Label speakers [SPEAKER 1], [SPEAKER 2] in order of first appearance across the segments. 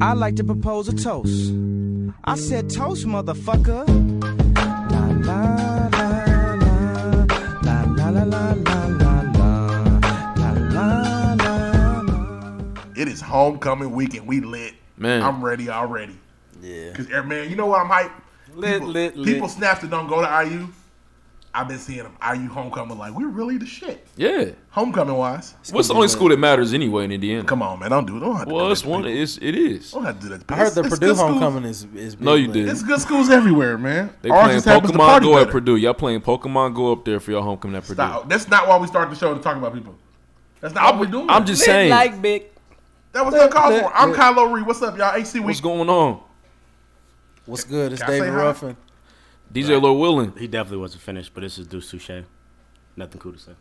[SPEAKER 1] I like to propose a toast. I said, Toast, motherfucker. La la la la la la la la la la la la la.
[SPEAKER 2] It is homecoming weekend. We lit.
[SPEAKER 3] Man.
[SPEAKER 2] I'm ready already.
[SPEAKER 4] Yeah.
[SPEAKER 2] Cause eh, man, you know what I'm hype.
[SPEAKER 4] Lit,
[SPEAKER 2] people,
[SPEAKER 4] lit, lit.
[SPEAKER 2] People snaps that don't go to IU. I've been seeing them. IU homecoming like we're really the shit.
[SPEAKER 3] Yeah.
[SPEAKER 2] Homecoming wise,
[SPEAKER 3] What's the only school that matters anyway in Indiana?
[SPEAKER 2] come on, man, don't do it. Don't have to do
[SPEAKER 3] Well,
[SPEAKER 2] that
[SPEAKER 3] it's
[SPEAKER 2] to
[SPEAKER 3] one.
[SPEAKER 2] people.
[SPEAKER 3] It's it is.
[SPEAKER 2] Don't have to do that. to
[SPEAKER 4] I
[SPEAKER 2] people.
[SPEAKER 4] heard the
[SPEAKER 2] It's- it's
[SPEAKER 4] Purdue
[SPEAKER 2] good schools.
[SPEAKER 4] homecoming is is. Big
[SPEAKER 3] No, you
[SPEAKER 4] lit.
[SPEAKER 3] didn't.
[SPEAKER 2] Oh, It's good schools everywhere, man.
[SPEAKER 3] They
[SPEAKER 2] Ours
[SPEAKER 3] playing
[SPEAKER 2] just happens to
[SPEAKER 3] Pokemon
[SPEAKER 2] party
[SPEAKER 3] Go at
[SPEAKER 2] better.
[SPEAKER 3] Purdue. Y'all playing Pokemon Go up there for y'all homecoming at Purdue.
[SPEAKER 2] Stop. That's not why we start the show to talk about people. That's not what we're doing.
[SPEAKER 3] I'm just saying.
[SPEAKER 4] like big.
[SPEAKER 2] that was not called for. I'm Kylo Ree. What's up, y'all? AC
[SPEAKER 3] what's
[SPEAKER 2] week.
[SPEAKER 3] going on?
[SPEAKER 4] What's good? It's
[SPEAKER 2] Can I say
[SPEAKER 4] David
[SPEAKER 2] hi?
[SPEAKER 4] Ruffin.
[SPEAKER 3] DJ Lil Willin.
[SPEAKER 5] He definitely wasn't finished, but this is Deuce Touche. Nothing cool to say.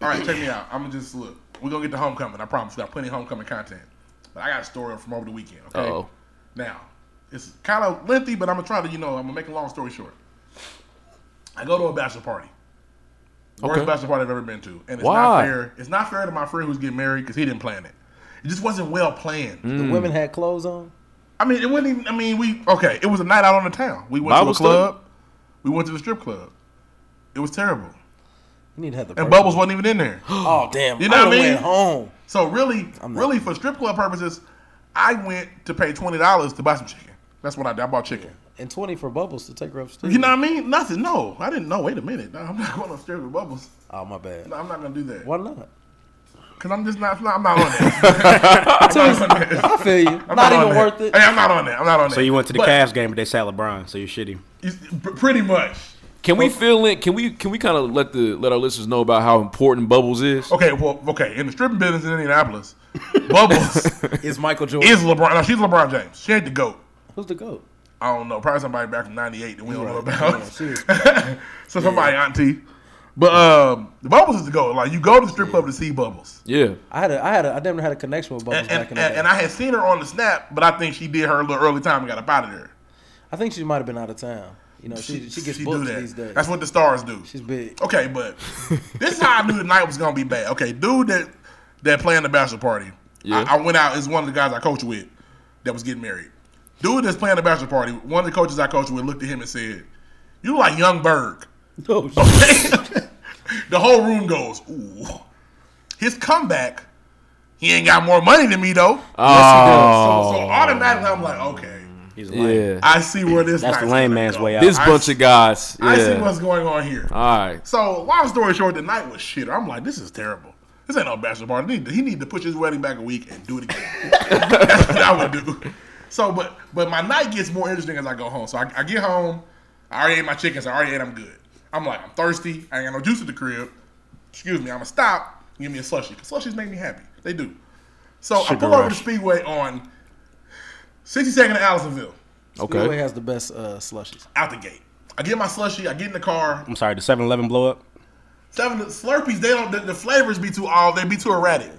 [SPEAKER 2] All right, check me out. I'm gonna just look. We're gonna get to homecoming. I promise. We got plenty of homecoming content. But I got a story from over the weekend. Okay.
[SPEAKER 3] Uh-oh.
[SPEAKER 2] Now, it's kind of lengthy, but I'm gonna try to, you know, I'm gonna make a long story short. I go to a bachelor party. Worst
[SPEAKER 3] Okay.
[SPEAKER 2] bachelor party I've ever been to, and it's not
[SPEAKER 3] Why?
[SPEAKER 2] fair. It's not fair to my friend who's getting married because he didn't plan it. It just wasn't well planned.
[SPEAKER 3] Mm.
[SPEAKER 4] The women had clothes on.
[SPEAKER 2] I mean, it wasn't even. I mean, we okay. It was a night out on the town. We went
[SPEAKER 3] Bible
[SPEAKER 2] to a
[SPEAKER 3] study?
[SPEAKER 2] club. We went to the strip club. It was terrible,
[SPEAKER 4] You need to have the
[SPEAKER 2] and
[SPEAKER 4] purple.
[SPEAKER 2] Bubbles wasn't even in there.
[SPEAKER 4] Oh damn!
[SPEAKER 2] You know
[SPEAKER 4] I
[SPEAKER 2] what I
[SPEAKER 4] done
[SPEAKER 2] mean?
[SPEAKER 4] Went home.
[SPEAKER 2] So really,
[SPEAKER 4] not-
[SPEAKER 2] really for strip club purposes, I went to pay twenty dollars to buy some chicken. That's what I did. I bought chicken.
[SPEAKER 4] and 20 for bubbles to take her upstairs.
[SPEAKER 2] You know what I mean? Nothing. No, I didn't know. Wait a minute. No, I'm not going upstairs with Bubbles.
[SPEAKER 4] Oh, my bad.
[SPEAKER 2] No, I'm not gonna do that.
[SPEAKER 4] Why not?
[SPEAKER 2] Because I'm just not. I'm not on that. I'm not on that.
[SPEAKER 4] I feel you.
[SPEAKER 2] I'm
[SPEAKER 4] not
[SPEAKER 2] on
[SPEAKER 4] even
[SPEAKER 2] that.
[SPEAKER 4] worth it.
[SPEAKER 2] Hey, I'm not on that. I'm not on that.
[SPEAKER 5] So you went to the
[SPEAKER 2] But
[SPEAKER 5] Cavs game, but they sat LeBron, so you're shitty.
[SPEAKER 2] it's- pr- Pretty much.
[SPEAKER 3] Can
[SPEAKER 2] Oh.
[SPEAKER 3] we fill in? Can we can we kind of let the let our listeners know about how important Bubbles is?
[SPEAKER 2] Okay. Well. Okay. In the stripping business in Indianapolis, Bubbles.
[SPEAKER 4] Is Michael Jordan?
[SPEAKER 2] is LeBron. Now she's LeBron James. She ain't the goat.
[SPEAKER 4] Who's the goat?
[SPEAKER 2] I don't know. Probably somebody back from '98 that we don't know
[SPEAKER 4] Right.
[SPEAKER 2] about.
[SPEAKER 4] Yeah, she was-
[SPEAKER 2] so somebody auntie. But um, Bubbles is the goat. Like you go to the strip club to see Bubbles,
[SPEAKER 3] Yeah.
[SPEAKER 4] I had a, I had a, I damn near had a connection with Bubbles
[SPEAKER 2] and, and,
[SPEAKER 4] back in
[SPEAKER 2] and,
[SPEAKER 4] the day.
[SPEAKER 2] and
[SPEAKER 4] I,
[SPEAKER 2] I had seen her on the snap, but I think she did her little early time and got up out of there.
[SPEAKER 4] think she might have been out of town. You know, she she gets
[SPEAKER 2] do
[SPEAKER 4] booked
[SPEAKER 2] that.
[SPEAKER 4] these days.
[SPEAKER 2] That's what the stars do.
[SPEAKER 4] She's big.
[SPEAKER 2] Okay, but this is how I knew the night was gonna be bad. Okay, dude that that playing the bachelor party.
[SPEAKER 3] Yeah.
[SPEAKER 2] I, I went out is one of the guys I coached with that was getting married. Dude that's playing the bachelor party, one of the coaches I coached with looked at him and said, You look like young Berg. Oh,
[SPEAKER 4] No, she-
[SPEAKER 2] the whole room goes, ooh. His comeback, he ain't got more money than me though.
[SPEAKER 3] Oh.
[SPEAKER 2] So automatically I'm like, okay.
[SPEAKER 5] He's lame.
[SPEAKER 3] Yeah.
[SPEAKER 2] I see where this
[SPEAKER 5] Mm. That's the
[SPEAKER 2] night's
[SPEAKER 5] lame
[SPEAKER 2] gonna
[SPEAKER 5] man's
[SPEAKER 2] go.
[SPEAKER 5] way out.
[SPEAKER 3] This
[SPEAKER 2] I
[SPEAKER 3] bunch
[SPEAKER 2] see-
[SPEAKER 3] of guys. Yeah.
[SPEAKER 2] I see what's going on here.
[SPEAKER 3] All right.
[SPEAKER 2] So long story short, the night was shit. I'm like, this is terrible. This ain't no bachelor party. He need, he need to push his wedding back a week and do it again. That's what I would do. So, but but my night gets more interesting as I go home. So I, I get home. I already ate my chickens. I already ate. I'm good. I'm like, I'm thirsty. I ain't got no juice at the crib. Excuse me. I'm gonna stop. Give me a slushie. Cause slushies make me happy. They do. So I
[SPEAKER 5] Sugar
[SPEAKER 2] pull over the
[SPEAKER 5] rush.
[SPEAKER 2] speedway on 62nd and Allisonville
[SPEAKER 4] Speedway
[SPEAKER 3] Okay.
[SPEAKER 4] has the best uh, slushies.
[SPEAKER 2] out the gate. I get my slushie. I get in the car.
[SPEAKER 5] I'm sorry, the 7-Eleven blow up.
[SPEAKER 2] Seven Slurpees, they don't. The, the flavors be too all. They be too erratic.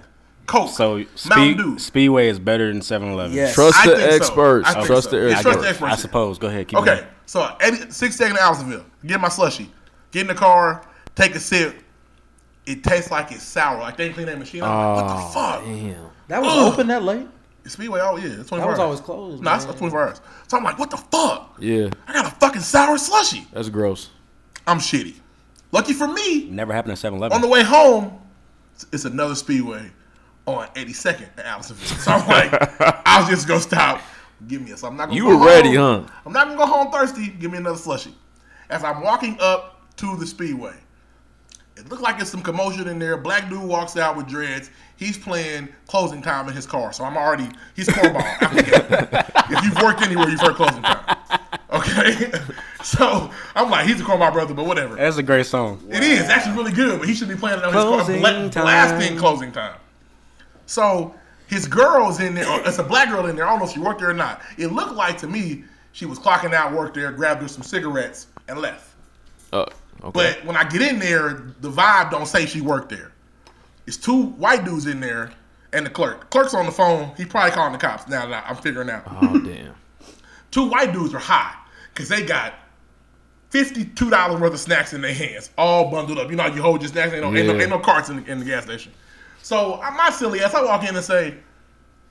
[SPEAKER 2] Coke,
[SPEAKER 5] So
[SPEAKER 2] Mountain
[SPEAKER 5] speed,
[SPEAKER 2] Dew.
[SPEAKER 5] Speedway is better than 7-Eleven.
[SPEAKER 4] Yes.
[SPEAKER 3] Trust
[SPEAKER 2] I
[SPEAKER 3] the
[SPEAKER 2] think so.
[SPEAKER 3] experts.
[SPEAKER 2] I think so.
[SPEAKER 3] Trust the
[SPEAKER 2] Yeah,
[SPEAKER 3] experts.
[SPEAKER 2] trust the
[SPEAKER 5] I suppose. Go ahead. Keep
[SPEAKER 2] Okay,
[SPEAKER 5] going.
[SPEAKER 2] so 80, six second Allisonville. Get my slushie. Get in the car. Take a sip. It tastes like it's sour. Like they ain't clean that machine. I'm like, what the fuck?
[SPEAKER 4] That was
[SPEAKER 2] Ugh.
[SPEAKER 4] open that late.
[SPEAKER 2] Speedway, oh yeah, it's 24
[SPEAKER 4] That was
[SPEAKER 2] hours.
[SPEAKER 4] always closed,
[SPEAKER 2] No, it's
[SPEAKER 4] man.
[SPEAKER 2] 24 hours. So I'm like, what the fuck?
[SPEAKER 3] Yeah.
[SPEAKER 2] I got a fucking sour slushie.
[SPEAKER 3] That's gross.
[SPEAKER 2] I'm shitty. Lucky for me,
[SPEAKER 5] Never happened at
[SPEAKER 2] on
[SPEAKER 5] 7-Eleven.
[SPEAKER 2] the way home, it's another speedway on 82nd at Allisonville. So I'm like, I was just gonna stop. Give me a. So I'm not gonna
[SPEAKER 3] You
[SPEAKER 2] go
[SPEAKER 3] were ready,
[SPEAKER 2] home.
[SPEAKER 3] huh?
[SPEAKER 2] I'm not gonna go home thirsty. Give me another slushie. As I'm walking up to the speedway, it looked like it's some commotion in there. Black dude walks out with dreads. He's playing closing time in his car, so I'm already he's cornball. after that. if you've worked anywhere, you've heard closing time. Okay, so I'm like, he's a cornball brother, but whatever.
[SPEAKER 5] That's a great song.
[SPEAKER 2] It is actually really good, but he should be playing it on
[SPEAKER 5] Closing
[SPEAKER 2] his car, bla-
[SPEAKER 5] time.
[SPEAKER 2] blasting closing time. So his girl's in there. or It's a black girl in there. I don't know if she worked there or not. It looked like to me she was clocking out, worked there, grabbed her some cigarettes, and left.
[SPEAKER 3] Uh, okay.
[SPEAKER 2] But when I get in there, the vibe don't say she worked there. It's two white dudes in there and the clerk. Clerk's on the phone. He probably calling the cops now that I'm figuring out.
[SPEAKER 3] oh damn.
[SPEAKER 2] Two white dudes are high because they got fifty-two dollars worth of snacks in their hands, all bundled up. You know, how you hold your snacks. Ain't no, ain't no,
[SPEAKER 3] Yeah.
[SPEAKER 2] uh, ain't no carts in the, in the gas station. So I- my silly ass, I walk in and say,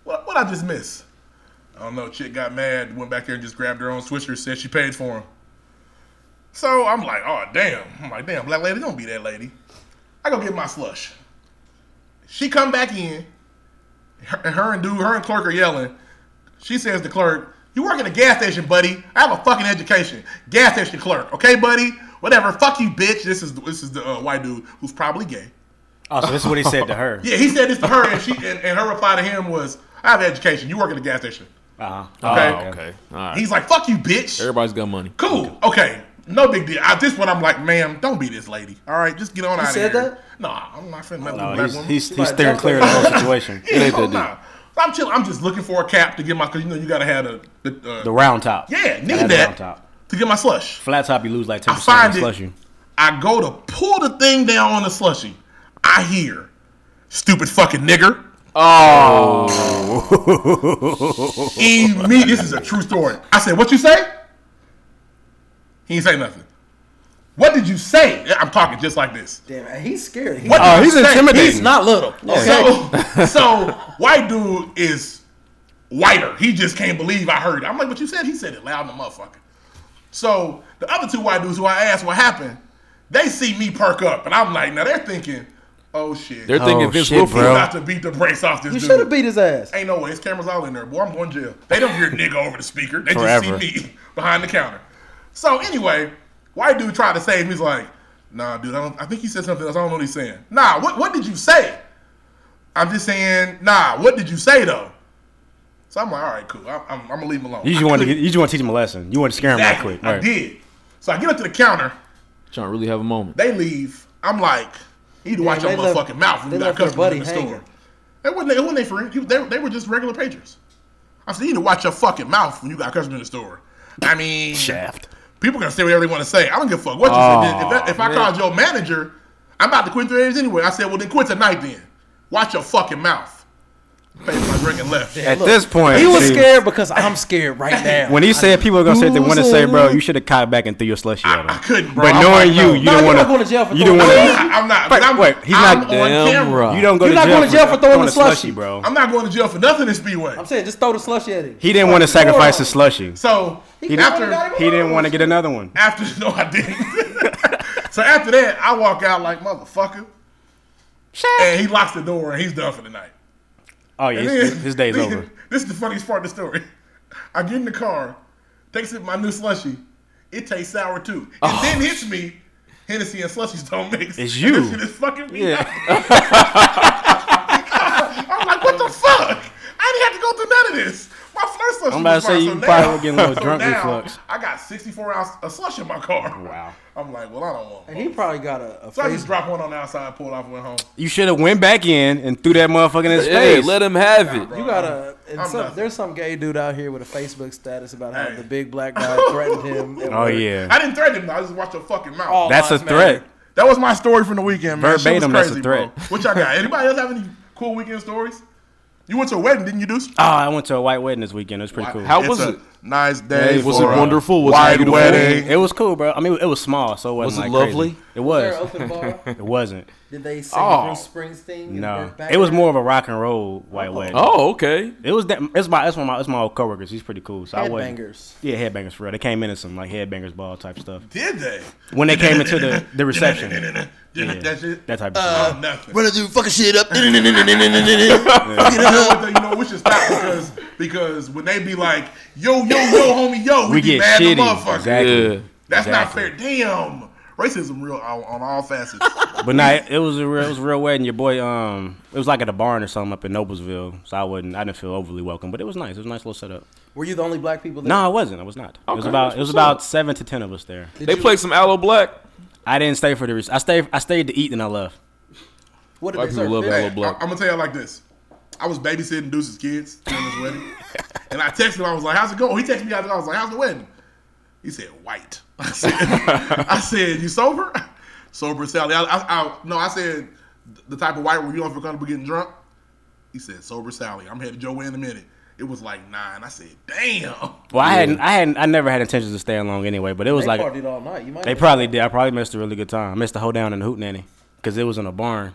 [SPEAKER 2] What, what I just miss? I don't know. Chick got mad, went back there and just grabbed her own swisher, said she paid for him. So I'm like, oh damn. I'm like, damn, black lady, don't be that lady. I go get my slush. She come back in. Her, her and dude, her and clerk are yelling. She says to clerk, "You work at a gas station, buddy. I have a fucking education. Gas station clerk, okay, buddy? Whatever. Fuck you, bitch. This is this is the uh, white dude who's probably gay.
[SPEAKER 5] Oh, so this is what he said to her.
[SPEAKER 2] Yeah, he said this to her, and she and, and her reply to him was, "I have an education. You work at a gas station."
[SPEAKER 5] Uh-huh.
[SPEAKER 2] Okay.
[SPEAKER 3] Oh, okay. All right.
[SPEAKER 2] He's like, "Fuck you, bitch."
[SPEAKER 3] Everybody's got money.
[SPEAKER 2] Cool. Okay. No big deal. At this point, I'm like, ma'am, don't be this lady. All right, just get on out of here.
[SPEAKER 4] said that?
[SPEAKER 2] No, I'm not finna mess with a
[SPEAKER 5] No,
[SPEAKER 2] black
[SPEAKER 5] Oh, he's,
[SPEAKER 2] woman.
[SPEAKER 5] he's, he's
[SPEAKER 4] Right,
[SPEAKER 5] steering
[SPEAKER 4] that's
[SPEAKER 5] clear of the whole situation.
[SPEAKER 2] Yeah,
[SPEAKER 3] ain't
[SPEAKER 2] oh,
[SPEAKER 3] that
[SPEAKER 2] nah. I'm chill. I'm just looking for a cap to get my because you know you gotta have a the, uh,
[SPEAKER 5] The round top.
[SPEAKER 2] yeah
[SPEAKER 5] Gotta have
[SPEAKER 2] need
[SPEAKER 5] the Round
[SPEAKER 2] that
[SPEAKER 5] top.
[SPEAKER 2] to get my slush.
[SPEAKER 5] Flat top, you lose like ten
[SPEAKER 2] I
[SPEAKER 5] percent.
[SPEAKER 2] find it.
[SPEAKER 5] Slush you.
[SPEAKER 2] I go to pull the thing down on the slushy. I hear stupid fucking nigger. Oh, me. This is a true story. I said, "What you say?" He ain't say nothing. What did you say? I'm talking just like this.
[SPEAKER 4] Damn, man, he's scared. He-
[SPEAKER 2] What
[SPEAKER 6] Oh,
[SPEAKER 2] did
[SPEAKER 6] he's
[SPEAKER 2] you say?
[SPEAKER 6] intimidating.
[SPEAKER 4] He's not little. Okay.
[SPEAKER 2] So, so white dude is whiter. He just can't believe I heard it. I'm like, but you said he said it loud in the motherfucker. So the other two white dudes who I asked what happened, they see me perk up, and I'm like, now they're thinking, oh shit,
[SPEAKER 3] They're
[SPEAKER 2] they're
[SPEAKER 3] thinking
[SPEAKER 6] Oh,
[SPEAKER 3] Vince
[SPEAKER 6] shit,
[SPEAKER 3] Wilfork.
[SPEAKER 6] bro.
[SPEAKER 2] about to beat the brakes off this
[SPEAKER 4] You should have
[SPEAKER 2] dude.
[SPEAKER 4] beat his ass.
[SPEAKER 2] Ain't no way. His cameras all in there. Boy, I'm going to jail. They don't hear nigga over the speaker. They
[SPEAKER 6] Forever.
[SPEAKER 2] just see me behind the counter. So anyway, white dude tried to save me. He's like, nah, dude, I, don't, I think he said something else. I don't know what he's saying. Nah, what, what did you say? I'm just saying, nah, what did you say though? So I'm like, all right, cool. I, I'm, I'm going to leave him alone.
[SPEAKER 5] You just
[SPEAKER 2] I
[SPEAKER 5] want to
[SPEAKER 2] couldn't-
[SPEAKER 5] get, you just want to teach him a lesson. You want to scare him
[SPEAKER 2] Exactly.
[SPEAKER 5] real quick. Right.
[SPEAKER 2] I did. So I get up to the counter.
[SPEAKER 3] Trying to really have a moment.
[SPEAKER 2] They leave. I'm like, you need to watch your
[SPEAKER 4] they left-
[SPEAKER 2] motherfucking mouth when
[SPEAKER 4] they
[SPEAKER 2] you got
[SPEAKER 4] left their
[SPEAKER 2] customers
[SPEAKER 4] buddy
[SPEAKER 2] in the
[SPEAKER 4] hanging.
[SPEAKER 2] store. They wasn't, they wasn't they friends. He- They, they were just regular pagers. I said, you need to watch your fucking mouth when you got customers in the store. I mean,
[SPEAKER 5] Shaft.
[SPEAKER 2] people can say whatever they want to say. I don't give a fuck what you said. If, that, if
[SPEAKER 5] Oh,
[SPEAKER 2] I called your manager, I'm about to quit three days anyway. I said, well, then quit tonight then. Watch your fucking mouth. Paid my drink and left.
[SPEAKER 6] At this point,
[SPEAKER 4] He was
[SPEAKER 6] see,
[SPEAKER 4] scared because I'm scared right now.
[SPEAKER 5] When he said people are gonna say they want to say, bro, you should have caught back and threw your slushy at him.
[SPEAKER 2] I couldn't, bro.
[SPEAKER 5] But
[SPEAKER 2] I'm like,
[SPEAKER 5] knowing you,
[SPEAKER 2] no.
[SPEAKER 5] you
[SPEAKER 4] No,
[SPEAKER 5] don't
[SPEAKER 4] you're
[SPEAKER 5] want
[SPEAKER 4] not going to jail for
[SPEAKER 5] You don't
[SPEAKER 4] throwing
[SPEAKER 5] want
[SPEAKER 4] a
[SPEAKER 5] to.
[SPEAKER 4] slushy.
[SPEAKER 2] I'm not.
[SPEAKER 5] Wait,
[SPEAKER 2] but I'm,
[SPEAKER 5] wait, he's
[SPEAKER 2] I'm
[SPEAKER 5] not
[SPEAKER 2] on
[SPEAKER 3] damn
[SPEAKER 2] camera.
[SPEAKER 3] right.
[SPEAKER 5] You don't go
[SPEAKER 4] You're
[SPEAKER 5] to
[SPEAKER 4] not
[SPEAKER 5] jail.
[SPEAKER 4] going to jail for throwing a slushy.
[SPEAKER 5] bro.
[SPEAKER 2] I'm not going to jail for nothing in Speedway.
[SPEAKER 4] I'm saying just throw the slushy at him.
[SPEAKER 5] He didn't want to sacrifice his slushy.
[SPEAKER 2] So
[SPEAKER 4] He
[SPEAKER 2] after
[SPEAKER 4] got it.
[SPEAKER 5] He didn't want to get another one.
[SPEAKER 2] after no, I didn't. so after that, I walk out like motherfucker, and he locks the door and he's done for the night.
[SPEAKER 5] Oh yeah,
[SPEAKER 2] And
[SPEAKER 5] his,
[SPEAKER 2] then-
[SPEAKER 5] his day's
[SPEAKER 2] then-
[SPEAKER 5] over.
[SPEAKER 2] This is the funniest part of the story. I get in the car, takes it my new slushy. It tastes sour too. It then hits me. Hennessy and slushies don't mix.
[SPEAKER 5] Oh. It's
[SPEAKER 2] And
[SPEAKER 5] you.
[SPEAKER 2] This shit is fucking me. up. I'm like, what the fuck? I didn't have to go through none of this. My first slushie.
[SPEAKER 5] I'm about
[SPEAKER 2] was
[SPEAKER 5] to say
[SPEAKER 2] fine,
[SPEAKER 5] you
[SPEAKER 2] so
[SPEAKER 5] probably
[SPEAKER 2] now-
[SPEAKER 5] were getting a little
[SPEAKER 2] so
[SPEAKER 5] drunk
[SPEAKER 2] now
[SPEAKER 5] reflux.
[SPEAKER 2] I got 64 ounce of slush in my car.
[SPEAKER 5] Wow.
[SPEAKER 2] I'm like, well, I don't want.
[SPEAKER 4] And he
[SPEAKER 2] One.
[SPEAKER 4] probably got a, a
[SPEAKER 2] So I
[SPEAKER 4] face.
[SPEAKER 2] just dropped one on the outside, pulled off, and went home.
[SPEAKER 5] You should have went back in and threw that motherfucker in his
[SPEAKER 3] Hey,
[SPEAKER 5] face.
[SPEAKER 3] let him have it.
[SPEAKER 4] You got a. And
[SPEAKER 2] I'm
[SPEAKER 4] some,
[SPEAKER 2] not-
[SPEAKER 4] there's some gay dude out here with a Facebook status about how
[SPEAKER 2] Hey.
[SPEAKER 4] the big black guy threatened him. at
[SPEAKER 5] oh
[SPEAKER 4] work.
[SPEAKER 5] yeah,
[SPEAKER 2] I didn't threaten him. though. I just watched your fucking mouth.
[SPEAKER 4] All
[SPEAKER 5] that's a
[SPEAKER 4] lives
[SPEAKER 5] threat.
[SPEAKER 4] matter.
[SPEAKER 2] That was my story from the weekend, man. Shit was
[SPEAKER 5] Verbatim, that's a
[SPEAKER 2] crazy,
[SPEAKER 5] threat.
[SPEAKER 2] Bro. What y'all got? Anybody else have any cool weekend stories? You went to a wedding, didn't you, Deuce?
[SPEAKER 5] Oh, I went to a white wedding this weekend. It was pretty cool.
[SPEAKER 3] How
[SPEAKER 2] It's
[SPEAKER 3] was
[SPEAKER 2] a
[SPEAKER 3] it?
[SPEAKER 2] Nice day.
[SPEAKER 5] Hey, was
[SPEAKER 2] for
[SPEAKER 5] it
[SPEAKER 2] a
[SPEAKER 3] wonderful? Was it
[SPEAKER 2] white
[SPEAKER 3] beautiful?
[SPEAKER 2] wedding.
[SPEAKER 5] It was cool, bro. I mean, it was small, so it
[SPEAKER 3] Was
[SPEAKER 5] wasn't
[SPEAKER 3] it
[SPEAKER 5] like crazy.
[SPEAKER 3] lovely?
[SPEAKER 5] It
[SPEAKER 4] Was there
[SPEAKER 5] was.
[SPEAKER 4] an open bar?
[SPEAKER 5] It wasn't.
[SPEAKER 4] Did they sing
[SPEAKER 3] Oh.
[SPEAKER 4] Bruce Springsteen? in
[SPEAKER 5] No,
[SPEAKER 4] the background?
[SPEAKER 5] it was more of a rock and roll white wedding.
[SPEAKER 3] Oh, okay.
[SPEAKER 5] It was that. It's my. It's one of my. It's my old coworkers. He's pretty cool. So I wasn't.
[SPEAKER 4] headbangers.
[SPEAKER 5] Yeah, headbangers for real. They came in in some like headbangers ball type stuff
[SPEAKER 2] Did they?
[SPEAKER 5] when they came into the the reception.
[SPEAKER 2] Did
[SPEAKER 5] Yeah,
[SPEAKER 2] that shit?
[SPEAKER 5] that type of stuff.
[SPEAKER 2] Oh, nothing.
[SPEAKER 7] Running through fucking shit up. Get
[SPEAKER 2] You know what, though? You know, we should stop because because when they be like, yo, yo, yo, homie, yo, we,
[SPEAKER 5] We
[SPEAKER 2] be
[SPEAKER 5] get
[SPEAKER 2] mad
[SPEAKER 5] shitty.
[SPEAKER 2] the motherfucker.
[SPEAKER 5] Exactly.
[SPEAKER 3] Yeah.
[SPEAKER 2] That's
[SPEAKER 5] Exactly.
[SPEAKER 2] not fair. Damn. Racism real on, on all facets.
[SPEAKER 5] But nah, it, it was a real, it was a real wedding. Your boy, um, it was like at a barn or something up in Noblesville. So I wouldn't, I didn't feel overly welcome, but it was nice. It was a nice little setup.
[SPEAKER 4] Were you the only black people there?
[SPEAKER 5] No, I wasn't. I was not. it was
[SPEAKER 3] Okay,
[SPEAKER 5] about,
[SPEAKER 3] that's
[SPEAKER 5] it was
[SPEAKER 3] what's up.
[SPEAKER 5] about seven to ten of us there.
[SPEAKER 3] They played some Aloe Black.
[SPEAKER 5] I didn't stay for the. Re- I stayed. I stayed to eat and I left.
[SPEAKER 4] What did
[SPEAKER 3] Black
[SPEAKER 4] they
[SPEAKER 3] people
[SPEAKER 4] serve?
[SPEAKER 3] love
[SPEAKER 4] Fish?
[SPEAKER 3] that.
[SPEAKER 2] Hey, I,
[SPEAKER 3] Little blood.
[SPEAKER 2] am gonna tell y'all like this. I was babysitting Deuce's kids during his wedding, and I texted him. I was like, "How's it going?" He texted me. after I was like, "How's the wedding?" He said, "White." I said, I said "You sober?" Sober, Sally. I, I, I, no, I said the type of white where you don't feel comfortable getting drunk. He said, "Sober, Sally." I'm headed your way in a minute. It was like nine. I said, "Damn."
[SPEAKER 5] Well, I hadn't. I hadn't. I never had intentions of staying long anyway. But it was
[SPEAKER 4] They
[SPEAKER 5] like
[SPEAKER 4] partied all night. You might
[SPEAKER 5] they
[SPEAKER 4] have-
[SPEAKER 5] probably did. I probably missed a really good time. I missed the whole down in the hoot nanny because it was in a barn.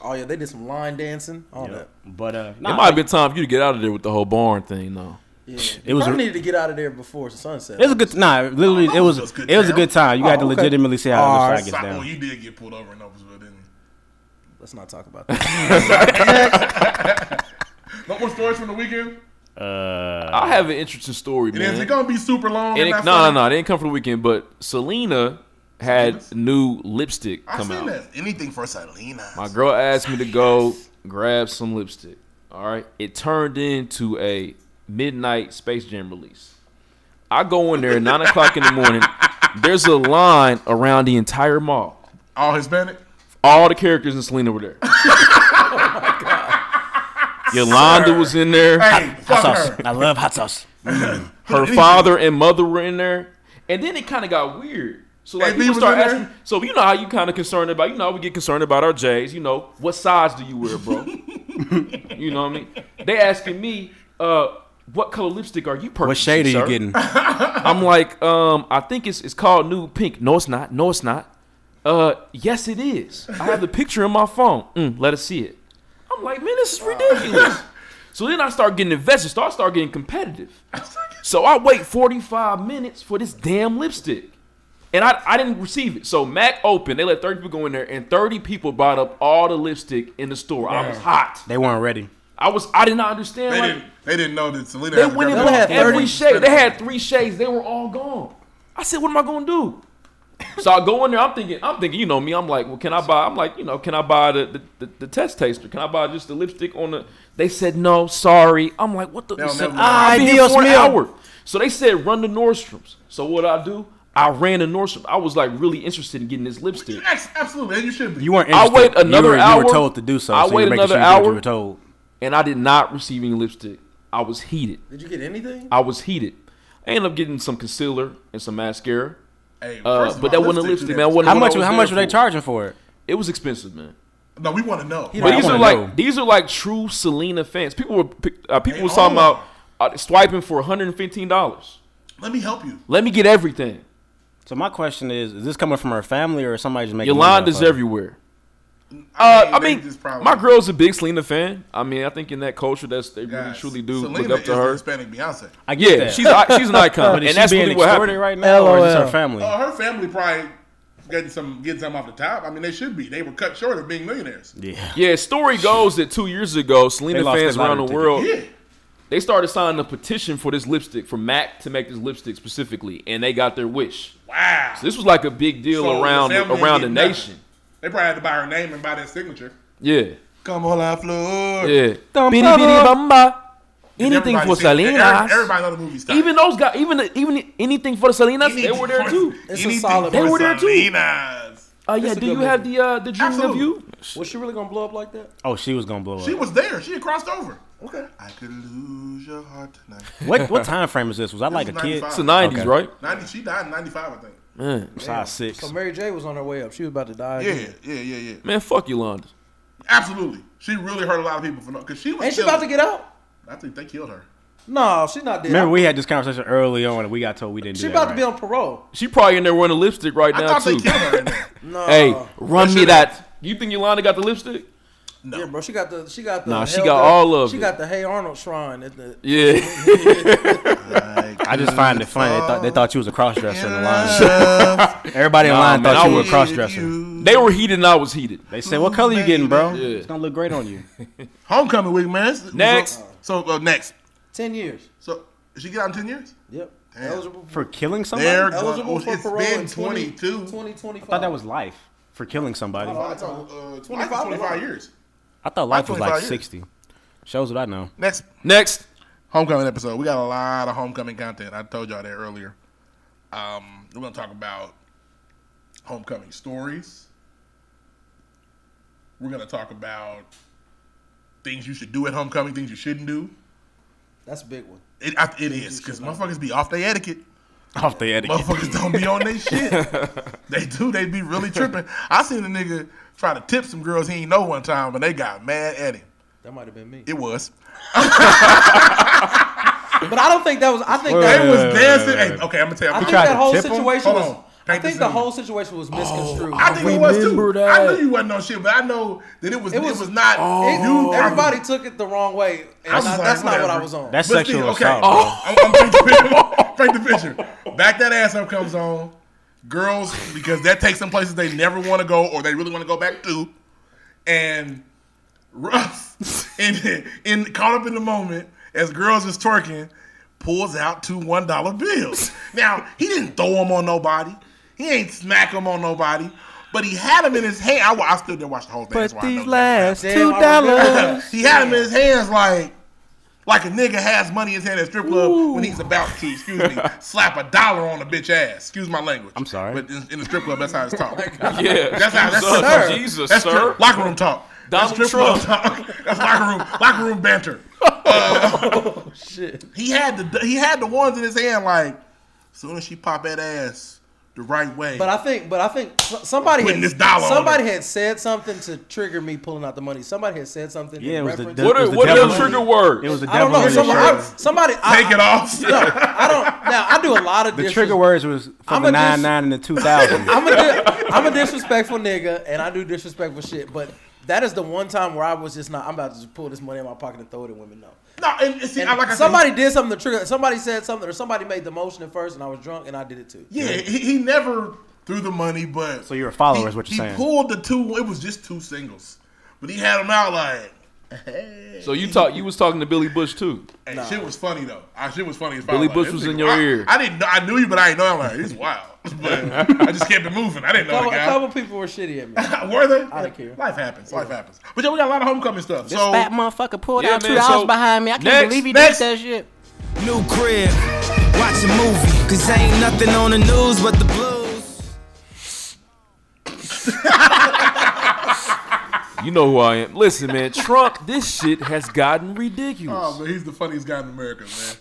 [SPEAKER 4] Oh yeah, they did some line dancing, all that.
[SPEAKER 5] But uh,
[SPEAKER 3] it
[SPEAKER 5] nah,
[SPEAKER 3] might have been time for you to get out of there with the whole barn thing, though.
[SPEAKER 4] Yeah.
[SPEAKER 5] It was
[SPEAKER 4] Probably
[SPEAKER 5] a-
[SPEAKER 4] needed to get out of there before sunset.
[SPEAKER 5] It was a good nah. Literally, it was
[SPEAKER 2] It was good
[SPEAKER 5] it was a
[SPEAKER 2] time.
[SPEAKER 5] good time. You had to
[SPEAKER 4] Oh, okay.
[SPEAKER 5] legitimately see how
[SPEAKER 4] Oh,
[SPEAKER 5] other side
[SPEAKER 4] it's
[SPEAKER 5] gets
[SPEAKER 2] Socko,
[SPEAKER 5] down.
[SPEAKER 2] you did get pulled over in Noblesville, didn't you?
[SPEAKER 4] Let's not talk about that.
[SPEAKER 2] No more stories from the weekend?
[SPEAKER 5] Uh,
[SPEAKER 3] I have an interesting story,
[SPEAKER 2] It
[SPEAKER 3] man.
[SPEAKER 2] is it gonna be super long?
[SPEAKER 3] And
[SPEAKER 2] and not
[SPEAKER 3] it- no, no,
[SPEAKER 2] funny?
[SPEAKER 3] no. It didn't come from the weekend, but Selena had new lipstick
[SPEAKER 2] I
[SPEAKER 3] come
[SPEAKER 2] seen
[SPEAKER 3] out.
[SPEAKER 2] that. Anything for Selena.
[SPEAKER 3] My girl asked me to go grab some lipstick. All right. It turned into a midnight Space Jam release. I go in there at 9 o'clock in the morning. There's a line around the entire mall.
[SPEAKER 2] All Hispanic.
[SPEAKER 3] All the characters in Selena were there. Yolanda was in there.
[SPEAKER 2] Hey, fuck
[SPEAKER 5] hot sauce.
[SPEAKER 2] her.
[SPEAKER 5] I love hot sauce.
[SPEAKER 3] her father and mother were in there, and then it kind of got weird. So like
[SPEAKER 2] AB
[SPEAKER 3] people
[SPEAKER 2] was in
[SPEAKER 3] start
[SPEAKER 2] there?
[SPEAKER 3] asking. So you know how you kind of concerned about. You know how we get concerned about our J's. You know what size do you wear, bro? you know what I mean? They asking me, uh, what color lipstick are you purchasing?
[SPEAKER 5] What shade are you
[SPEAKER 3] sir?
[SPEAKER 5] getting?
[SPEAKER 3] I'm like, um, I think it's it's called nude pink. No, it's not. No, it's not. Uh, yes, it is. I have the picture in my phone. Mm, let us see it. I'm like, man, this is ridiculous. so then I start getting invested. So I start getting competitive. So I wait 45 minutes for this damn lipstick. And I, I didn't receive it. So Mac opened. They let 30 people go in there, and 30 people bought up all the lipstick in the store. I was hot.
[SPEAKER 5] They weren't ready.
[SPEAKER 3] I was I did not understand.
[SPEAKER 2] They
[SPEAKER 3] like,
[SPEAKER 2] didn't. They didn't know that Selena.
[SPEAKER 3] they
[SPEAKER 2] has a
[SPEAKER 3] went and
[SPEAKER 2] girl.
[SPEAKER 4] They
[SPEAKER 3] bought
[SPEAKER 4] had
[SPEAKER 3] every
[SPEAKER 4] 30.
[SPEAKER 3] shade. They had three shades. They were all gone. I said, what am I gonna do? So I go in there. I'm thinking. I'm thinking. You know me. I'm like, well, can I buy? I'm like, you know, can I buy the the, the, the test taster? Can I buy just the lipstick on the? They said no. Sorry. I'm like, what the? They
[SPEAKER 2] They'll
[SPEAKER 3] said,
[SPEAKER 2] never know.
[SPEAKER 3] ah, I'll be here
[SPEAKER 5] Dios
[SPEAKER 3] for an
[SPEAKER 5] mío.
[SPEAKER 3] hour. So they said run to Nordstrom's. So what I do? I ran to Nordstrom. I was like really interested in getting this lipstick.
[SPEAKER 2] Yes, absolutely. And you should be.
[SPEAKER 5] You weren't.
[SPEAKER 3] I
[SPEAKER 5] Interested.
[SPEAKER 3] wait another
[SPEAKER 5] you were, You
[SPEAKER 3] hour.
[SPEAKER 5] were told to do so.
[SPEAKER 3] I
[SPEAKER 5] so you were
[SPEAKER 3] wait
[SPEAKER 5] making
[SPEAKER 3] another
[SPEAKER 5] sure you did what
[SPEAKER 3] hour.
[SPEAKER 5] You were told.
[SPEAKER 3] and I did not receive any lipstick. I was heated.
[SPEAKER 4] Did you get anything?
[SPEAKER 3] I was heated. I ended up getting some concealer and some mascara.
[SPEAKER 2] Hey,
[SPEAKER 3] Uh,
[SPEAKER 2] first of
[SPEAKER 3] but
[SPEAKER 2] all,
[SPEAKER 3] that wasn't a
[SPEAKER 2] lipstick
[SPEAKER 3] lipstick,
[SPEAKER 2] to that-
[SPEAKER 3] man. Wasn't
[SPEAKER 5] How
[SPEAKER 3] what I
[SPEAKER 5] much?
[SPEAKER 3] was
[SPEAKER 5] How
[SPEAKER 3] there
[SPEAKER 5] much were they
[SPEAKER 3] for.
[SPEAKER 5] charging for it?
[SPEAKER 3] It was expensive, man.
[SPEAKER 2] No, we want to know.
[SPEAKER 3] But
[SPEAKER 5] I
[SPEAKER 3] these
[SPEAKER 5] wanna
[SPEAKER 3] are like
[SPEAKER 5] know.
[SPEAKER 3] these are like true Selena fans. People were pic- uh, people
[SPEAKER 2] They
[SPEAKER 3] was talking
[SPEAKER 2] all
[SPEAKER 3] about uh, swiping for one hundred and fifteen dollars.
[SPEAKER 2] Let me help you.
[SPEAKER 3] Let me get everything.
[SPEAKER 5] So my question is: Is this coming from her family or somebody just making? money off
[SPEAKER 3] Yolanda's
[SPEAKER 5] of it?
[SPEAKER 3] everywhere. Uh, I
[SPEAKER 2] they
[SPEAKER 3] mean,
[SPEAKER 2] just probably-
[SPEAKER 3] my girl's a big Selena fan. I mean, I think in that culture, that's they really
[SPEAKER 2] Guys,
[SPEAKER 3] truly do
[SPEAKER 2] Selena
[SPEAKER 3] look up
[SPEAKER 2] is
[SPEAKER 3] to
[SPEAKER 2] the
[SPEAKER 3] her.
[SPEAKER 2] Hispanic Beyonce.
[SPEAKER 5] I get
[SPEAKER 3] Yeah,
[SPEAKER 5] that.
[SPEAKER 3] she's a, she's an icon,
[SPEAKER 5] But
[SPEAKER 3] and
[SPEAKER 5] is she
[SPEAKER 3] that's
[SPEAKER 5] being
[SPEAKER 3] really what
[SPEAKER 5] extorted
[SPEAKER 3] happened.
[SPEAKER 5] right now, or is this her
[SPEAKER 4] LOL.
[SPEAKER 5] family?
[SPEAKER 2] Uh, her family probably getting some getting some off the top. I mean, they should be. They were cut short of being millionaires.
[SPEAKER 5] yeah.
[SPEAKER 3] Yeah, story goes that two years ago, Selena
[SPEAKER 5] They lost
[SPEAKER 3] fans
[SPEAKER 5] their
[SPEAKER 3] around the
[SPEAKER 5] lottery ticket.
[SPEAKER 3] world
[SPEAKER 2] Yeah.
[SPEAKER 3] they started signing a petition for this lipstick for Mac to make this lipstick specifically, and they got their wish.
[SPEAKER 2] Wow.
[SPEAKER 3] So this was like a big deal
[SPEAKER 2] So the
[SPEAKER 3] around
[SPEAKER 2] family
[SPEAKER 3] around the
[SPEAKER 2] didn't get
[SPEAKER 3] nation.
[SPEAKER 2] They probably had to buy her name and buy that signature.
[SPEAKER 3] Yeah,
[SPEAKER 2] Come on, La Fleur.
[SPEAKER 3] yeah.
[SPEAKER 5] Dum,
[SPEAKER 3] Bitty,
[SPEAKER 5] bum,
[SPEAKER 3] bitty,
[SPEAKER 5] bum.
[SPEAKER 3] bamba.
[SPEAKER 2] And
[SPEAKER 3] Anything
[SPEAKER 2] everybody
[SPEAKER 3] for
[SPEAKER 2] seen- and every-
[SPEAKER 3] Salinas.
[SPEAKER 2] Everybody know the movie style.
[SPEAKER 3] Even those guys, even the, even anything for the Salinas, they
[SPEAKER 2] Anything
[SPEAKER 3] were there
[SPEAKER 2] for-
[SPEAKER 3] too.
[SPEAKER 4] It's a
[SPEAKER 2] anything
[SPEAKER 4] solid
[SPEAKER 2] for
[SPEAKER 3] They were there too.
[SPEAKER 2] Salinas.
[SPEAKER 3] Uh, yeah.
[SPEAKER 4] It's
[SPEAKER 3] Do
[SPEAKER 4] a good
[SPEAKER 3] you have
[SPEAKER 4] movie.
[SPEAKER 3] the uh, the dream
[SPEAKER 2] Absolutely.
[SPEAKER 3] of you?
[SPEAKER 4] Was she really gonna blow up like that?
[SPEAKER 5] Oh, she was gonna blow up.
[SPEAKER 2] She was there. She had crossed over.
[SPEAKER 4] Okay.
[SPEAKER 2] I could lose your heart tonight.
[SPEAKER 5] what what time frame is this? Was I like a
[SPEAKER 2] was
[SPEAKER 5] kid?
[SPEAKER 2] 95.
[SPEAKER 3] It's the nineties,
[SPEAKER 5] Okay.
[SPEAKER 3] right?
[SPEAKER 2] 90, she died in 95, I think.
[SPEAKER 3] Man,
[SPEAKER 5] Size six.
[SPEAKER 4] So Mary J was on her way up. She was about to die.
[SPEAKER 2] Yeah, yeah, yeah, yeah.
[SPEAKER 3] man, fuck Yolanda.
[SPEAKER 2] Absolutely. She really hurt a lot of people for no, because she was.
[SPEAKER 4] Ain't she
[SPEAKER 2] killing-
[SPEAKER 4] about to get out?
[SPEAKER 2] I think they killed her.
[SPEAKER 4] No, she's not dead.
[SPEAKER 5] Remember, we had this conversation early on, and we got told we didn't.
[SPEAKER 4] she
[SPEAKER 5] do
[SPEAKER 4] about
[SPEAKER 5] that,
[SPEAKER 4] to be on parole.
[SPEAKER 3] She probably in there wearing a lipstick right
[SPEAKER 2] I
[SPEAKER 3] now
[SPEAKER 2] thought
[SPEAKER 3] too.
[SPEAKER 2] they uh, killed her. in there.
[SPEAKER 4] No.
[SPEAKER 3] Hey, run
[SPEAKER 2] They
[SPEAKER 3] me
[SPEAKER 2] should've-
[SPEAKER 3] that. You think Yolanda got the lipstick?
[SPEAKER 2] No.
[SPEAKER 4] Yeah, bro. She got the. She got the.
[SPEAKER 3] Nah, she
[SPEAKER 4] held
[SPEAKER 3] got
[SPEAKER 4] up-
[SPEAKER 3] all of
[SPEAKER 4] She
[SPEAKER 3] it.
[SPEAKER 4] got the Hey Arnold shrine at the.
[SPEAKER 3] Yeah.
[SPEAKER 5] I just find it funny. They thought they thought you was a cross dresser in the line. Everybody in
[SPEAKER 3] Nah,
[SPEAKER 5] line
[SPEAKER 3] man,
[SPEAKER 5] thought
[SPEAKER 3] I
[SPEAKER 5] you were a
[SPEAKER 3] would-
[SPEAKER 5] cross dresser.
[SPEAKER 2] You-
[SPEAKER 3] They were heated and I was heated.
[SPEAKER 5] They said, "What color you getting, bro?
[SPEAKER 2] Yeah.
[SPEAKER 5] It's gonna look great on you."
[SPEAKER 2] Homecoming week, man. It's-
[SPEAKER 3] Next.
[SPEAKER 2] So, uh, next.
[SPEAKER 4] Ten years.
[SPEAKER 2] So, she get out in 10 years?
[SPEAKER 4] Yep.
[SPEAKER 2] Damn.
[SPEAKER 4] Eligible.
[SPEAKER 5] For killing somebody?
[SPEAKER 2] They're
[SPEAKER 5] I
[SPEAKER 4] Eligible
[SPEAKER 2] gone.
[SPEAKER 4] for
[SPEAKER 2] It's
[SPEAKER 4] parole
[SPEAKER 2] been
[SPEAKER 4] in 20,
[SPEAKER 2] 22.
[SPEAKER 4] 2025.
[SPEAKER 5] thought that was life for killing somebody.
[SPEAKER 2] I thought, uh, 25,
[SPEAKER 4] 25
[SPEAKER 2] 25 years.
[SPEAKER 5] I thought life was like
[SPEAKER 2] 25 years.
[SPEAKER 5] sixty. Shows what I know.
[SPEAKER 2] Next.
[SPEAKER 3] Next.
[SPEAKER 2] Homecoming episode. We got a lot of homecoming content. I told y'all that earlier. Um, we're gonna talk about homecoming stories. We're gonna talk about things you should do at homecoming, things you shouldn't do.
[SPEAKER 4] That's a big one.
[SPEAKER 2] It, I, it is because motherfuckers be off their etiquette.
[SPEAKER 5] Off the etiquette.
[SPEAKER 2] Motherfuckers don't be on their shit. They do. They be really tripping. I seen a nigga try to tip some girls he ain't know one time, and they got mad at him.
[SPEAKER 4] That might have been me.
[SPEAKER 2] It was.
[SPEAKER 4] But I don't think that was. I think
[SPEAKER 2] They
[SPEAKER 4] that
[SPEAKER 2] was
[SPEAKER 5] Wait, wait, wait,
[SPEAKER 2] dancing.
[SPEAKER 5] wait,
[SPEAKER 2] Hey, okay, I'm gonna tell you.
[SPEAKER 4] I
[SPEAKER 2] I'm
[SPEAKER 4] think
[SPEAKER 5] Uh, tried
[SPEAKER 4] that
[SPEAKER 5] to
[SPEAKER 4] whole
[SPEAKER 5] tip 'em?
[SPEAKER 4] situation
[SPEAKER 2] Hold
[SPEAKER 4] was.
[SPEAKER 2] on.
[SPEAKER 4] I think the whole situation was misconstrued.
[SPEAKER 2] Oh, I think it was too.
[SPEAKER 3] Remember
[SPEAKER 2] I
[SPEAKER 3] that.
[SPEAKER 2] knew you wasn't on shit, but I know that it was. It
[SPEAKER 4] It
[SPEAKER 2] was,
[SPEAKER 4] was-
[SPEAKER 2] not.
[SPEAKER 4] It-
[SPEAKER 2] you,
[SPEAKER 4] everybody took it the wrong way, and
[SPEAKER 2] I was
[SPEAKER 4] I-
[SPEAKER 2] like,
[SPEAKER 4] that's not what I
[SPEAKER 2] whatever.
[SPEAKER 4] was on.
[SPEAKER 5] That's
[SPEAKER 2] But
[SPEAKER 5] sexual
[SPEAKER 2] still, okay. Oh,
[SPEAKER 5] assault. bro.
[SPEAKER 2] I'm, I'm paint the picture. paint the picture. Back that ass up comes on. Girls, because that takes them places they never want to go or they really want to go back to. And Russ, in, in caught up in the moment, as girls is twerking, pulls out two one dollar bills. Now he didn't throw them on nobody. He ain't smack them on nobody. But he had them in his hand. I, wa- I stood there watched the whole thing. that's why I know that.
[SPEAKER 4] Damn, I remember.
[SPEAKER 2] he had him in his hands like like a nigga has money in his hand at strip club when he's about to, excuse me, slap a dollar on a bitch ass. Excuse my language. I'm
[SPEAKER 5] sorry.
[SPEAKER 2] But in, in the strip club, that's how it's talked.
[SPEAKER 3] Yeah.
[SPEAKER 2] That's how that's
[SPEAKER 3] Jesus,
[SPEAKER 2] strip club.
[SPEAKER 3] Jesus,
[SPEAKER 2] that's
[SPEAKER 3] sir.
[SPEAKER 2] strip- locker room talk.
[SPEAKER 3] Donald
[SPEAKER 2] that's strip club talk. That's locker room locker room banter.
[SPEAKER 3] Oh,
[SPEAKER 2] shit. He had the he had the ones in his hand like soon as she pop that ass the right way.
[SPEAKER 4] But I think, but I think s- somebody
[SPEAKER 2] Putting
[SPEAKER 4] had,
[SPEAKER 2] this dollar on
[SPEAKER 4] somebody
[SPEAKER 2] her.
[SPEAKER 4] had said something to trigger me pulling out the money. Somebody had said something.
[SPEAKER 5] Yeah, it
[SPEAKER 4] in
[SPEAKER 5] was the
[SPEAKER 4] reference-
[SPEAKER 5] devil.
[SPEAKER 3] What
[SPEAKER 5] It
[SPEAKER 3] are
[SPEAKER 5] was the
[SPEAKER 3] what are the
[SPEAKER 5] devil.
[SPEAKER 3] trigger words?
[SPEAKER 5] It was the
[SPEAKER 4] I don't
[SPEAKER 5] devil.
[SPEAKER 4] know.
[SPEAKER 5] in your
[SPEAKER 4] Somebody,
[SPEAKER 5] shirt.
[SPEAKER 4] I, somebody
[SPEAKER 2] Take
[SPEAKER 4] I,
[SPEAKER 2] it off.
[SPEAKER 4] I don't. Now I do a lot of
[SPEAKER 5] The
[SPEAKER 4] disres-
[SPEAKER 5] trigger words was from
[SPEAKER 4] I'ma
[SPEAKER 5] the
[SPEAKER 4] just-
[SPEAKER 5] nine nine and the two thousand.
[SPEAKER 4] I'm a, di- I'm a disrespectful nigga, and I do disrespectful shit. But that is the one time where I was just not. I'm about to just pull this money in my pocket and throw it at women. No.
[SPEAKER 2] no, and, and see,
[SPEAKER 4] And
[SPEAKER 2] I, like I said,
[SPEAKER 4] somebody did something to trigger. Somebody said something, or somebody made the motion at first, and I was drunk, and I did it too.
[SPEAKER 2] Yeah, he, he never threw the money, but
[SPEAKER 5] So you're a follower,
[SPEAKER 2] he,
[SPEAKER 5] is what you're
[SPEAKER 2] he
[SPEAKER 5] saying.
[SPEAKER 2] pulled the two. It was just two singles, but he had them out like. Hey.
[SPEAKER 3] So you talk you was talking to Billy Bush too.
[SPEAKER 2] Hey, shit was funny though. I shit was funny as fuck.
[SPEAKER 3] Billy
[SPEAKER 2] Like,
[SPEAKER 3] Bush
[SPEAKER 2] this
[SPEAKER 3] was
[SPEAKER 2] nigga-
[SPEAKER 3] in your
[SPEAKER 2] I,
[SPEAKER 3] ear.
[SPEAKER 2] I didn't. know I knew you, but I didn't know. I'm like, he's wild. But I just kept it moving. I didn't
[SPEAKER 4] A
[SPEAKER 2] know the
[SPEAKER 4] couple, a
[SPEAKER 2] guy.
[SPEAKER 4] couple people were shitty at me.
[SPEAKER 2] Were they?
[SPEAKER 4] I don't care.
[SPEAKER 2] Life happens. Life happens. But yeah, we got a lot of homecoming stuff. So
[SPEAKER 5] motherfucker pulled
[SPEAKER 3] Yeah, out man, $2 so- behind me. I can't Next. believe he
[SPEAKER 2] did Next. that
[SPEAKER 5] shit.
[SPEAKER 1] New crib, watch a movie. Cause ain't nothing on the news but the blues.
[SPEAKER 3] You know who I am. Listen, man, Trump, this shit has gotten ridiculous.
[SPEAKER 2] Oh, but he's the funniest guy in America, man.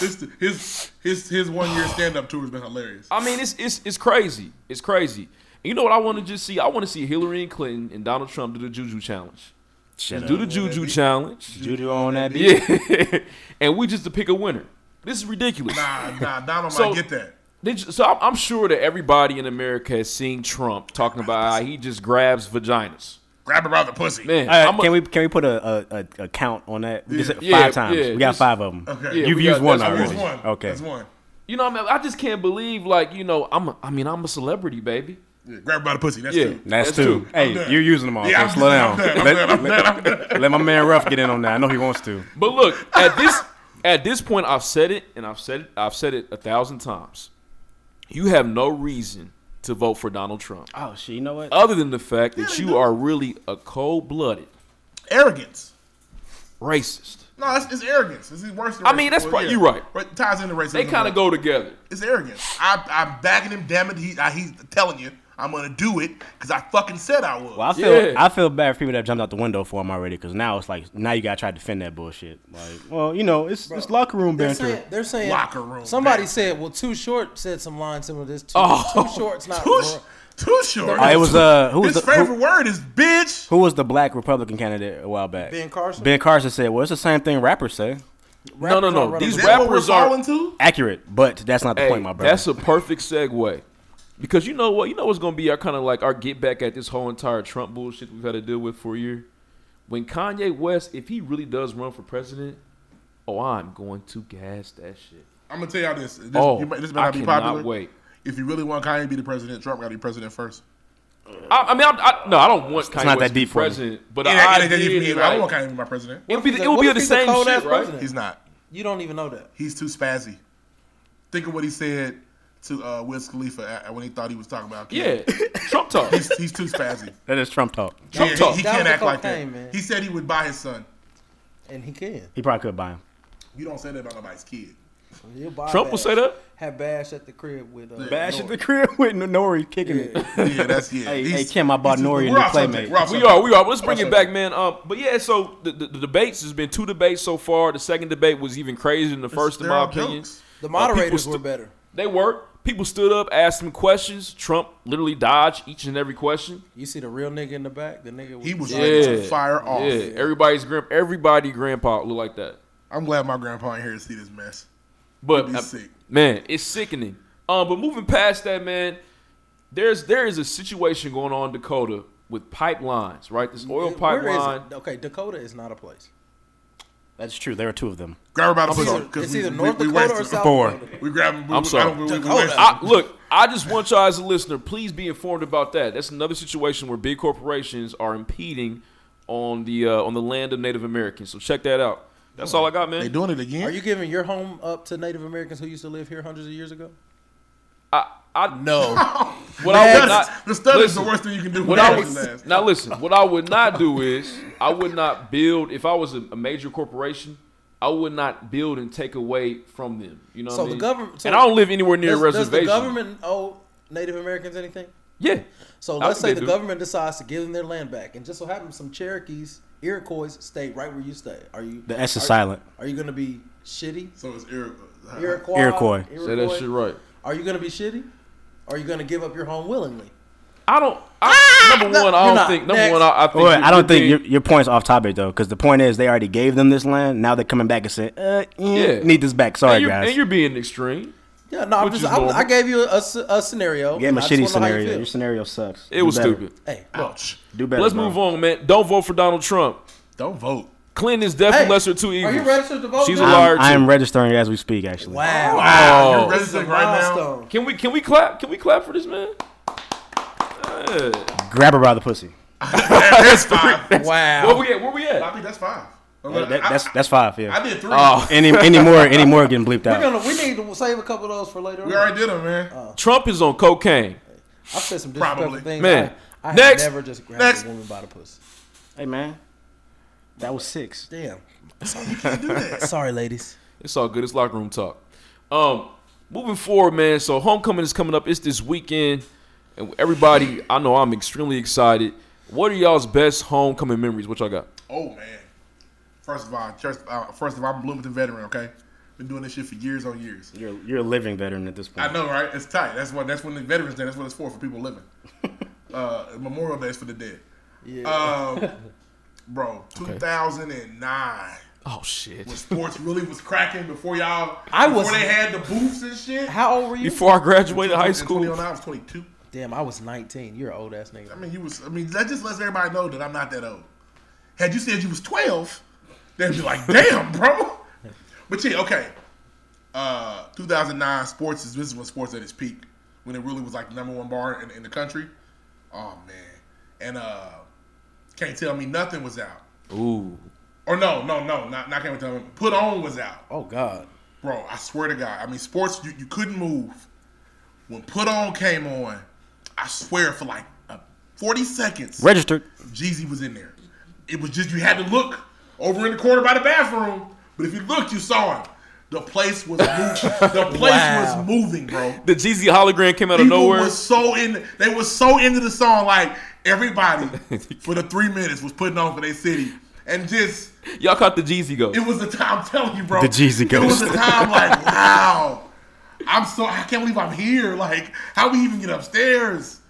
[SPEAKER 2] His his his, his one year stand up tour has been hilarious.
[SPEAKER 3] I mean, it's it's it's crazy. It's crazy. And you know what I want to just see? I want to see Hillary and Clinton and Donald Trump do the Juju challenge.
[SPEAKER 5] Shut
[SPEAKER 3] Do
[SPEAKER 5] up.
[SPEAKER 3] the Juju challenge.
[SPEAKER 5] Juju on that beat.
[SPEAKER 3] Yeah. and we just to pick a winner. This is ridiculous.
[SPEAKER 2] Nah, nah, Donald
[SPEAKER 3] So-
[SPEAKER 2] might get that.
[SPEAKER 3] Did you- so I'm, I'm sure that everybody in America has seen Trump talking about how he just grabs vaginas.
[SPEAKER 2] Grab her by the pussy.
[SPEAKER 3] Man,
[SPEAKER 5] All right,
[SPEAKER 3] I'm a-
[SPEAKER 5] can we can we put a a, a, a count on that? We just- five
[SPEAKER 3] Yeah,
[SPEAKER 5] times.
[SPEAKER 3] yeah,
[SPEAKER 5] we got
[SPEAKER 3] just-
[SPEAKER 5] five of them.
[SPEAKER 2] Okay. Yeah,
[SPEAKER 5] You've
[SPEAKER 3] we
[SPEAKER 5] used
[SPEAKER 3] got-
[SPEAKER 5] one
[SPEAKER 3] that's-
[SPEAKER 5] already.
[SPEAKER 2] That's one.
[SPEAKER 5] Okay.
[SPEAKER 2] That's one.
[SPEAKER 3] you know, I, mean, I just can't believe, like, you know, I'm. A, I mean, I'm a celebrity, baby.
[SPEAKER 2] Yeah, grab her by the pussy. That's
[SPEAKER 3] Yeah.
[SPEAKER 2] two.
[SPEAKER 5] That's,
[SPEAKER 3] That's
[SPEAKER 5] two.
[SPEAKER 3] two.
[SPEAKER 5] Hey,
[SPEAKER 2] done.
[SPEAKER 5] you're using them all.
[SPEAKER 2] Yeah,
[SPEAKER 5] so
[SPEAKER 2] I'm
[SPEAKER 5] slow
[SPEAKER 2] done,
[SPEAKER 5] down.
[SPEAKER 2] I'm done, I'm
[SPEAKER 5] let,
[SPEAKER 2] done, I'm
[SPEAKER 5] let-
[SPEAKER 2] done, I'm done.
[SPEAKER 5] let my man Ruff get in on that. I know he wants to.
[SPEAKER 3] But look, at this at this point, I've said it, and I've said it, I've said it a thousand times. You have no reason to vote for Donald Trump,
[SPEAKER 5] Oh shit, you know what?
[SPEAKER 3] other than the fact that
[SPEAKER 2] they
[SPEAKER 3] you
[SPEAKER 2] do.
[SPEAKER 3] are really a cold-blooded
[SPEAKER 2] Arrogance.
[SPEAKER 3] racist.
[SPEAKER 2] No, it's, it's arrogance. It's worse than
[SPEAKER 3] I mean,
[SPEAKER 2] racism.
[SPEAKER 3] that's
[SPEAKER 2] Well,
[SPEAKER 3] probably- you're right.
[SPEAKER 2] Right, Ties into racism.
[SPEAKER 3] They kind of go together.
[SPEAKER 2] It's arrogance. I, I'm backing him. Damn it, he, I, he's telling you I'm gonna do it because I fucking said I would.
[SPEAKER 5] Well, I feel
[SPEAKER 3] Yeah.
[SPEAKER 5] I feel bad for people that jumped out the window for him already because now it's like now you gotta try to defend that bullshit. Like, well, you know, it's it's locker room
[SPEAKER 4] They're
[SPEAKER 5] banter.
[SPEAKER 4] saying, they're saying
[SPEAKER 2] Locker room
[SPEAKER 4] Somebody
[SPEAKER 2] banter.
[SPEAKER 4] said, "Well, too short." Said some line similar to this. Too,
[SPEAKER 3] Oh.
[SPEAKER 4] too short's not.
[SPEAKER 2] too,
[SPEAKER 4] wrong.
[SPEAKER 2] sh- too short.
[SPEAKER 5] Oh, it was uh, who was
[SPEAKER 2] His
[SPEAKER 5] the,
[SPEAKER 2] favorite
[SPEAKER 5] who,
[SPEAKER 2] word is bitch.
[SPEAKER 5] who was the black Republican candidate a while back?
[SPEAKER 4] Ben Carson?
[SPEAKER 5] Ben Carson said, "Well, it's the same thing rappers say.
[SPEAKER 3] No, no, no.
[SPEAKER 4] Rappers
[SPEAKER 3] These
[SPEAKER 2] Is that what we're
[SPEAKER 3] rappers are
[SPEAKER 2] falling to?
[SPEAKER 5] Accurate, but that's not the
[SPEAKER 3] Hey,
[SPEAKER 5] point, my brother.
[SPEAKER 3] That's a perfect segue. Because you know what? You know what's gonna be our kind of like our get back at this whole entire Trump bullshit we've had to deal with for a year? When Kanye West, if he really does run for president, oh I'm going to gas that shit.
[SPEAKER 2] I'm gonna tell y'all this. This,
[SPEAKER 3] Oh,
[SPEAKER 2] you might- this
[SPEAKER 3] I
[SPEAKER 2] might not be
[SPEAKER 3] cannot
[SPEAKER 2] popular.
[SPEAKER 3] wait.
[SPEAKER 2] If you really want Kanye to be the president, Trump got to be president first.
[SPEAKER 3] I, I mean, I, I, no, I don't want Kanye
[SPEAKER 5] not
[SPEAKER 3] West
[SPEAKER 5] that
[SPEAKER 3] to be
[SPEAKER 5] deep for me.
[SPEAKER 3] president, but
[SPEAKER 2] It ain't-
[SPEAKER 3] I,
[SPEAKER 2] it ain't that deep for me either. I don't want
[SPEAKER 3] like,
[SPEAKER 2] Kanye to be my president.
[SPEAKER 3] it would be the, it
[SPEAKER 4] What
[SPEAKER 3] would be
[SPEAKER 4] if
[SPEAKER 3] the
[SPEAKER 4] he's a
[SPEAKER 3] same
[SPEAKER 4] cold-ass
[SPEAKER 3] shit, right?
[SPEAKER 4] president?
[SPEAKER 2] He's not.
[SPEAKER 4] You don't even know that.
[SPEAKER 2] He's too spazzy. Think of what he said to uh, Wiz Khalifa at- when he thought he was talking about. Kim.
[SPEAKER 3] Yeah, Trump talk.
[SPEAKER 2] he's, he's too spazzy.
[SPEAKER 5] that is Trump talk.
[SPEAKER 2] Yeah, he,
[SPEAKER 3] talk.
[SPEAKER 2] he
[SPEAKER 4] That was
[SPEAKER 2] can't
[SPEAKER 4] the
[SPEAKER 2] act like
[SPEAKER 4] cocaine,
[SPEAKER 2] that.
[SPEAKER 4] man.
[SPEAKER 2] He said he would buy his son.
[SPEAKER 4] And he can.
[SPEAKER 5] He probably could buy him.
[SPEAKER 2] You don't say that about nobody's kid.
[SPEAKER 4] He'll buy
[SPEAKER 3] Trump will
[SPEAKER 4] bash.
[SPEAKER 3] say that.
[SPEAKER 4] Have bash at the crib with uh,
[SPEAKER 5] Bash at
[SPEAKER 4] Nori.
[SPEAKER 5] the crib with Nori kicking it.
[SPEAKER 2] Yeah, that's yeah.
[SPEAKER 5] Hey,
[SPEAKER 2] He's-
[SPEAKER 5] hey, Kim, I bought
[SPEAKER 2] he's-
[SPEAKER 5] Nori a
[SPEAKER 2] we're
[SPEAKER 5] new
[SPEAKER 2] off subject.
[SPEAKER 5] Playmate.
[SPEAKER 2] We're off
[SPEAKER 3] We
[SPEAKER 2] subject.
[SPEAKER 3] are, we are. Let's bring
[SPEAKER 2] Awesome.
[SPEAKER 3] it back, man. Um, but yeah, so the, the, the debates has been two debates so far. The second debate was even crazier than the first, in
[SPEAKER 2] they're
[SPEAKER 3] my
[SPEAKER 2] all
[SPEAKER 3] opinion.
[SPEAKER 2] jokes.
[SPEAKER 4] The
[SPEAKER 3] people
[SPEAKER 4] moderators
[SPEAKER 3] stu-
[SPEAKER 4] were better.
[SPEAKER 3] They were. People stood up, asked them questions. Trump literally dodged each and every question.
[SPEAKER 4] You see the real nigga in the back. The nigga
[SPEAKER 2] He was
[SPEAKER 4] Yeah.
[SPEAKER 2] ready to fire off.
[SPEAKER 3] Yeah, everybody's grand, everybody grandpa look like that.
[SPEAKER 2] I'm glad my grandpa ain't here to see this mess.
[SPEAKER 3] But
[SPEAKER 2] He'd be
[SPEAKER 3] uh,
[SPEAKER 2] sick.
[SPEAKER 3] man, it's sickening. Um, but moving past that, man, There's there is a situation going on in Dakota with pipelines, right? This oil
[SPEAKER 4] Where is it?
[SPEAKER 3] pipeline.
[SPEAKER 4] Okay, Dakota is not a place.
[SPEAKER 5] That's true. There are two of them.
[SPEAKER 2] Grab her by the
[SPEAKER 4] It's either,
[SPEAKER 2] throat. 'cause
[SPEAKER 4] it's
[SPEAKER 2] we-
[SPEAKER 4] either
[SPEAKER 2] we-
[SPEAKER 4] North
[SPEAKER 2] we
[SPEAKER 4] Dakota or
[SPEAKER 2] wasted.
[SPEAKER 4] South
[SPEAKER 5] Four.
[SPEAKER 4] Dakota.
[SPEAKER 2] We grab.
[SPEAKER 3] I'm sorry. I, look, I just want y'all as a listener, please be informed about that. That's another situation where big corporations are impeding on the uh, on the land of Native Americans. So check that out. That's all I got,
[SPEAKER 2] They
[SPEAKER 3] man.
[SPEAKER 2] doing it again?
[SPEAKER 4] Are you giving your home up to Native Americans who used to live here hundreds of years ago?
[SPEAKER 3] I, I,
[SPEAKER 4] No.
[SPEAKER 3] what I
[SPEAKER 2] That's-
[SPEAKER 3] would not,
[SPEAKER 2] the stutter is the
[SPEAKER 3] listen.
[SPEAKER 2] worst thing you can do.
[SPEAKER 3] What
[SPEAKER 2] When
[SPEAKER 3] I
[SPEAKER 2] I
[SPEAKER 3] would, now listen, what I would not do is I would not build if I was a, a major corporation, I would not build and take away from them. You know
[SPEAKER 4] So
[SPEAKER 3] what I
[SPEAKER 4] the
[SPEAKER 3] mean?
[SPEAKER 4] government- so
[SPEAKER 3] and I don't live anywhere near
[SPEAKER 4] does,
[SPEAKER 3] a
[SPEAKER 4] does
[SPEAKER 3] reservation.
[SPEAKER 4] the government owe Native Americans anything?
[SPEAKER 3] yeah.
[SPEAKER 4] So
[SPEAKER 3] I
[SPEAKER 4] let's
[SPEAKER 3] think
[SPEAKER 4] say
[SPEAKER 3] they
[SPEAKER 4] the
[SPEAKER 3] do.
[SPEAKER 4] government decides to give them their land back, and just so happens some Cherokees, Iroquois stay right where you stay. Are you
[SPEAKER 5] The S is
[SPEAKER 4] are-
[SPEAKER 5] silent.
[SPEAKER 4] Are you going to be shitty?
[SPEAKER 2] So it's Eric.
[SPEAKER 4] Iroquois.
[SPEAKER 5] Uh, Iroquois.
[SPEAKER 3] Say that shit right.
[SPEAKER 4] Are you going to be shitty? Are you going to give up your home willingly?
[SPEAKER 3] I don't. I, number
[SPEAKER 4] no,
[SPEAKER 3] one, I
[SPEAKER 4] Ah! you're
[SPEAKER 3] don't
[SPEAKER 4] not.
[SPEAKER 3] think. Number
[SPEAKER 4] Next.
[SPEAKER 3] one, I, I think.
[SPEAKER 5] Well,
[SPEAKER 3] you-
[SPEAKER 5] I
[SPEAKER 3] you
[SPEAKER 5] don't think your, your point's off topic though, because the point is they already gave them this land. Now they're coming back and saying, uh, eh,
[SPEAKER 3] Yeah.
[SPEAKER 5] "Need this back."
[SPEAKER 3] and,
[SPEAKER 5] Sorry,
[SPEAKER 3] you're,
[SPEAKER 5] guys.
[SPEAKER 3] and you're being extreme.
[SPEAKER 4] Yeah, no, I'm
[SPEAKER 3] Which
[SPEAKER 4] just,
[SPEAKER 3] is
[SPEAKER 4] I'm,
[SPEAKER 3] normal.
[SPEAKER 4] I gave you a, s- a scenario.
[SPEAKER 5] Gave him a
[SPEAKER 4] I just wanna know how
[SPEAKER 5] shitty
[SPEAKER 4] you
[SPEAKER 5] scenario.
[SPEAKER 4] feel.
[SPEAKER 5] Your scenario sucks.
[SPEAKER 3] It was
[SPEAKER 5] Do better.
[SPEAKER 3] stupid.
[SPEAKER 4] Hey,
[SPEAKER 2] Ouch.
[SPEAKER 5] Do better.
[SPEAKER 3] Let's
[SPEAKER 5] bro.
[SPEAKER 3] move on, man. Don't vote for Donald Trump.
[SPEAKER 2] Don't vote.
[SPEAKER 3] Clinton is definitely
[SPEAKER 4] hey,
[SPEAKER 3] lesser of two evils.
[SPEAKER 4] Are you registered to vote?
[SPEAKER 3] She's
[SPEAKER 4] now?
[SPEAKER 3] a liar.
[SPEAKER 5] I'm, I am registering as we speak. Actually,
[SPEAKER 4] Wow.
[SPEAKER 2] Wow,
[SPEAKER 3] Oh.
[SPEAKER 2] you're
[SPEAKER 4] This is a
[SPEAKER 2] registering right now.
[SPEAKER 4] milestone.
[SPEAKER 3] Can we? Can we clap? Can we clap for this man? Yeah.
[SPEAKER 5] grab her by the pussy.
[SPEAKER 2] That's five.
[SPEAKER 4] Wow.
[SPEAKER 3] Where we at? Where we
[SPEAKER 2] I
[SPEAKER 3] at?
[SPEAKER 2] think that's five.
[SPEAKER 5] That- that's that's five.
[SPEAKER 2] I, I
[SPEAKER 5] Yeah.
[SPEAKER 2] did three.
[SPEAKER 3] Oh,
[SPEAKER 5] Any any more any more getting bleeped
[SPEAKER 4] We're
[SPEAKER 5] out.
[SPEAKER 4] gonna, we need to save a couple of those for later.
[SPEAKER 2] We
[SPEAKER 4] on.
[SPEAKER 2] already did them, man.
[SPEAKER 3] Trump is on cocaine.
[SPEAKER 4] I've said some disrespectful
[SPEAKER 2] Probably.
[SPEAKER 4] things.
[SPEAKER 3] Man.
[SPEAKER 4] I, I have
[SPEAKER 3] Next.
[SPEAKER 4] never just grabbed
[SPEAKER 2] Next.
[SPEAKER 4] a woman by the pussy.
[SPEAKER 5] Hey man, that was six.
[SPEAKER 4] Damn.
[SPEAKER 2] do that.
[SPEAKER 4] Sorry, ladies.
[SPEAKER 3] It's all good. It's locker room talk. Um, moving forward, man. So homecoming is coming up. It's this weekend, and everybody, I know I'm extremely excited. What are y'all's best homecoming memories? What y'all got?
[SPEAKER 2] Oh man. First of all, first, uh, first of all, I'm a Bloomington veteran. Okay, been doing this shit for years on years.
[SPEAKER 5] You're you're a living veteran at this point.
[SPEAKER 2] I know, right? It's tight. That's what. That's when the Veterans Day. That's what it's for for people living. uh, Memorial Day is for the dead.
[SPEAKER 4] Yeah.
[SPEAKER 2] Um, bro, 2009.
[SPEAKER 3] Oh shit!
[SPEAKER 2] Sports really was cracking before y'all.
[SPEAKER 4] I
[SPEAKER 2] before
[SPEAKER 4] was-
[SPEAKER 2] they had the booths and shit.
[SPEAKER 4] How old were you?
[SPEAKER 3] Before I graduated high
[SPEAKER 2] In
[SPEAKER 3] school,
[SPEAKER 2] 2009, I was 22.
[SPEAKER 4] Damn, I was 19. You're an old ass nigga.
[SPEAKER 2] I mean, you was. I mean, that just lets everybody know that I'm not that old. Had you said you was 12, they'd be like, "Damn, bro." But yeah, okay. Uh, 2009 sports is this is when sports at its peak, when it really was like the number one bar in, in the country. Oh man, and uh, can't tell me nothing was out.
[SPEAKER 3] ooh,
[SPEAKER 2] Or no, no, no, not not can't tell me. Put on was out.
[SPEAKER 4] Oh God.
[SPEAKER 2] Bro, I swear to God. I mean, sports, you, you couldn't move. When Put On came on, I swear for like uh, 40 seconds,
[SPEAKER 5] Registered.
[SPEAKER 2] Jeezy was in there. It was just, you had to look over in the corner by the bathroom. But if you looked, you saw him. The place was moving. the place
[SPEAKER 4] Wow.
[SPEAKER 2] was moving, bro.
[SPEAKER 3] the Jeezy hologram came out of
[SPEAKER 2] People
[SPEAKER 3] nowhere.
[SPEAKER 2] was so in. They were so into the song, like everybody for the three minutes was putting on for their city, and just
[SPEAKER 3] Y'all caught the Jeezy go.
[SPEAKER 2] it was the time. I'm telling you, bro.
[SPEAKER 5] The Jeezy
[SPEAKER 2] It was
[SPEAKER 5] Ghost.
[SPEAKER 2] the time. Like, wow. I'm so. I can't believe I'm here. Like, how we even get upstairs?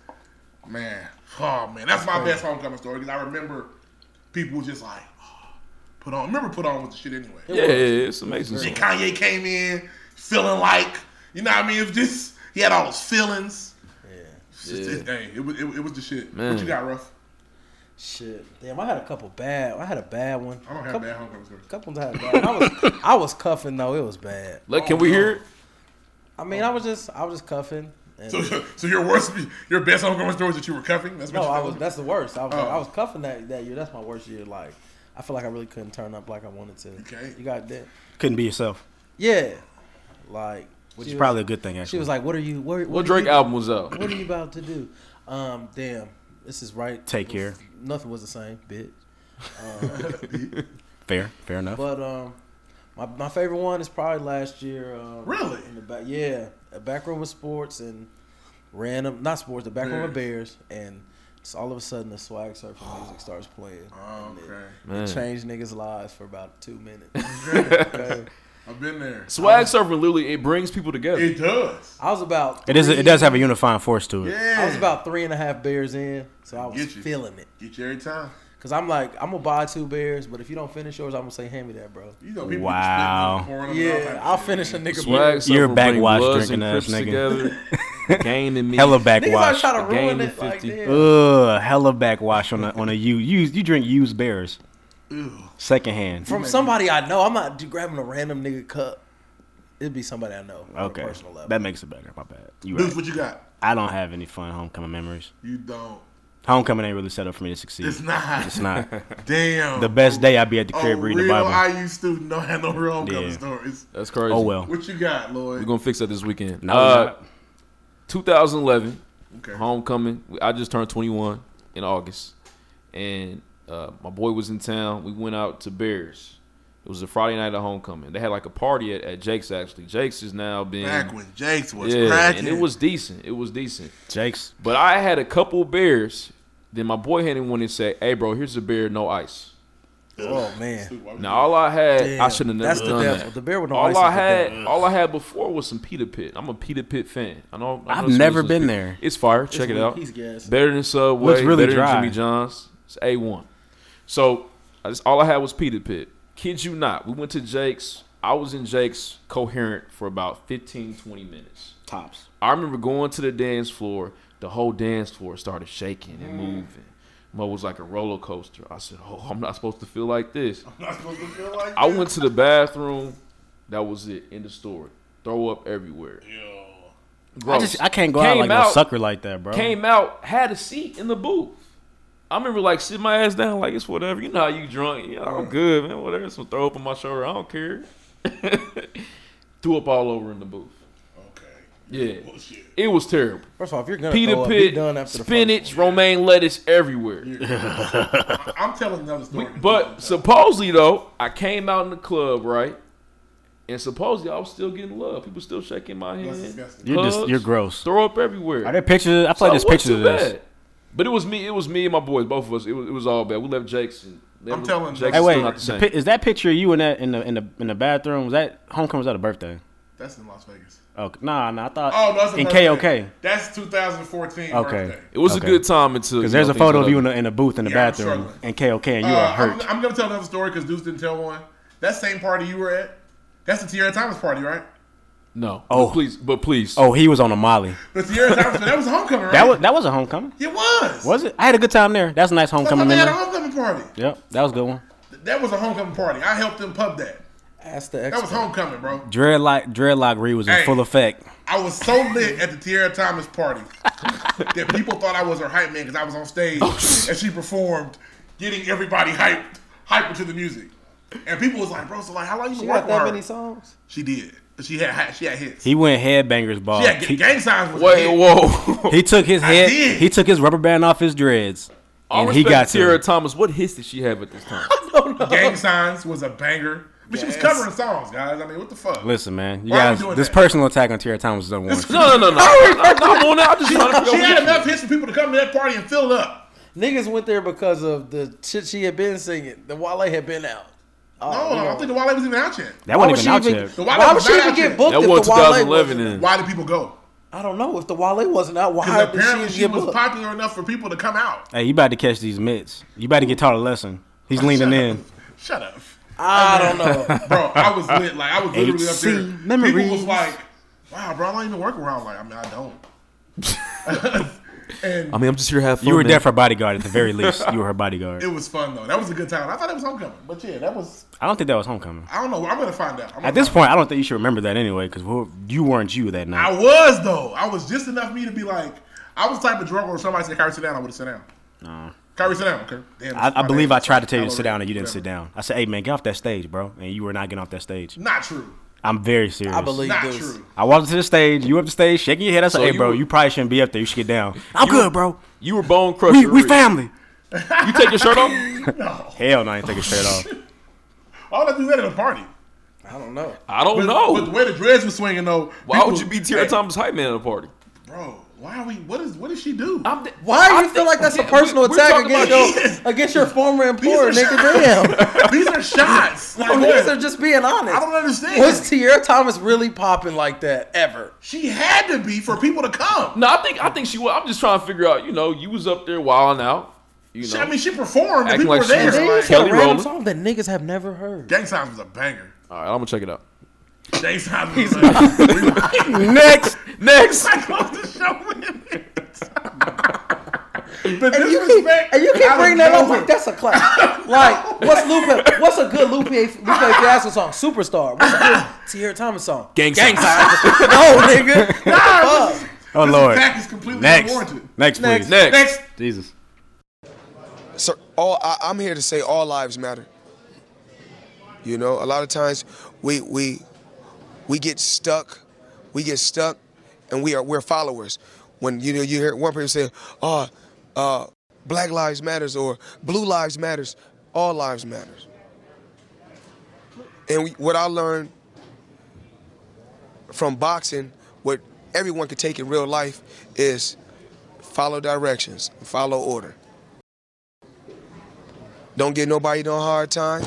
[SPEAKER 2] Man, oh man, that's my best homecoming story because I remember people just like oh, put on. Remember, put on with the shit anyway.
[SPEAKER 3] Yeah, yeah, yeah, it's amazing.
[SPEAKER 2] And Kanye came in feeling like you know what I mean. It was just he had all his feelings. It's just-
[SPEAKER 3] Yeah.
[SPEAKER 2] it- hey, it was it, was- it was the shit.
[SPEAKER 3] Man.
[SPEAKER 2] What you got, rough?
[SPEAKER 4] Shit. Damn, I had a couple bad. I had a bad one.
[SPEAKER 2] I don't have
[SPEAKER 4] couple,
[SPEAKER 2] bad homecoming stories.
[SPEAKER 4] Couple times. bro. I was I was cuffing though. It was bad.
[SPEAKER 3] Look, can we hear it?
[SPEAKER 4] I mean, I was just I was just cuffing. And
[SPEAKER 2] So, so your worst, your best homecoming stories that you were cuffing. That's what
[SPEAKER 4] no,
[SPEAKER 2] you
[SPEAKER 4] I
[SPEAKER 2] think?
[SPEAKER 4] was. That's the worst. I was
[SPEAKER 2] Oh.
[SPEAKER 4] I was cuffing that that year. That's my worst year. Like, I feel like I really couldn't turn up like I wanted to.
[SPEAKER 2] Okay.
[SPEAKER 4] You got that?
[SPEAKER 5] Couldn't be yourself,
[SPEAKER 4] Yeah. Like,
[SPEAKER 5] which
[SPEAKER 4] she
[SPEAKER 5] is
[SPEAKER 4] was-
[SPEAKER 5] probably a good thing.
[SPEAKER 4] She
[SPEAKER 5] Actually,
[SPEAKER 4] was like, "What are you? What, what,
[SPEAKER 3] What
[SPEAKER 4] are
[SPEAKER 3] Drake
[SPEAKER 4] you-
[SPEAKER 3] album was out?
[SPEAKER 4] What are you about to do?" Um, damn, this is right.
[SPEAKER 5] Take
[SPEAKER 4] It was-
[SPEAKER 5] care.
[SPEAKER 4] Nothing was the same, bitch.
[SPEAKER 5] fair, fair enough.
[SPEAKER 4] But um, my my favorite one is probably last year. Um,
[SPEAKER 2] Really?
[SPEAKER 4] In the back, yeah, a back room of sports and random, not sports, the back room of Bears, and just all of a sudden the swag surfing music starts playing. and it-
[SPEAKER 2] Oh, Okay.
[SPEAKER 4] It, changed niggas' lives for about two minutes. Okay.
[SPEAKER 2] I've been there.
[SPEAKER 3] Swag surfing literally it brings people together.
[SPEAKER 2] It does.
[SPEAKER 4] I was about.
[SPEAKER 5] It is. It
[SPEAKER 4] three-
[SPEAKER 5] does have a unifying force to it.
[SPEAKER 2] Yeah.
[SPEAKER 4] I was about three and a half bears in, so I was
[SPEAKER 2] Get you.
[SPEAKER 4] feeling it.
[SPEAKER 2] Get you every time.
[SPEAKER 4] Cause I'm like, I'm gonna buy two bears, but if you don't finish yours, I'm gonna say, hand me that, bro.
[SPEAKER 2] You know, people
[SPEAKER 5] Wow.
[SPEAKER 2] Just
[SPEAKER 4] Yeah, I'll finish a nigga. beer.
[SPEAKER 3] Swag surfing
[SPEAKER 5] You're a
[SPEAKER 3] brings
[SPEAKER 5] backwash
[SPEAKER 3] bloods
[SPEAKER 5] drinking
[SPEAKER 3] and
[SPEAKER 5] ass
[SPEAKER 3] crips
[SPEAKER 5] nigga.
[SPEAKER 3] together. game in me.
[SPEAKER 5] Hella
[SPEAKER 4] Niggas always
[SPEAKER 5] backwash.
[SPEAKER 4] try
[SPEAKER 3] A
[SPEAKER 4] to
[SPEAKER 3] game and
[SPEAKER 4] ruin it. Like,
[SPEAKER 3] 50.
[SPEAKER 4] damn.
[SPEAKER 5] Ugh, hella backwash on a on a you used. You drink used beers. Secondhand.
[SPEAKER 4] From somebody I know, I'm not d- grabbing a random nigga cup. It'd be somebody I know. On
[SPEAKER 5] Okay,
[SPEAKER 4] A personal level.
[SPEAKER 5] that makes it better. My bad. You
[SPEAKER 2] Dudes,
[SPEAKER 5] right.
[SPEAKER 2] what you got?
[SPEAKER 5] I don't have any fun homecoming memories.
[SPEAKER 2] You don't.
[SPEAKER 5] Homecoming ain't really set up for me to succeed.
[SPEAKER 2] It's not.
[SPEAKER 5] It's not.
[SPEAKER 2] Damn.
[SPEAKER 5] The best day I'd be at the
[SPEAKER 2] Oh,
[SPEAKER 5] crib reading the
[SPEAKER 2] real
[SPEAKER 5] Bible.
[SPEAKER 2] IU student don't have no real homecoming
[SPEAKER 5] Yeah.
[SPEAKER 2] stories.
[SPEAKER 3] That's crazy.
[SPEAKER 5] Oh well.
[SPEAKER 2] What you got,
[SPEAKER 3] We're
[SPEAKER 2] Lloyd?
[SPEAKER 3] gonna fix that this weekend.
[SPEAKER 5] No,
[SPEAKER 3] Uh,
[SPEAKER 5] not.
[SPEAKER 3] 2011
[SPEAKER 2] Okay.
[SPEAKER 3] homecoming. I just turned 21 in August, and uh, my boy was in town. We went out to Bears. It was a Friday night at homecoming. They had like a party at, at Jake's actually. Jake's has now been
[SPEAKER 2] Back when Jake's was
[SPEAKER 3] yeah,
[SPEAKER 2] cracking.
[SPEAKER 3] and it was decent. It was decent.
[SPEAKER 5] Jake's.
[SPEAKER 3] But I had a couple beers. Then my boy handed me one and said, "Hey, bro, here's a beer, no ice."
[SPEAKER 4] Oh man,
[SPEAKER 3] Now all I had, I
[SPEAKER 4] Damn,
[SPEAKER 3] should have never
[SPEAKER 4] that's the
[SPEAKER 3] done
[SPEAKER 4] devil.
[SPEAKER 3] that.
[SPEAKER 4] The beer with no
[SPEAKER 3] all
[SPEAKER 4] ice
[SPEAKER 3] I
[SPEAKER 4] is the
[SPEAKER 3] had,
[SPEAKER 4] devil.
[SPEAKER 3] all I had before was some Peter Pit. I'm a Peter Pit fan. I know. I know
[SPEAKER 5] I've
[SPEAKER 3] some
[SPEAKER 5] never
[SPEAKER 3] listeners-
[SPEAKER 5] been there.
[SPEAKER 3] It's fire. Check it
[SPEAKER 4] weak.
[SPEAKER 3] out.
[SPEAKER 4] He's gas.
[SPEAKER 3] Better than Subway.
[SPEAKER 5] Looks really
[SPEAKER 3] better
[SPEAKER 5] dry.
[SPEAKER 3] than Jimmy John's. It's a one. So I just all I had was Peter Pit. Kid you not. We went to Jake's. I was in Jake's coherent for about 15, 20 minutes.
[SPEAKER 5] Tops.
[SPEAKER 3] I remember going to the dance floor. The whole dance floor started shaking and
[SPEAKER 4] Mm.
[SPEAKER 3] moving. Mo was like a roller coaster. I said, "Oh, I'm not supposed to feel like
[SPEAKER 4] Oh.
[SPEAKER 3] this."
[SPEAKER 2] Not supposed to feel like
[SPEAKER 3] I
[SPEAKER 2] that.
[SPEAKER 3] went to the bathroom. That was it. End of story. Throw up everywhere.
[SPEAKER 2] Yo.
[SPEAKER 5] I
[SPEAKER 3] Gross.
[SPEAKER 5] just I can't go out
[SPEAKER 3] Came
[SPEAKER 5] like no
[SPEAKER 3] out-
[SPEAKER 5] sucker like that, bro.
[SPEAKER 3] Came out, had a seat in the booth. I remember like sitting my ass down, like it's whatever. You know how you drunk? Yeah, I'm good, man. Whatever. Some throw up on my shoulder. I don't care. Threw up all over in the booth.
[SPEAKER 2] Okay.
[SPEAKER 3] Yeah,
[SPEAKER 2] Bullshit.
[SPEAKER 3] it was terrible.
[SPEAKER 4] First off, if you're gonna
[SPEAKER 3] Peter
[SPEAKER 4] throw up, be done
[SPEAKER 3] Pitt,
[SPEAKER 4] after The
[SPEAKER 3] spinach,
[SPEAKER 4] first
[SPEAKER 3] romaine lettuce everywhere.
[SPEAKER 2] I- I'm telling another story.
[SPEAKER 3] But supposedly though, I came out in the club right, and supposedly I was still getting love. People still shaking my
[SPEAKER 2] That's
[SPEAKER 3] hand.
[SPEAKER 2] disgusting.
[SPEAKER 5] You're just
[SPEAKER 3] Hugs,
[SPEAKER 5] you're gross.
[SPEAKER 3] Throw up everywhere.
[SPEAKER 5] Are there pictures? I
[SPEAKER 3] So
[SPEAKER 5] played this
[SPEAKER 3] it wasn't
[SPEAKER 5] picture of
[SPEAKER 3] too
[SPEAKER 5] this.
[SPEAKER 3] bad. But it was me. It was me and my boys. Both of us. It was, it was all bad. We left Jake's. And
[SPEAKER 2] I'm telling
[SPEAKER 3] Jake's
[SPEAKER 2] It's
[SPEAKER 5] Hey,
[SPEAKER 3] is
[SPEAKER 5] wait.
[SPEAKER 3] still not the
[SPEAKER 5] the
[SPEAKER 3] same.
[SPEAKER 5] pi- is that picture of you in that in the in the in the bathroom? Was that homecoming? Was that a birthday?
[SPEAKER 2] That's in Las Vegas.
[SPEAKER 5] Oh nah, nah. I thought.
[SPEAKER 2] Oh, no, that's a
[SPEAKER 5] in
[SPEAKER 2] birthday.
[SPEAKER 5] KOK.
[SPEAKER 2] That's 2014
[SPEAKER 5] Okay.
[SPEAKER 2] birthday.
[SPEAKER 3] it was
[SPEAKER 5] Okay.
[SPEAKER 3] a good time until
[SPEAKER 5] Because there's a photo of you in a, in a booth in the
[SPEAKER 2] Yeah, I'm
[SPEAKER 5] bathroom
[SPEAKER 2] struggling.
[SPEAKER 5] in KOK, and you
[SPEAKER 2] Uh,
[SPEAKER 5] are hurt.
[SPEAKER 2] I'm, I'm gonna tell another story because Deuce didn't tell one. That same party you were at, that's the Tierra Thomas party, right?
[SPEAKER 3] No.
[SPEAKER 5] Oh.
[SPEAKER 3] Oh, please, but please.
[SPEAKER 5] oh, he was on a molly.
[SPEAKER 2] The Tierra Thomas that was homecoming, right?
[SPEAKER 5] That was that was a homecoming.
[SPEAKER 2] it was.
[SPEAKER 5] Was it? I had a good time there. That's a nice
[SPEAKER 2] That's
[SPEAKER 5] homecoming
[SPEAKER 2] why they had a
[SPEAKER 5] memory.
[SPEAKER 2] homecoming party.
[SPEAKER 5] Yep, that was a good one.
[SPEAKER 2] That was a homecoming party. I helped them pub that.
[SPEAKER 4] one. Ask the
[SPEAKER 2] That was
[SPEAKER 4] expert.
[SPEAKER 2] homecoming, bro.
[SPEAKER 5] Dreadlock Dreadlock Reed was in
[SPEAKER 2] Hey.
[SPEAKER 5] full effect.
[SPEAKER 2] I was so lit at the Tierra Thomas party that people thought I was her hype man because I was on stage
[SPEAKER 5] Oh,
[SPEAKER 2] and she performed, getting everybody hyped, hyped to the music. And people was like, "Bro, so like, how long you
[SPEAKER 4] You
[SPEAKER 2] been
[SPEAKER 4] got
[SPEAKER 2] working
[SPEAKER 4] that
[SPEAKER 2] on
[SPEAKER 4] many
[SPEAKER 2] her?"
[SPEAKER 4] songs?
[SPEAKER 2] She did. She had hi- she had hits.
[SPEAKER 5] He went headbangers ball.
[SPEAKER 2] yeah,
[SPEAKER 5] he,
[SPEAKER 2] g- gang signs was a
[SPEAKER 3] Wait,
[SPEAKER 2] hit.
[SPEAKER 3] whoa.
[SPEAKER 5] he took his head.
[SPEAKER 2] did.
[SPEAKER 5] He took his rubber band off his dreads,
[SPEAKER 3] All
[SPEAKER 5] and he got
[SPEAKER 3] Tierra
[SPEAKER 5] to.
[SPEAKER 3] Thomas. What hits did she have at this time?
[SPEAKER 2] Gang Signs was a banger. But she was covering songs, guys. I mean, what the fuck?
[SPEAKER 5] Listen, man, you
[SPEAKER 2] Why are we
[SPEAKER 5] guys.
[SPEAKER 2] doing
[SPEAKER 5] This
[SPEAKER 2] that?
[SPEAKER 5] personal attack on Tierra Thomas is number one.
[SPEAKER 3] no, no, no, no. I'm not on that. I'm just trying to figure out
[SPEAKER 2] She
[SPEAKER 3] what
[SPEAKER 2] had
[SPEAKER 3] hit
[SPEAKER 2] enough hits for people to come to that party and fill it up.
[SPEAKER 4] Niggas went there because of the shit she had been singing. The Wale had been out. Oh,
[SPEAKER 2] No,
[SPEAKER 4] we
[SPEAKER 2] I
[SPEAKER 4] don't-
[SPEAKER 2] don't think the Wale was even out yet.
[SPEAKER 5] That
[SPEAKER 4] Why would
[SPEAKER 5] wasn't even
[SPEAKER 4] she
[SPEAKER 5] out
[SPEAKER 4] even?
[SPEAKER 5] yet.
[SPEAKER 2] The Wale
[SPEAKER 4] Why would
[SPEAKER 2] was
[SPEAKER 4] she
[SPEAKER 2] not
[SPEAKER 4] even
[SPEAKER 2] out
[SPEAKER 4] get
[SPEAKER 2] yet.
[SPEAKER 4] booked?
[SPEAKER 3] That
[SPEAKER 4] if
[SPEAKER 3] was
[SPEAKER 4] the Wale
[SPEAKER 3] 2011
[SPEAKER 4] wasn't-
[SPEAKER 3] then.
[SPEAKER 2] Why did people go?
[SPEAKER 4] I don't know if the Wale wasn't out. Why
[SPEAKER 2] Because
[SPEAKER 4] did she
[SPEAKER 2] apparently
[SPEAKER 4] even
[SPEAKER 2] she
[SPEAKER 4] get
[SPEAKER 2] was
[SPEAKER 4] booked?
[SPEAKER 2] popular enough for people to come out.
[SPEAKER 5] Hey, you about to catch these mitts. You about to get taught a lesson. He's leaning
[SPEAKER 2] Shut
[SPEAKER 5] in.
[SPEAKER 2] Up. Shut up.
[SPEAKER 4] I don't know.
[SPEAKER 2] Bro, I was lit. Like, I was literally up
[SPEAKER 5] HC
[SPEAKER 2] there.
[SPEAKER 5] memories.
[SPEAKER 2] People was like, wow, bro, I don't even work where I'm like, I mean, I don't. and
[SPEAKER 3] I mean, I'm just here to have fun.
[SPEAKER 5] You were
[SPEAKER 3] man.
[SPEAKER 5] there for bodyguard at the very least. You were her bodyguard.
[SPEAKER 2] it was fun, though. That was a good time. I thought it was homecoming. But yeah, that was,
[SPEAKER 5] I don't think that was homecoming.
[SPEAKER 2] I don't know. I'm going to find out. I'm gonna
[SPEAKER 5] At this
[SPEAKER 2] find
[SPEAKER 5] point, I don't think you should remember that anyway, because you weren't you that
[SPEAKER 2] out.
[SPEAKER 5] night.
[SPEAKER 2] I was, though. I was just enough me to be like, I was the type of drunk or somebody said, Kyrie, sit down. I would have sat down.
[SPEAKER 5] No.
[SPEAKER 2] Kyrie, sit down. Okay. Damn,
[SPEAKER 5] I, I
[SPEAKER 2] my
[SPEAKER 5] believe
[SPEAKER 2] bad.
[SPEAKER 5] I tried to tell you to sit
[SPEAKER 2] Hello,
[SPEAKER 5] down and you didn't
[SPEAKER 2] whatever.
[SPEAKER 5] sit down. I said, "Hey man, get off that stage, bro," and you were not getting off that stage.
[SPEAKER 2] Not true.
[SPEAKER 5] I'm very serious.
[SPEAKER 4] I believe
[SPEAKER 2] Not
[SPEAKER 4] this.
[SPEAKER 2] true.
[SPEAKER 5] I walked to the stage. You up the stage, shaking your head. I said,
[SPEAKER 3] So
[SPEAKER 5] "Hey,
[SPEAKER 3] you
[SPEAKER 5] bro,
[SPEAKER 3] were-
[SPEAKER 5] you probably shouldn't be up there. You should get down." I'm good, bro.
[SPEAKER 3] You were bone crusher.
[SPEAKER 5] We, we
[SPEAKER 3] Reed.
[SPEAKER 5] family.
[SPEAKER 3] You take your shirt off.
[SPEAKER 5] Hell, no, I ain't taking shirt off.
[SPEAKER 2] Why would I do that at a party?
[SPEAKER 4] I don't know.
[SPEAKER 3] I don't
[SPEAKER 2] But,
[SPEAKER 3] know.
[SPEAKER 2] but the way the dreads were swinging, though.
[SPEAKER 3] Why
[SPEAKER 2] people-
[SPEAKER 3] would you be Tierra
[SPEAKER 2] Hey,
[SPEAKER 3] Thomas hype man at a party?
[SPEAKER 2] Bro, why are we? What is? What does she do?
[SPEAKER 3] I'm th-
[SPEAKER 4] Why do
[SPEAKER 3] I
[SPEAKER 4] you feel
[SPEAKER 3] think-
[SPEAKER 4] like that's a
[SPEAKER 3] yeah,
[SPEAKER 4] personal
[SPEAKER 3] we- we're
[SPEAKER 4] attack
[SPEAKER 3] talking
[SPEAKER 4] against
[SPEAKER 3] about-
[SPEAKER 4] your against your former employer,
[SPEAKER 2] These are
[SPEAKER 4] nigga? Damn.
[SPEAKER 2] These are shots. Like,
[SPEAKER 4] Like,
[SPEAKER 2] what?
[SPEAKER 4] niggas are just being honest.
[SPEAKER 2] I don't understand.
[SPEAKER 4] Was Tierra Thomas really popping like that ever?
[SPEAKER 2] she had to be for people to come.
[SPEAKER 3] No, I think I think she was. I'm just trying to figure out. You know, you was up there wilding out. You
[SPEAKER 2] She-
[SPEAKER 3] know,
[SPEAKER 2] I mean, she performed. and
[SPEAKER 3] Acting
[SPEAKER 2] people
[SPEAKER 3] like
[SPEAKER 2] were
[SPEAKER 3] she was
[SPEAKER 2] there.
[SPEAKER 4] They
[SPEAKER 2] Like,
[SPEAKER 4] used
[SPEAKER 3] Kelly
[SPEAKER 4] a random
[SPEAKER 3] Rowland.
[SPEAKER 4] song that niggas have never heard.
[SPEAKER 2] Gang Signs was a banger.
[SPEAKER 3] all right, I'm gonna check it out.
[SPEAKER 2] Jay Simon. was like,
[SPEAKER 3] next, next.
[SPEAKER 2] I closed the show with it. But
[SPEAKER 4] And you keep,
[SPEAKER 2] disrespect
[SPEAKER 4] and you
[SPEAKER 2] out
[SPEAKER 4] keep
[SPEAKER 2] of
[SPEAKER 4] bringing that up
[SPEAKER 2] nowhere.
[SPEAKER 4] like that's a classic. like what's Lupe? What's a good Lupe Lupe Fiasco song? Superstar. What's a good Tierra Thomas song?
[SPEAKER 3] Gang
[SPEAKER 4] Gang
[SPEAKER 3] sign.
[SPEAKER 4] sign. no, nigga. Nah, fuck.
[SPEAKER 5] Oh Lord.
[SPEAKER 2] Back is completely
[SPEAKER 5] Next.
[SPEAKER 2] unwarranted.
[SPEAKER 5] Next,
[SPEAKER 3] Next.
[SPEAKER 5] please.
[SPEAKER 2] Next.
[SPEAKER 5] Jesus.
[SPEAKER 6] Sir, all I, I'm here to say all lives matter. You know, a lot of times we we we get stuck, we get stuck, and we are we're followers. When you know you hear one person say, "Oh, uh, Black Lives Matters" or "Blue Lives Matters," all lives matters. And we, what I learned from boxing, what everyone can take in real life, is follow directions, follow order. Don't give nobody no hard time.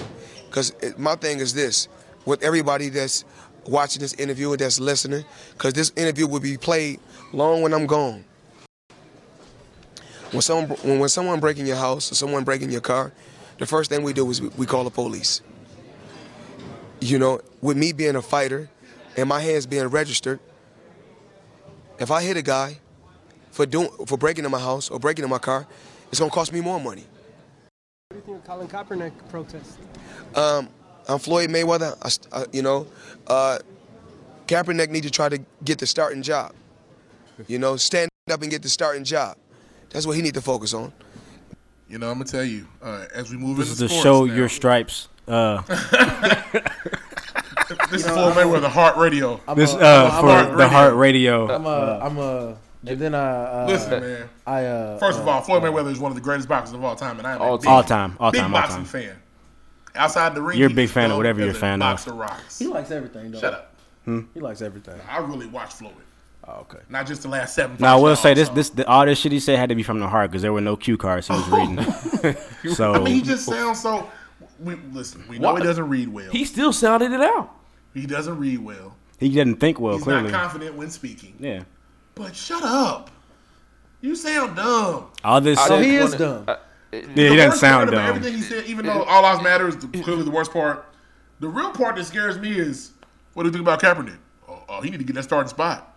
[SPEAKER 6] Because my thing is this with everybody that's watching this interview and that's listening, because this interview will be played long when I'm gone. When someone, when, when someone breaking your house or someone breaking your car, the first thing we do is we, we call the police. You know, with me being a fighter and my hands being registered, if I hit a guy for doing for breaking in my house or breaking in my car, it's gonna cost me more money.
[SPEAKER 8] What do you think of Colin Kaepernick protest?
[SPEAKER 6] Um, I'm Floyd Mayweather. I st- I- you know, uh, Kaepernick need to try to get the starting job. You know, stand up and get the starting job. That's what he need to focus on.
[SPEAKER 2] You know, I'm gonna tell you uh, as we move
[SPEAKER 5] This is
[SPEAKER 2] into
[SPEAKER 5] the
[SPEAKER 2] sports
[SPEAKER 5] show
[SPEAKER 2] now,
[SPEAKER 5] your stripes. Uh,
[SPEAKER 2] This is Floyd Mayweather Heart Radio.
[SPEAKER 4] I'm
[SPEAKER 5] this
[SPEAKER 4] a-
[SPEAKER 5] uh,
[SPEAKER 4] I'm a-
[SPEAKER 5] for the Heart Radio.
[SPEAKER 4] I'm
[SPEAKER 3] uh,
[SPEAKER 4] a. I'm a. And then I. Uh,
[SPEAKER 2] Listen, man.
[SPEAKER 4] I. Uh,
[SPEAKER 2] First of all, Floyd Mayweather is one of the greatest boxers of all time, and I'm
[SPEAKER 3] All
[SPEAKER 2] a big,
[SPEAKER 5] all time, all
[SPEAKER 2] big
[SPEAKER 5] time, all
[SPEAKER 2] boxing
[SPEAKER 5] time.
[SPEAKER 2] fan. Outside the ring,
[SPEAKER 5] You're a
[SPEAKER 2] he
[SPEAKER 5] big
[SPEAKER 2] was
[SPEAKER 5] fan of
[SPEAKER 2] dope
[SPEAKER 5] whatever
[SPEAKER 2] as
[SPEAKER 5] you're a fan of.
[SPEAKER 2] boxer Rocks.
[SPEAKER 4] he likes everything though.
[SPEAKER 2] Shut up.
[SPEAKER 3] Hmm?
[SPEAKER 4] He likes everything.
[SPEAKER 2] I really watched Floyd,
[SPEAKER 4] Oh, okay.
[SPEAKER 2] not just the last seven.
[SPEAKER 5] Now I will
[SPEAKER 2] fights,
[SPEAKER 5] say this:
[SPEAKER 2] also.
[SPEAKER 5] this the, all this shit he said had to be from the heart because there were no cue cards he was reading. so
[SPEAKER 2] I mean, he just sounds so. We listen. We know
[SPEAKER 3] Why-
[SPEAKER 2] he doesn't read well.
[SPEAKER 3] He
[SPEAKER 2] He,
[SPEAKER 3] still sounded it out.
[SPEAKER 2] doesn't read well.
[SPEAKER 5] he didn't think well.
[SPEAKER 2] He's
[SPEAKER 5] Oh, Clearly,
[SPEAKER 2] not confident when speaking.
[SPEAKER 5] yeah.
[SPEAKER 2] But shut up. You sound dumb.
[SPEAKER 5] All this,
[SPEAKER 4] So
[SPEAKER 5] shit,
[SPEAKER 4] he
[SPEAKER 5] yeah,
[SPEAKER 4] is dumb.
[SPEAKER 5] he
[SPEAKER 2] The
[SPEAKER 5] doesn't
[SPEAKER 2] worst
[SPEAKER 5] sound
[SPEAKER 2] part about
[SPEAKER 5] dumb.
[SPEAKER 2] Everything he said, even though all lives matter, is the, clearly the worst part. The real part that scares me is what do you think about Kaepernick? Oh, oh, he need to get that starting spot.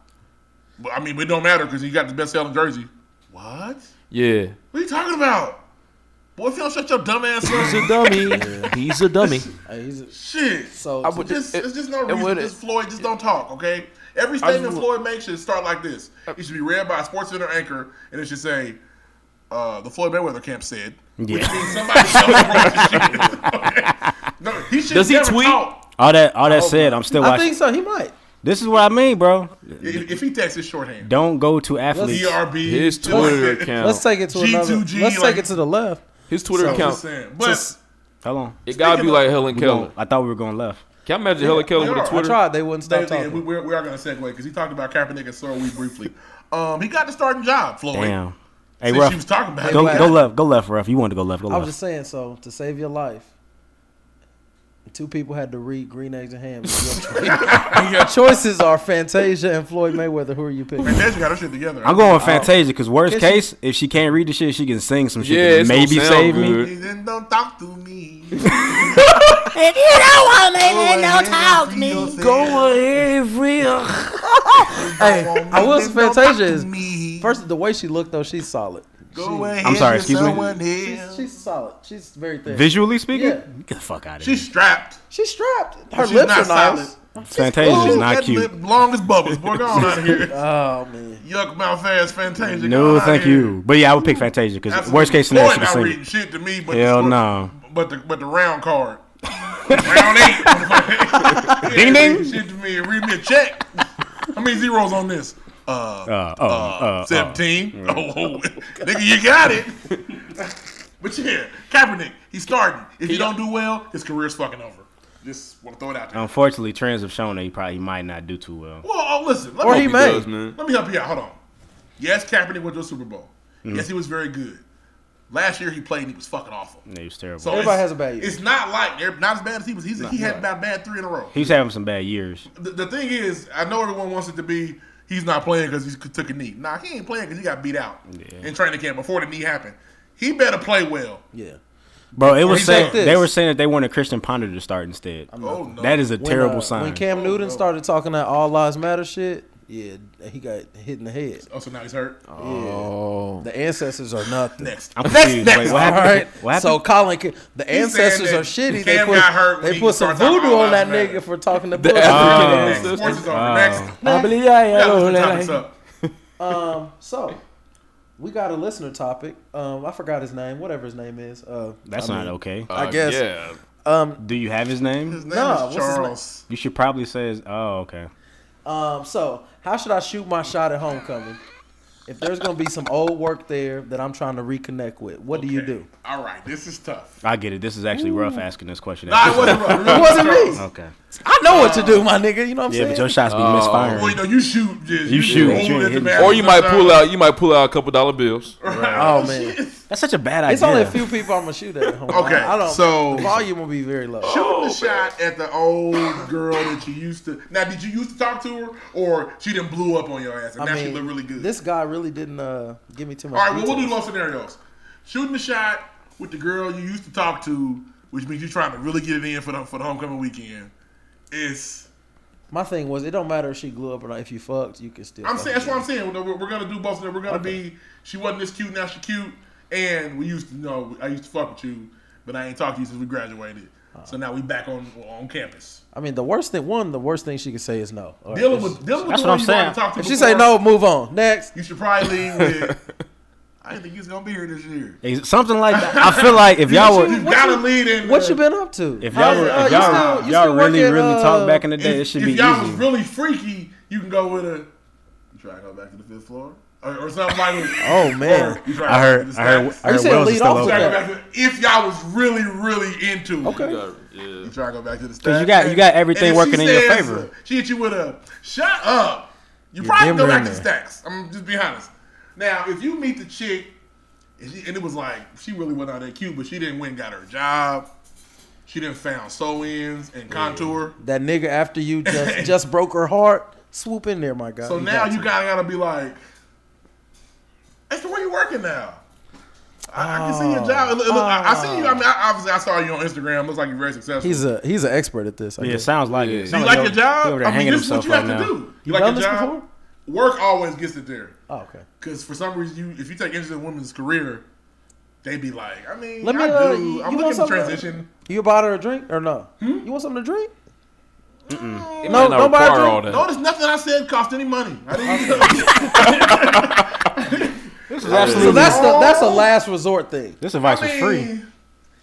[SPEAKER 2] But I mean, but it don't matter because he got the best selling jersey. What?
[SPEAKER 3] Yeah.
[SPEAKER 2] What are you talking about? Boy, if you don't shut your dumb ass
[SPEAKER 3] He's a
[SPEAKER 2] up,
[SPEAKER 3] dummy. He's a dummy.
[SPEAKER 4] Hey, he's a,
[SPEAKER 2] shit.
[SPEAKER 4] so.
[SPEAKER 3] I
[SPEAKER 4] so-
[SPEAKER 3] would-
[SPEAKER 2] Just,
[SPEAKER 3] It-
[SPEAKER 2] it's just no
[SPEAKER 3] it
[SPEAKER 2] reason.
[SPEAKER 3] would-
[SPEAKER 2] Just Floyd, just don't talk, okay? Every
[SPEAKER 3] I
[SPEAKER 2] statement
[SPEAKER 3] just wa-
[SPEAKER 2] Floyd makes should start like this.
[SPEAKER 3] Uh,
[SPEAKER 2] It should be read by a sports center anchor, and it should say, uh, "The Floyd Mayweather camp said." Which
[SPEAKER 5] Yeah.
[SPEAKER 2] means somebody else wrote this shit. No, he should
[SPEAKER 3] Does he
[SPEAKER 2] never
[SPEAKER 3] tweet?
[SPEAKER 2] talk.
[SPEAKER 5] all that, all that said, I'm still
[SPEAKER 4] I
[SPEAKER 5] watching.
[SPEAKER 4] think so. He might.
[SPEAKER 5] This is what I mean, bro.
[SPEAKER 2] If, if he texts his shorthand, E
[SPEAKER 5] Don't go to athletes.
[SPEAKER 2] DRB.
[SPEAKER 3] His Twitter account.
[SPEAKER 4] Let's take it to
[SPEAKER 2] G2G,
[SPEAKER 4] another. Let's
[SPEAKER 2] like-
[SPEAKER 4] take it to the left.
[SPEAKER 3] His Twitter
[SPEAKER 2] I'm just
[SPEAKER 3] account.
[SPEAKER 2] saying. But
[SPEAKER 4] Just-
[SPEAKER 5] Hold on.
[SPEAKER 3] It gotta be
[SPEAKER 2] Speaking
[SPEAKER 3] like
[SPEAKER 2] of-
[SPEAKER 3] Helen
[SPEAKER 5] We going,
[SPEAKER 3] Keller.
[SPEAKER 5] I thought we were going left.
[SPEAKER 3] Can you imagine Helen Keller
[SPEAKER 2] we
[SPEAKER 3] with a
[SPEAKER 2] are. I
[SPEAKER 4] I
[SPEAKER 3] Twitter?
[SPEAKER 4] tried. They wouldn't
[SPEAKER 2] they,
[SPEAKER 4] stop
[SPEAKER 2] they, we,
[SPEAKER 4] talking.
[SPEAKER 2] we're, we are going to segue because he talked about Kaepernick and so are we briefly. Um, he got the starting job, Floyd.
[SPEAKER 5] Damn. Hey,
[SPEAKER 2] Since
[SPEAKER 5] Ruff.
[SPEAKER 2] she was talking about
[SPEAKER 5] Go,
[SPEAKER 2] it.
[SPEAKER 5] go left. Go left, Ruff. You wanted to go left. Go
[SPEAKER 4] I was
[SPEAKER 5] left.
[SPEAKER 4] just saying. So to save your life, two people had to read Green Eggs and Ham. Your choices are Fantasia and Floyd Mayweather. Who are you picking?
[SPEAKER 2] Fantasia got her shit together.
[SPEAKER 5] I'm going with Fantasia because worst
[SPEAKER 4] Guess she-
[SPEAKER 5] case, if she can't read the shit, she can sing some shit.
[SPEAKER 3] Yeah,
[SPEAKER 5] that
[SPEAKER 3] it's gonna
[SPEAKER 5] maybe
[SPEAKER 3] sound
[SPEAKER 5] save
[SPEAKER 3] good.
[SPEAKER 5] me.
[SPEAKER 2] He then don't talk to me.
[SPEAKER 7] If you don't want me, then don't talk to me.
[SPEAKER 2] Go
[SPEAKER 4] Hey,
[SPEAKER 2] Oh,
[SPEAKER 4] I will say Fantasia is
[SPEAKER 2] me.
[SPEAKER 4] first. The way she looked though, she's solid.
[SPEAKER 2] go ahead.
[SPEAKER 5] I'm sorry,
[SPEAKER 2] you're
[SPEAKER 5] excuse me?
[SPEAKER 2] someone
[SPEAKER 4] She's,
[SPEAKER 2] else.
[SPEAKER 4] she's solid. She's very thin.
[SPEAKER 5] Visually speaking,
[SPEAKER 4] Yeah.
[SPEAKER 5] get the fuck out of
[SPEAKER 2] She's
[SPEAKER 5] here.
[SPEAKER 2] strapped.
[SPEAKER 4] She's strapped. Her
[SPEAKER 2] she's
[SPEAKER 4] lips
[SPEAKER 2] not
[SPEAKER 4] are nice.
[SPEAKER 2] solid.
[SPEAKER 5] Fantasia's
[SPEAKER 2] Ooh,
[SPEAKER 5] just not
[SPEAKER 2] Oh, that
[SPEAKER 5] cute.
[SPEAKER 2] lip Long as bubbles. Boy, go on out of here.
[SPEAKER 4] Oh man.
[SPEAKER 2] Yuck mouth ass Fantasia. go
[SPEAKER 5] No,
[SPEAKER 2] on out
[SPEAKER 5] thank
[SPEAKER 2] here.
[SPEAKER 5] you. But yeah, I would pick Fantasia because
[SPEAKER 2] Absolutely.
[SPEAKER 5] worst case scenario,
[SPEAKER 2] Floyd
[SPEAKER 5] she can
[SPEAKER 2] not
[SPEAKER 5] sing.
[SPEAKER 2] reading shit to me. But
[SPEAKER 5] Hell
[SPEAKER 2] the,
[SPEAKER 5] no.
[SPEAKER 2] But the but the round card. round eight. ding
[SPEAKER 5] ding.
[SPEAKER 2] Shit to me. Read me a check. How many zeros on this? Uh,
[SPEAKER 5] Uh, oh, uh, uh,
[SPEAKER 2] 17. oh, oh. nigga, you got it. but yeah, Kaepernick, he's starting. If he don't do well, his career's fucking over. Just want to throw it out there.
[SPEAKER 5] Unfortunately, trends have shown that he probably might not do too well.
[SPEAKER 2] well, oh, listen, let
[SPEAKER 4] Or
[SPEAKER 2] me,
[SPEAKER 4] he
[SPEAKER 2] help
[SPEAKER 4] may.
[SPEAKER 3] does, man.
[SPEAKER 2] you- let me help you out. Hold on. Yes, Kaepernick went to a Super Bowl.
[SPEAKER 4] Mm-hmm.
[SPEAKER 2] Yes, he was very good. Last year he played and he was fucking awful.
[SPEAKER 5] Yeah, he was terrible.
[SPEAKER 2] So
[SPEAKER 4] Everybody
[SPEAKER 2] it's-
[SPEAKER 4] has a bad year.
[SPEAKER 2] It's not like they're not as bad as he was. He's, he had about bad three in a row.
[SPEAKER 5] He's having some bad years.
[SPEAKER 2] The, the thing is, I know everyone wants it to be he's not playing because he took a knee. Nah, he ain't playing because he got beat out in training camp before the knee happened. He better play well.
[SPEAKER 4] Yeah.
[SPEAKER 5] Bro, it was
[SPEAKER 2] he's
[SPEAKER 5] saying
[SPEAKER 2] like
[SPEAKER 4] this.
[SPEAKER 5] they were saying that they wanted Christian Ponder to start instead.
[SPEAKER 2] Oh no,
[SPEAKER 5] That is a
[SPEAKER 4] When,
[SPEAKER 5] terrible
[SPEAKER 4] uh,
[SPEAKER 5] sign.
[SPEAKER 4] When
[SPEAKER 2] Oh,
[SPEAKER 4] Cam Newton started talking that all lives matter shit, yeah, he got hit in the head.
[SPEAKER 2] Oh, so now he's hurt.
[SPEAKER 4] Oh. The ancestors are nothing.
[SPEAKER 2] Next,
[SPEAKER 5] I'm confused. Wait, what
[SPEAKER 4] All
[SPEAKER 5] happened?
[SPEAKER 4] right.
[SPEAKER 5] What happened?
[SPEAKER 4] So Colin, Ka- the
[SPEAKER 2] He's
[SPEAKER 4] ancestors
[SPEAKER 2] saying
[SPEAKER 4] are
[SPEAKER 2] that
[SPEAKER 4] shitty. They
[SPEAKER 2] Cam
[SPEAKER 4] put,
[SPEAKER 2] got hurt when
[SPEAKER 4] they
[SPEAKER 2] he
[SPEAKER 4] put some
[SPEAKER 2] starts out
[SPEAKER 4] voodoo
[SPEAKER 2] all
[SPEAKER 4] on that
[SPEAKER 2] lives matter.
[SPEAKER 4] nigga for talking to
[SPEAKER 3] The
[SPEAKER 4] bullshit.
[SPEAKER 5] Ah.
[SPEAKER 3] African
[SPEAKER 2] next.
[SPEAKER 3] ancestors.
[SPEAKER 2] Sports is over. Next,
[SPEAKER 3] I believe I am.
[SPEAKER 2] Gotta put the topics up.
[SPEAKER 4] Um, so we got a listener topic. Um, I forgot his name, whatever his name is. Uh,
[SPEAKER 5] That's
[SPEAKER 4] I
[SPEAKER 5] not
[SPEAKER 4] mean,
[SPEAKER 5] okay.
[SPEAKER 4] I guess.
[SPEAKER 3] Yeah.
[SPEAKER 4] Um,
[SPEAKER 5] Do you have his
[SPEAKER 2] His
[SPEAKER 5] name?
[SPEAKER 2] name
[SPEAKER 4] Nah,
[SPEAKER 2] is
[SPEAKER 4] what's his name?
[SPEAKER 2] Charles.
[SPEAKER 5] You should probably say. His, oh, okay.
[SPEAKER 4] um, so how should I shoot my shot at homecoming? If there's gonna be some old work there that I'm trying to reconnect with, what do you
[SPEAKER 2] Okay.
[SPEAKER 4] do?
[SPEAKER 2] All right, this is tough.
[SPEAKER 5] I get it. This is actually rough asking this question.
[SPEAKER 2] Nah, it wasn't rough.
[SPEAKER 4] It wasn't me.
[SPEAKER 5] Okay. Oh.
[SPEAKER 4] I know what to do, my nigga. You know what I'm
[SPEAKER 5] Yeah,
[SPEAKER 4] saying?
[SPEAKER 5] but your shots be
[SPEAKER 2] Well, you
[SPEAKER 5] misfiring.
[SPEAKER 2] know, you shoot. Just,
[SPEAKER 5] You shoot,
[SPEAKER 2] roll
[SPEAKER 5] you ain't
[SPEAKER 2] it at the
[SPEAKER 5] hitting.
[SPEAKER 2] basket
[SPEAKER 3] Or you might pull
[SPEAKER 2] sometimes.
[SPEAKER 3] out. You might pull out a couple dollar bills.
[SPEAKER 4] oh man,
[SPEAKER 5] That's such a bad idea.
[SPEAKER 4] it's only a few people I'm gonna shoot at. Home.
[SPEAKER 2] Okay,
[SPEAKER 4] I, I don't.
[SPEAKER 2] so-
[SPEAKER 4] the volume will be very low.
[SPEAKER 2] Shoot the shot at the old girl that you used to. Now, did you used to talk to her, or she didn't blew up on your ass, and
[SPEAKER 4] I
[SPEAKER 2] now
[SPEAKER 4] mean,
[SPEAKER 2] she look really good?
[SPEAKER 4] This guy really didn't uh, give me too much.
[SPEAKER 2] All right, well, we'll
[SPEAKER 4] detail.
[SPEAKER 2] do low scenarios. Shooting the shot with the girl you used to talk to, which means you're trying to really get it in for the for the homecoming weekend. Is
[SPEAKER 4] My thing was, it don't matter if she blew up or not. If you fucked, you can still.
[SPEAKER 2] I'm
[SPEAKER 4] fuck
[SPEAKER 2] saying that's
[SPEAKER 4] her.
[SPEAKER 2] what I'm saying. We're, we're gonna do both. of them. We're gonna be. She wasn't this cute. Now she cute. And we used to you know I used to fuck with you, but I ain't talked to you since we graduated.
[SPEAKER 4] Uh.
[SPEAKER 2] So now we back on on campus.
[SPEAKER 4] I mean, the worst thing, one, the worst thing she could say is no. All right,
[SPEAKER 2] Dealing
[SPEAKER 4] if-
[SPEAKER 2] with dealing with
[SPEAKER 5] That's
[SPEAKER 2] the one
[SPEAKER 5] what I'm
[SPEAKER 2] you
[SPEAKER 5] saying.
[SPEAKER 2] already talked to
[SPEAKER 4] If she
[SPEAKER 2] before,
[SPEAKER 4] say no, move on. Next.
[SPEAKER 2] you should probably leave with. I didn't think he's gonna be here this year.
[SPEAKER 5] Ex- Something like that. I feel like if y'all
[SPEAKER 2] you
[SPEAKER 5] were,
[SPEAKER 2] gotta
[SPEAKER 4] you-
[SPEAKER 2] lead in.
[SPEAKER 4] What you been up to?
[SPEAKER 5] if y'all
[SPEAKER 4] How's-
[SPEAKER 5] were,
[SPEAKER 4] uh,
[SPEAKER 5] if
[SPEAKER 4] you
[SPEAKER 5] y'all,
[SPEAKER 4] still- you still
[SPEAKER 5] y'all really,
[SPEAKER 4] working,
[SPEAKER 5] really
[SPEAKER 4] uh,
[SPEAKER 5] talk back in the
[SPEAKER 2] If,
[SPEAKER 5] day, it should
[SPEAKER 2] if
[SPEAKER 5] be
[SPEAKER 2] y'all
[SPEAKER 5] easy.
[SPEAKER 2] was really freaky, you can go with a. You try to go back to the fifth floor or, or something like that.
[SPEAKER 4] Oh, man.
[SPEAKER 2] Or you try to
[SPEAKER 5] I
[SPEAKER 2] go back
[SPEAKER 5] heard,
[SPEAKER 2] to
[SPEAKER 5] I
[SPEAKER 2] the
[SPEAKER 5] heard,
[SPEAKER 2] stacks.
[SPEAKER 5] I
[SPEAKER 4] you
[SPEAKER 5] heard
[SPEAKER 4] said
[SPEAKER 5] Wells
[SPEAKER 4] lead
[SPEAKER 5] is still
[SPEAKER 4] off
[SPEAKER 2] You
[SPEAKER 4] with
[SPEAKER 2] try to
[SPEAKER 5] open.
[SPEAKER 2] go back to- If y'all was really, really into it,
[SPEAKER 4] Okay.
[SPEAKER 3] Yeah.
[SPEAKER 2] you try to go back to the
[SPEAKER 5] Cause
[SPEAKER 2] stack.
[SPEAKER 5] you got, you got everything
[SPEAKER 2] And if
[SPEAKER 5] working
[SPEAKER 2] she
[SPEAKER 5] in your
[SPEAKER 2] says,
[SPEAKER 5] favor.
[SPEAKER 2] uh, She hit you with a shut up. You probably go
[SPEAKER 4] dimmer
[SPEAKER 2] back
[SPEAKER 4] in
[SPEAKER 2] to
[SPEAKER 4] there.
[SPEAKER 2] stacks. I'm just being honest. Now, if you meet the chick and, she, and it was like she really wasn't all that cute, but she didn't win, got her job. She didn't found sew ins and contour.
[SPEAKER 4] That nigga after you just just broke her heart. Swoop in there, my guy.
[SPEAKER 2] So now you gotta gotta be like, that's the way you working now. I, I can see your job. Look, look, I, I see
[SPEAKER 5] Ah.
[SPEAKER 2] you. I mean, I, obviously, I saw you on Instagram. Looks like you're very successful.
[SPEAKER 4] He's a he's an expert at this. I
[SPEAKER 5] Yeah,
[SPEAKER 4] guess.
[SPEAKER 5] it sounds like
[SPEAKER 3] Yeah.
[SPEAKER 5] it.
[SPEAKER 3] Do
[SPEAKER 2] do
[SPEAKER 5] Sound
[SPEAKER 2] you like your
[SPEAKER 5] he over- he
[SPEAKER 2] job?
[SPEAKER 5] over there
[SPEAKER 2] I mean,
[SPEAKER 5] hanging
[SPEAKER 2] this is what
[SPEAKER 5] himself
[SPEAKER 2] you have
[SPEAKER 5] right
[SPEAKER 2] to
[SPEAKER 5] now.
[SPEAKER 2] do. You
[SPEAKER 4] done
[SPEAKER 2] like your
[SPEAKER 4] this
[SPEAKER 2] job?
[SPEAKER 4] before?
[SPEAKER 2] Work always gets it there.
[SPEAKER 4] Oh, okay.
[SPEAKER 2] Because for some reason, you if you take interest in a woman's career, they be like, I mean,
[SPEAKER 4] Let
[SPEAKER 2] I
[SPEAKER 4] me, uh,
[SPEAKER 2] do.
[SPEAKER 4] you
[SPEAKER 2] I'm
[SPEAKER 4] want
[SPEAKER 2] looking to
[SPEAKER 4] something?
[SPEAKER 2] transition.
[SPEAKER 4] You bought her a drink or no?
[SPEAKER 2] Hmm?
[SPEAKER 4] You want something to drink?
[SPEAKER 3] It
[SPEAKER 4] No,
[SPEAKER 3] might not
[SPEAKER 4] nobody
[SPEAKER 3] require
[SPEAKER 4] drink-
[SPEAKER 3] all that.
[SPEAKER 2] No, there's nothing I said cost any money. I didn't
[SPEAKER 4] So that's the that's a
[SPEAKER 2] Oh.
[SPEAKER 4] last resort thing.
[SPEAKER 5] This advice was
[SPEAKER 2] I
[SPEAKER 5] free.
[SPEAKER 2] mean,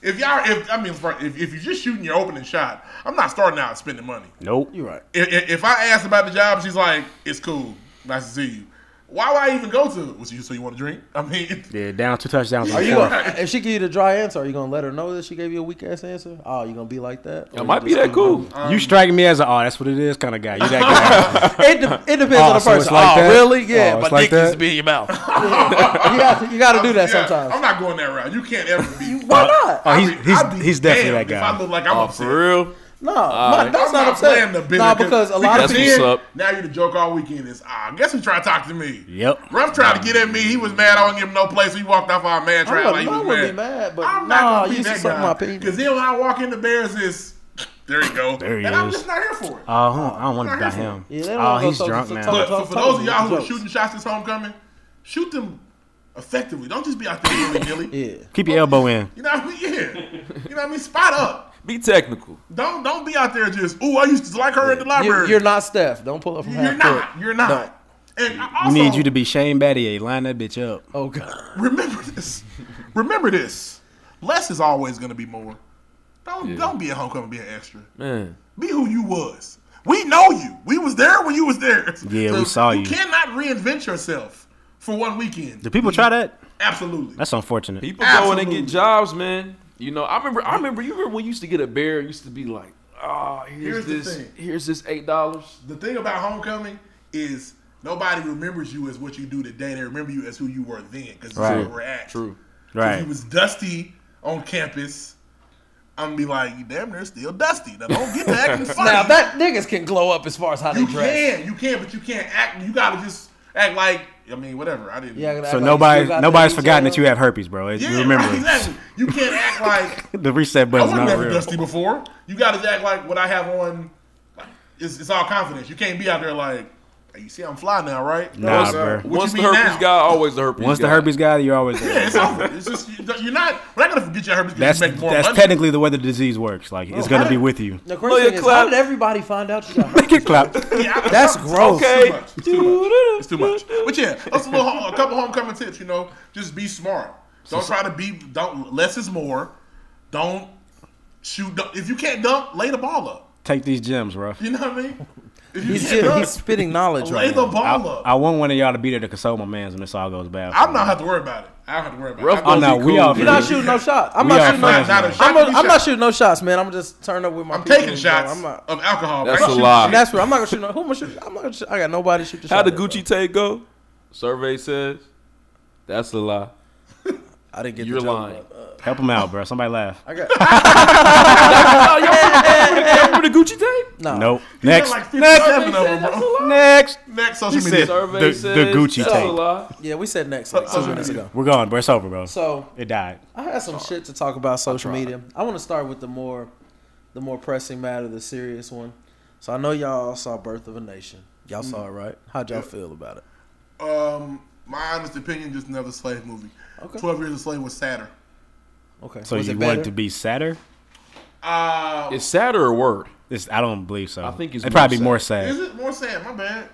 [SPEAKER 2] If y'all, if I mean, for- if, if you're just shooting your opening shot, I'm not starting out spending money.
[SPEAKER 5] Nope.
[SPEAKER 4] You're right.
[SPEAKER 2] If, if if I ask about the job, she's like, "It's cool, nice to see you." Why would I even go to? it? Was you so you want to drink? I mean,
[SPEAKER 5] Yeah, down two touchdowns.
[SPEAKER 4] Are
[SPEAKER 5] Are
[SPEAKER 4] you
[SPEAKER 5] you
[SPEAKER 4] gonna, if she give you the dry answer, are you gonna let her know that she gave you a weak ass answer? Oh, you gonna be like that?
[SPEAKER 3] It might be that cool.
[SPEAKER 2] Um,
[SPEAKER 5] you strike me as a oh, that's what it is kind of guy. You that guy.
[SPEAKER 4] It, de- it depends
[SPEAKER 5] Oh,
[SPEAKER 4] on the
[SPEAKER 5] so
[SPEAKER 4] person.
[SPEAKER 5] it's like
[SPEAKER 4] oh,
[SPEAKER 5] that?
[SPEAKER 4] really?
[SPEAKER 5] Oh,
[SPEAKER 4] Yeah,
[SPEAKER 5] it's
[SPEAKER 4] but
[SPEAKER 5] like
[SPEAKER 4] dick used
[SPEAKER 5] that?
[SPEAKER 4] to be in your mouth. you got you got to do that
[SPEAKER 2] Yeah, I'm
[SPEAKER 4] sometimes.
[SPEAKER 2] not going that route. You can't ever be.
[SPEAKER 4] Why not?
[SPEAKER 5] Oh, he's
[SPEAKER 2] I'd be- I'd
[SPEAKER 5] he's
[SPEAKER 2] be
[SPEAKER 5] he's definitely that
[SPEAKER 2] damned If I
[SPEAKER 5] guy.
[SPEAKER 2] look like I'm
[SPEAKER 3] Oh,
[SPEAKER 2] upset.
[SPEAKER 3] for real?
[SPEAKER 4] no, my-
[SPEAKER 3] right.
[SPEAKER 2] I'm
[SPEAKER 4] that's not
[SPEAKER 2] playing
[SPEAKER 4] upset.
[SPEAKER 2] the bitter.
[SPEAKER 4] nah, because a lot of
[SPEAKER 3] That's
[SPEAKER 4] people.
[SPEAKER 3] what's
[SPEAKER 2] then,
[SPEAKER 3] up.
[SPEAKER 2] Now you're the joke all weekend. Is ah, guess who tried to talk to me?
[SPEAKER 5] Yep.
[SPEAKER 2] Ruff tried to get at me. He was mad. I wouldn't give him no place. So he walked off our man trap.
[SPEAKER 4] I'm
[SPEAKER 2] like,
[SPEAKER 4] like,
[SPEAKER 2] he
[SPEAKER 4] I
[SPEAKER 2] was
[SPEAKER 4] would
[SPEAKER 2] mad.
[SPEAKER 4] be mad, but
[SPEAKER 2] I'm
[SPEAKER 4] nah,
[SPEAKER 2] not gonna
[SPEAKER 4] you
[SPEAKER 2] be
[SPEAKER 4] used to
[SPEAKER 2] that
[SPEAKER 4] suck my
[SPEAKER 2] guy.
[SPEAKER 4] penis.
[SPEAKER 2] Because then when I walk in the Bears, is there you go,
[SPEAKER 5] There he
[SPEAKER 2] and I'm
[SPEAKER 5] is.
[SPEAKER 2] just not here for it.
[SPEAKER 5] Oh, huh, I don't want to
[SPEAKER 2] Not
[SPEAKER 5] about
[SPEAKER 2] here for
[SPEAKER 5] him.
[SPEAKER 4] Yeah, they don't
[SPEAKER 5] oh,
[SPEAKER 4] wanna go
[SPEAKER 5] he's
[SPEAKER 4] so-
[SPEAKER 5] drunk
[SPEAKER 4] so-
[SPEAKER 5] now.
[SPEAKER 4] so-
[SPEAKER 2] But for, for
[SPEAKER 4] talk
[SPEAKER 2] those of
[SPEAKER 4] about
[SPEAKER 2] y'all who are
[SPEAKER 4] jokes.
[SPEAKER 2] shooting shots this homecoming, shoot them effectively. Don't just be out there willy nilly.
[SPEAKER 4] Yeah,
[SPEAKER 5] Keep your elbow in.
[SPEAKER 2] You know what I mean? Yeah. You know what I mean? Spot up.
[SPEAKER 3] Be technical.
[SPEAKER 2] Don't don't be out there just. Ooh, I used to like her at the library.
[SPEAKER 4] you, are not Steph. Don't pull up from
[SPEAKER 2] You're
[SPEAKER 4] half
[SPEAKER 2] not.
[SPEAKER 4] court.
[SPEAKER 2] You're not. And I
[SPEAKER 5] We
[SPEAKER 2] also,
[SPEAKER 5] need you to be Shane Battier. Line that bitch up.
[SPEAKER 4] Oh god,
[SPEAKER 2] remember this. Remember this. Less is always gonna be more. Don't don't be a homecoming be an extra.
[SPEAKER 3] Man.
[SPEAKER 2] Be who you was. We know you. We was there when you was there.
[SPEAKER 5] Yeah, we saw you.
[SPEAKER 2] You cannot reinvent yourself for one weekend.
[SPEAKER 5] Do people try that?
[SPEAKER 2] Absolutely.
[SPEAKER 5] That's unfortunate.
[SPEAKER 3] People go in and
[SPEAKER 2] Absolutely.
[SPEAKER 3] get jobs, man. You know, I remember. I remember. You remember when you used to get a bear? It used to be like, ah,
[SPEAKER 2] Here's
[SPEAKER 3] here's,
[SPEAKER 2] the
[SPEAKER 3] this.
[SPEAKER 2] thing.
[SPEAKER 3] Here's this eight dollars.
[SPEAKER 2] the thing about homecoming is nobody remembers you as what you do today. They remember you as who you were then because that's where
[SPEAKER 5] Right.
[SPEAKER 2] we're at.
[SPEAKER 3] True.
[SPEAKER 5] Right.
[SPEAKER 2] If you was dusty on campus, I'm gonna be like, you damn near still dusty. Now don't get to acting funny.
[SPEAKER 4] now that niggas can glow up as far as how they
[SPEAKER 2] you
[SPEAKER 4] dress.
[SPEAKER 2] can, you can, but you can't act. You gotta just act like I mean, whatever. I didn't.
[SPEAKER 4] You gotta act
[SPEAKER 5] So
[SPEAKER 4] like you
[SPEAKER 5] nobody,
[SPEAKER 4] still got
[SPEAKER 5] nobody's
[SPEAKER 4] the
[SPEAKER 5] forgotten
[SPEAKER 4] detail.
[SPEAKER 5] that you have herpes, bro. It's-
[SPEAKER 2] Yeah,
[SPEAKER 5] you remember
[SPEAKER 2] right, exactly. You can't act like
[SPEAKER 5] the reset
[SPEAKER 2] I
[SPEAKER 5] button's
[SPEAKER 2] wasn't
[SPEAKER 5] not
[SPEAKER 2] never
[SPEAKER 5] real.
[SPEAKER 2] dusty before. You got to act like what I have on. Like, it's, it's all confidence. You can't be out there like, hey, you see, I'm fly now, right?
[SPEAKER 5] Nah,
[SPEAKER 2] What's-
[SPEAKER 5] bruh.
[SPEAKER 2] what you
[SPEAKER 3] Once the
[SPEAKER 2] mean
[SPEAKER 3] herpes
[SPEAKER 2] now?
[SPEAKER 3] guy, always the herpes.
[SPEAKER 5] Once the
[SPEAKER 3] guy.
[SPEAKER 5] herpes guy, you're always there.
[SPEAKER 2] Yeah, it's over. It's just you- you're not. We're not gonna forget your herpes. 'cause
[SPEAKER 5] That's
[SPEAKER 2] you make more
[SPEAKER 5] that's
[SPEAKER 2] money.
[SPEAKER 5] technically the way the disease works. Like it's gonna be with you.
[SPEAKER 4] The
[SPEAKER 3] Look
[SPEAKER 4] crazy
[SPEAKER 3] at
[SPEAKER 4] thing is,
[SPEAKER 3] Clap.
[SPEAKER 4] how did everybody find out you got herpes?
[SPEAKER 5] Make it clap.
[SPEAKER 2] Yeah, I-
[SPEAKER 4] That's
[SPEAKER 2] I-
[SPEAKER 4] gross.
[SPEAKER 2] It's
[SPEAKER 3] Okay.
[SPEAKER 2] too much. It's too much. It's too much. But yeah, that's a little a couple homecoming tips. You know, just be smart. Don't try to be. Don't less is more. Don't shoot. dunk- If you can't dunk, lay the ball up.
[SPEAKER 5] Take these gems, bro.
[SPEAKER 2] You know what I mean? If you
[SPEAKER 4] He's,
[SPEAKER 2] can't
[SPEAKER 4] just,
[SPEAKER 2] dunk,
[SPEAKER 4] he's spitting knowledge
[SPEAKER 2] lay
[SPEAKER 4] right
[SPEAKER 2] the
[SPEAKER 4] now.
[SPEAKER 2] ball
[SPEAKER 5] I,
[SPEAKER 2] up.
[SPEAKER 5] I want one of y'all to be there to console my man's when this all goes bad.
[SPEAKER 2] I'm not have to worry about it. I don't have to worry about
[SPEAKER 3] Rough
[SPEAKER 2] it.
[SPEAKER 5] Oh
[SPEAKER 2] I'm
[SPEAKER 3] on-
[SPEAKER 5] no,
[SPEAKER 3] Be
[SPEAKER 5] we
[SPEAKER 3] cool.
[SPEAKER 5] all.
[SPEAKER 4] You're not shooting no shot. I'm
[SPEAKER 5] We
[SPEAKER 4] not
[SPEAKER 5] are
[SPEAKER 4] shooting no
[SPEAKER 5] friends.
[SPEAKER 2] not, not a
[SPEAKER 5] I'm
[SPEAKER 2] shot.
[SPEAKER 4] I'm,
[SPEAKER 2] to
[SPEAKER 4] a,
[SPEAKER 2] be
[SPEAKER 4] I'm
[SPEAKER 2] shot.
[SPEAKER 4] not shooting no shots, man. I'm just turning up with my.
[SPEAKER 2] I'm
[SPEAKER 4] people,
[SPEAKER 2] taking
[SPEAKER 4] bro.
[SPEAKER 2] shots
[SPEAKER 4] I'm not.
[SPEAKER 2] of alcohol.
[SPEAKER 3] That's
[SPEAKER 2] I
[SPEAKER 3] a
[SPEAKER 2] ain't
[SPEAKER 3] lie.
[SPEAKER 2] shooting shit.
[SPEAKER 4] That's what I'm not gonna shoot. No, who am I shooting? I'm not gonna shoot. I got nobody to shoot the
[SPEAKER 3] How
[SPEAKER 4] shot.
[SPEAKER 3] the
[SPEAKER 4] at,
[SPEAKER 3] Gucci
[SPEAKER 4] bro.
[SPEAKER 3] take go? Survey says that's a lie.
[SPEAKER 4] I didn't get the
[SPEAKER 3] You're
[SPEAKER 4] joke,
[SPEAKER 3] lying.
[SPEAKER 4] bro.
[SPEAKER 5] Help him out, bro. Somebody laugh.
[SPEAKER 4] I got Oh,
[SPEAKER 3] Remember the Gucci tape?
[SPEAKER 4] no.
[SPEAKER 5] Nope.
[SPEAKER 2] You got
[SPEAKER 5] Next.
[SPEAKER 2] Like
[SPEAKER 5] Next.
[SPEAKER 2] 57 of them, bro.
[SPEAKER 5] Next.
[SPEAKER 2] Next
[SPEAKER 5] He
[SPEAKER 2] social media.
[SPEAKER 5] said the,
[SPEAKER 3] Survey
[SPEAKER 5] the
[SPEAKER 3] says
[SPEAKER 5] Gucci
[SPEAKER 3] that's a
[SPEAKER 5] tape.
[SPEAKER 3] lie.
[SPEAKER 4] Yeah, we said next. Like,
[SPEAKER 2] Uh,
[SPEAKER 4] two minutes ago.
[SPEAKER 5] We're gone, bro. It's over, bro.
[SPEAKER 4] So
[SPEAKER 5] It died.
[SPEAKER 4] I had some shit to talk about social media. I want to start with the more, the more pressing matter, the serious one. So I know y'all saw Birth of a Nation. Y'all saw it, right? How'd y'all feel about it?
[SPEAKER 2] Um, my honest opinion, just another slave movie.
[SPEAKER 4] Okay.
[SPEAKER 2] Twelve Years a Slave was sadder.
[SPEAKER 4] Okay.
[SPEAKER 5] So
[SPEAKER 4] was
[SPEAKER 5] you
[SPEAKER 4] it
[SPEAKER 5] want
[SPEAKER 4] better?
[SPEAKER 5] it to be sadder?
[SPEAKER 2] Uh,
[SPEAKER 3] It's sadder or word.
[SPEAKER 5] It's, I don't believe so. I
[SPEAKER 3] think it's
[SPEAKER 5] it'd probably be
[SPEAKER 3] more
[SPEAKER 5] more sad.
[SPEAKER 2] is it more sad? My bad.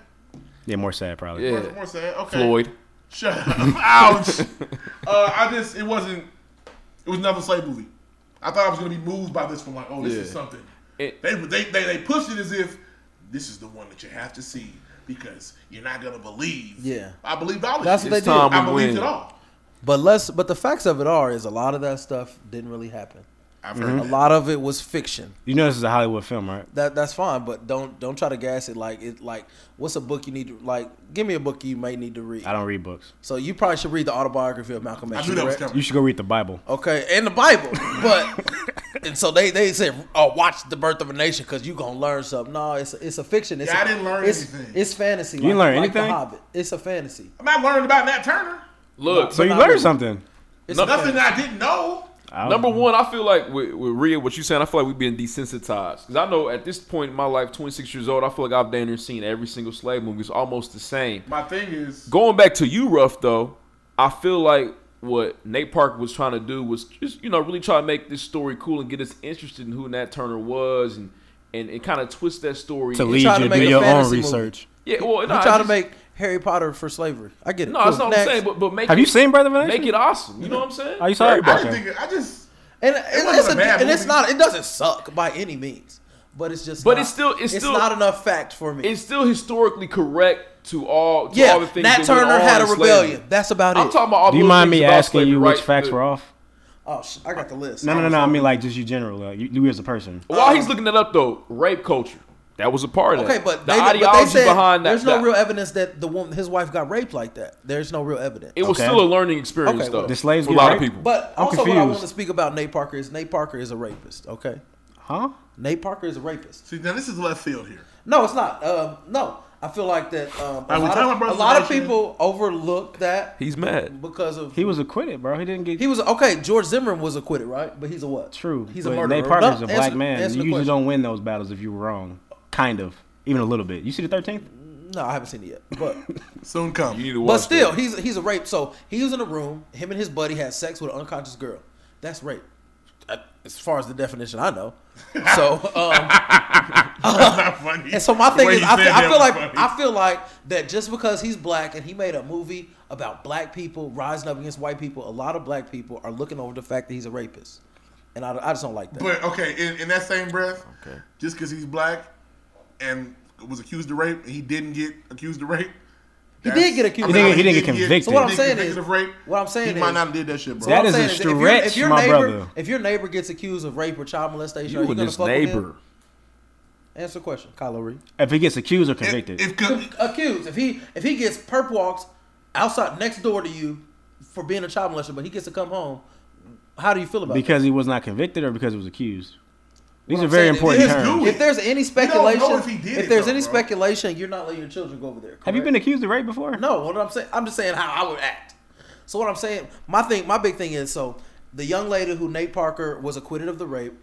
[SPEAKER 5] Yeah, more sad probably.
[SPEAKER 3] Yeah.
[SPEAKER 2] More, more sad. Okay.
[SPEAKER 3] Floyd.
[SPEAKER 2] Shut up. Ouch. uh, I just it wasn't. It was another slave movie. I thought I was gonna be moved by this one. Like, oh, this is
[SPEAKER 3] Yeah.
[SPEAKER 2] something.
[SPEAKER 3] It-
[SPEAKER 2] they, they they they pushed it as if this is the one that you have to see because you're not gonna believe.
[SPEAKER 4] Yeah.
[SPEAKER 2] I believed all this.
[SPEAKER 4] That's
[SPEAKER 2] shit.
[SPEAKER 4] what they
[SPEAKER 3] time
[SPEAKER 4] It's
[SPEAKER 3] did. we
[SPEAKER 2] I believed
[SPEAKER 3] win.
[SPEAKER 2] it all.
[SPEAKER 4] But less. But the facts of it are is a lot of that stuff didn't really happen.
[SPEAKER 2] I've
[SPEAKER 5] Mm-hmm.
[SPEAKER 2] heard.
[SPEAKER 4] Mm-hmm. A lot of it was fiction.
[SPEAKER 5] You know this is a Hollywood film, right?
[SPEAKER 4] That that's fine, but don't don't try to gas it like it like what's a book you need to like give me a book you may need to read.
[SPEAKER 5] I don't read books.
[SPEAKER 4] So you probably should read the autobiography of Malcolm
[SPEAKER 2] I
[SPEAKER 4] X.
[SPEAKER 2] knew that was
[SPEAKER 4] correct?
[SPEAKER 2] coming.
[SPEAKER 5] You should go read the Bible.
[SPEAKER 4] Okay, and the Bible, but and so they they said, "Oh, watch the Birth of a Nation because you gonna learn something." No, it's it's a fiction. It's
[SPEAKER 2] Yeah,
[SPEAKER 4] I
[SPEAKER 2] I didn't learn
[SPEAKER 4] it's,
[SPEAKER 2] anything.
[SPEAKER 4] It's fantasy.
[SPEAKER 5] didn't
[SPEAKER 4] like-
[SPEAKER 5] learn
[SPEAKER 4] like The
[SPEAKER 5] anything?
[SPEAKER 4] Hobbit. It's a fantasy.
[SPEAKER 2] I'm not learning about Nat Turner.
[SPEAKER 3] Look,
[SPEAKER 5] So you
[SPEAKER 4] not
[SPEAKER 5] learned
[SPEAKER 4] really.
[SPEAKER 5] something.
[SPEAKER 4] It's a
[SPEAKER 2] Nothing I
[SPEAKER 4] fantasy.
[SPEAKER 2] didn't know.
[SPEAKER 5] I don't-
[SPEAKER 3] Number one, I feel like with, with Rhea, what you're saying, I feel like we've been desensitized. Because I know at this point in my life, 26 years old, I feel like I've damn near seen every single slave movie. It's almost the same.
[SPEAKER 2] My thing is,
[SPEAKER 3] Going back to you, Ruff, though, I feel like what Nate Park was trying to do was just, you know, really try to make this story cool and get us interested in who Nat Turner was and and, and kind of twist that story.
[SPEAKER 5] to
[SPEAKER 3] And-
[SPEAKER 5] lead
[SPEAKER 4] tried
[SPEAKER 5] you
[SPEAKER 4] to
[SPEAKER 5] to
[SPEAKER 4] make
[SPEAKER 5] do
[SPEAKER 4] a
[SPEAKER 5] your own
[SPEAKER 4] fantasy movie.
[SPEAKER 5] research.
[SPEAKER 3] Yeah, well,
[SPEAKER 4] You
[SPEAKER 3] nah,
[SPEAKER 4] trying to
[SPEAKER 3] just-
[SPEAKER 4] make Harry Potter for slavery? I get it.
[SPEAKER 3] No,
[SPEAKER 4] Cool.
[SPEAKER 3] that's not what I'm
[SPEAKER 4] Next.
[SPEAKER 3] saying, but, but make,
[SPEAKER 5] Have
[SPEAKER 3] it,
[SPEAKER 5] you seen Brother Van
[SPEAKER 3] make it awesome. You know what I'm saying?
[SPEAKER 5] Are you sorry
[SPEAKER 2] I
[SPEAKER 5] about
[SPEAKER 2] didn't
[SPEAKER 5] that?
[SPEAKER 2] think. It, I just.
[SPEAKER 4] And, and
[SPEAKER 2] wasn't
[SPEAKER 4] it's
[SPEAKER 2] a
[SPEAKER 4] a-
[SPEAKER 2] bad
[SPEAKER 4] and it's
[SPEAKER 2] movie.
[SPEAKER 4] not. It doesn't suck by any means, but it's just.
[SPEAKER 3] But
[SPEAKER 4] not-
[SPEAKER 3] it's still- it's still-
[SPEAKER 4] not enough fact for me.
[SPEAKER 3] It's still historically correct to all. To all
[SPEAKER 4] yeah,
[SPEAKER 3] the things
[SPEAKER 4] Nat
[SPEAKER 3] that went
[SPEAKER 4] Turner
[SPEAKER 3] on
[SPEAKER 4] had a
[SPEAKER 3] in slavery.
[SPEAKER 4] rebellion. That's about
[SPEAKER 3] I'm
[SPEAKER 4] it.
[SPEAKER 3] talking about all
[SPEAKER 5] Do you
[SPEAKER 3] those
[SPEAKER 5] mind
[SPEAKER 3] things
[SPEAKER 5] me
[SPEAKER 3] about
[SPEAKER 5] asking
[SPEAKER 3] slavery,
[SPEAKER 5] you
[SPEAKER 3] right?
[SPEAKER 5] which facts
[SPEAKER 3] The-
[SPEAKER 5] were off?
[SPEAKER 4] oh, sh- I got the list.
[SPEAKER 5] No, no, no, no. I mean like just you general, like, you, you as a person.
[SPEAKER 3] While he's looking it up, though, rape culture. That was a part of
[SPEAKER 4] Okay,
[SPEAKER 3] that.
[SPEAKER 4] but
[SPEAKER 3] the
[SPEAKER 4] they, but they
[SPEAKER 3] ideology
[SPEAKER 4] said
[SPEAKER 3] behind that.
[SPEAKER 4] There's no
[SPEAKER 3] that-
[SPEAKER 4] real evidence that the woman, his wife, got raped like that. There's no real evidence.
[SPEAKER 3] It was
[SPEAKER 5] Okay.
[SPEAKER 3] still a learning experience,
[SPEAKER 4] Okay,
[SPEAKER 3] though.
[SPEAKER 4] well,
[SPEAKER 5] the slaves
[SPEAKER 3] for a
[SPEAKER 5] get
[SPEAKER 3] lot of
[SPEAKER 5] raped?
[SPEAKER 3] people.
[SPEAKER 4] but
[SPEAKER 5] I'm
[SPEAKER 4] also, what I want
[SPEAKER 5] confused.
[SPEAKER 4] to speak about Nate Parker is Nate Parker is a rapist. Okay,
[SPEAKER 5] Huh?
[SPEAKER 4] Nate Parker is a rapist.
[SPEAKER 2] See, now this is left field here.
[SPEAKER 4] No, it's not. Um, no, I feel like that. Um, a,
[SPEAKER 2] Are we
[SPEAKER 4] lot
[SPEAKER 2] talking
[SPEAKER 4] of,
[SPEAKER 2] about
[SPEAKER 4] a lot of
[SPEAKER 2] Russian?
[SPEAKER 4] people overlook that
[SPEAKER 3] he's mad.
[SPEAKER 4] because of
[SPEAKER 5] He was acquitted, bro. He didn't get
[SPEAKER 4] He was okay. George Zimmerman was acquitted, right? But he's a what?
[SPEAKER 5] true.
[SPEAKER 4] He's a
[SPEAKER 5] but
[SPEAKER 4] murderer.
[SPEAKER 5] Nate Parker's
[SPEAKER 4] No,
[SPEAKER 5] a
[SPEAKER 4] answer-
[SPEAKER 5] black man.
[SPEAKER 4] answer the
[SPEAKER 5] You usually
[SPEAKER 4] question.
[SPEAKER 5] don't win those battles if you were wrong. Kind of, even a little bit. You see the thirteenth?
[SPEAKER 4] No, I haven't seen it yet. But
[SPEAKER 2] Soon
[SPEAKER 3] You
[SPEAKER 2] come.
[SPEAKER 3] need to watch
[SPEAKER 4] but still,
[SPEAKER 3] that.
[SPEAKER 4] he's he's a rape. So he was in a room. Him and his buddy had sex with an unconscious girl. That's rape, Uh, as far as the definition I know. So um,
[SPEAKER 2] That's not funny.
[SPEAKER 4] And so my
[SPEAKER 2] The
[SPEAKER 4] thing
[SPEAKER 2] way
[SPEAKER 4] is,
[SPEAKER 2] he
[SPEAKER 4] I
[SPEAKER 2] said
[SPEAKER 4] feel,
[SPEAKER 2] that
[SPEAKER 4] I feel
[SPEAKER 2] was
[SPEAKER 4] like
[SPEAKER 2] funny.
[SPEAKER 4] I feel like that just because he's black and he made a movie about black people rising up against white people, a lot of black people are looking over the fact that he's a rapist, and I, I just don't like that.
[SPEAKER 2] But okay, in, in that same breath, just because he's black and was accused of rape, and he didn't get accused of rape. He
[SPEAKER 4] did get accused.
[SPEAKER 5] He didn't- he didn't get convicted. So
[SPEAKER 4] what I'm saying is-
[SPEAKER 2] of rape.
[SPEAKER 4] what I'm saying
[SPEAKER 2] he might
[SPEAKER 4] is-
[SPEAKER 2] not have did that shit, bro.
[SPEAKER 5] That
[SPEAKER 4] What I'm
[SPEAKER 5] is a
[SPEAKER 4] saying if your- if
[SPEAKER 5] stretch,
[SPEAKER 4] your
[SPEAKER 5] my
[SPEAKER 4] neighbor,
[SPEAKER 5] brother.
[SPEAKER 4] If your neighbor gets accused of rape or child molestation,
[SPEAKER 3] you
[SPEAKER 4] are you
[SPEAKER 3] and
[SPEAKER 4] gonna
[SPEAKER 3] his
[SPEAKER 4] fuck with
[SPEAKER 3] neighbor.
[SPEAKER 4] him? Answer the question, Kylo Reed.
[SPEAKER 5] If he gets accused or
[SPEAKER 2] if,
[SPEAKER 5] convicted,
[SPEAKER 2] if co-
[SPEAKER 4] Accused. If he if he gets perp walks outside next door to you for being a child molester, but he gets to come home, how do you feel about
[SPEAKER 5] because he was not convicted or because he was accused. These
[SPEAKER 4] What
[SPEAKER 5] are
[SPEAKER 4] I'm
[SPEAKER 5] very
[SPEAKER 4] saying is-
[SPEAKER 5] important
[SPEAKER 2] It is
[SPEAKER 5] terms.
[SPEAKER 2] good.
[SPEAKER 4] If there's any
[SPEAKER 2] know if
[SPEAKER 4] speculation,
[SPEAKER 2] he did
[SPEAKER 4] if,
[SPEAKER 2] it,
[SPEAKER 4] there's
[SPEAKER 2] though,
[SPEAKER 4] any
[SPEAKER 2] bro.
[SPEAKER 4] speculation, you're not letting your children go over there.
[SPEAKER 5] Have you
[SPEAKER 4] correct?
[SPEAKER 5] been accused of rape before?
[SPEAKER 4] No, what I'm saying, I'm just saying how I would act. So what I'm saying, my thing, my big thing is, so the young lady who Nate Parker was acquitted of the rape.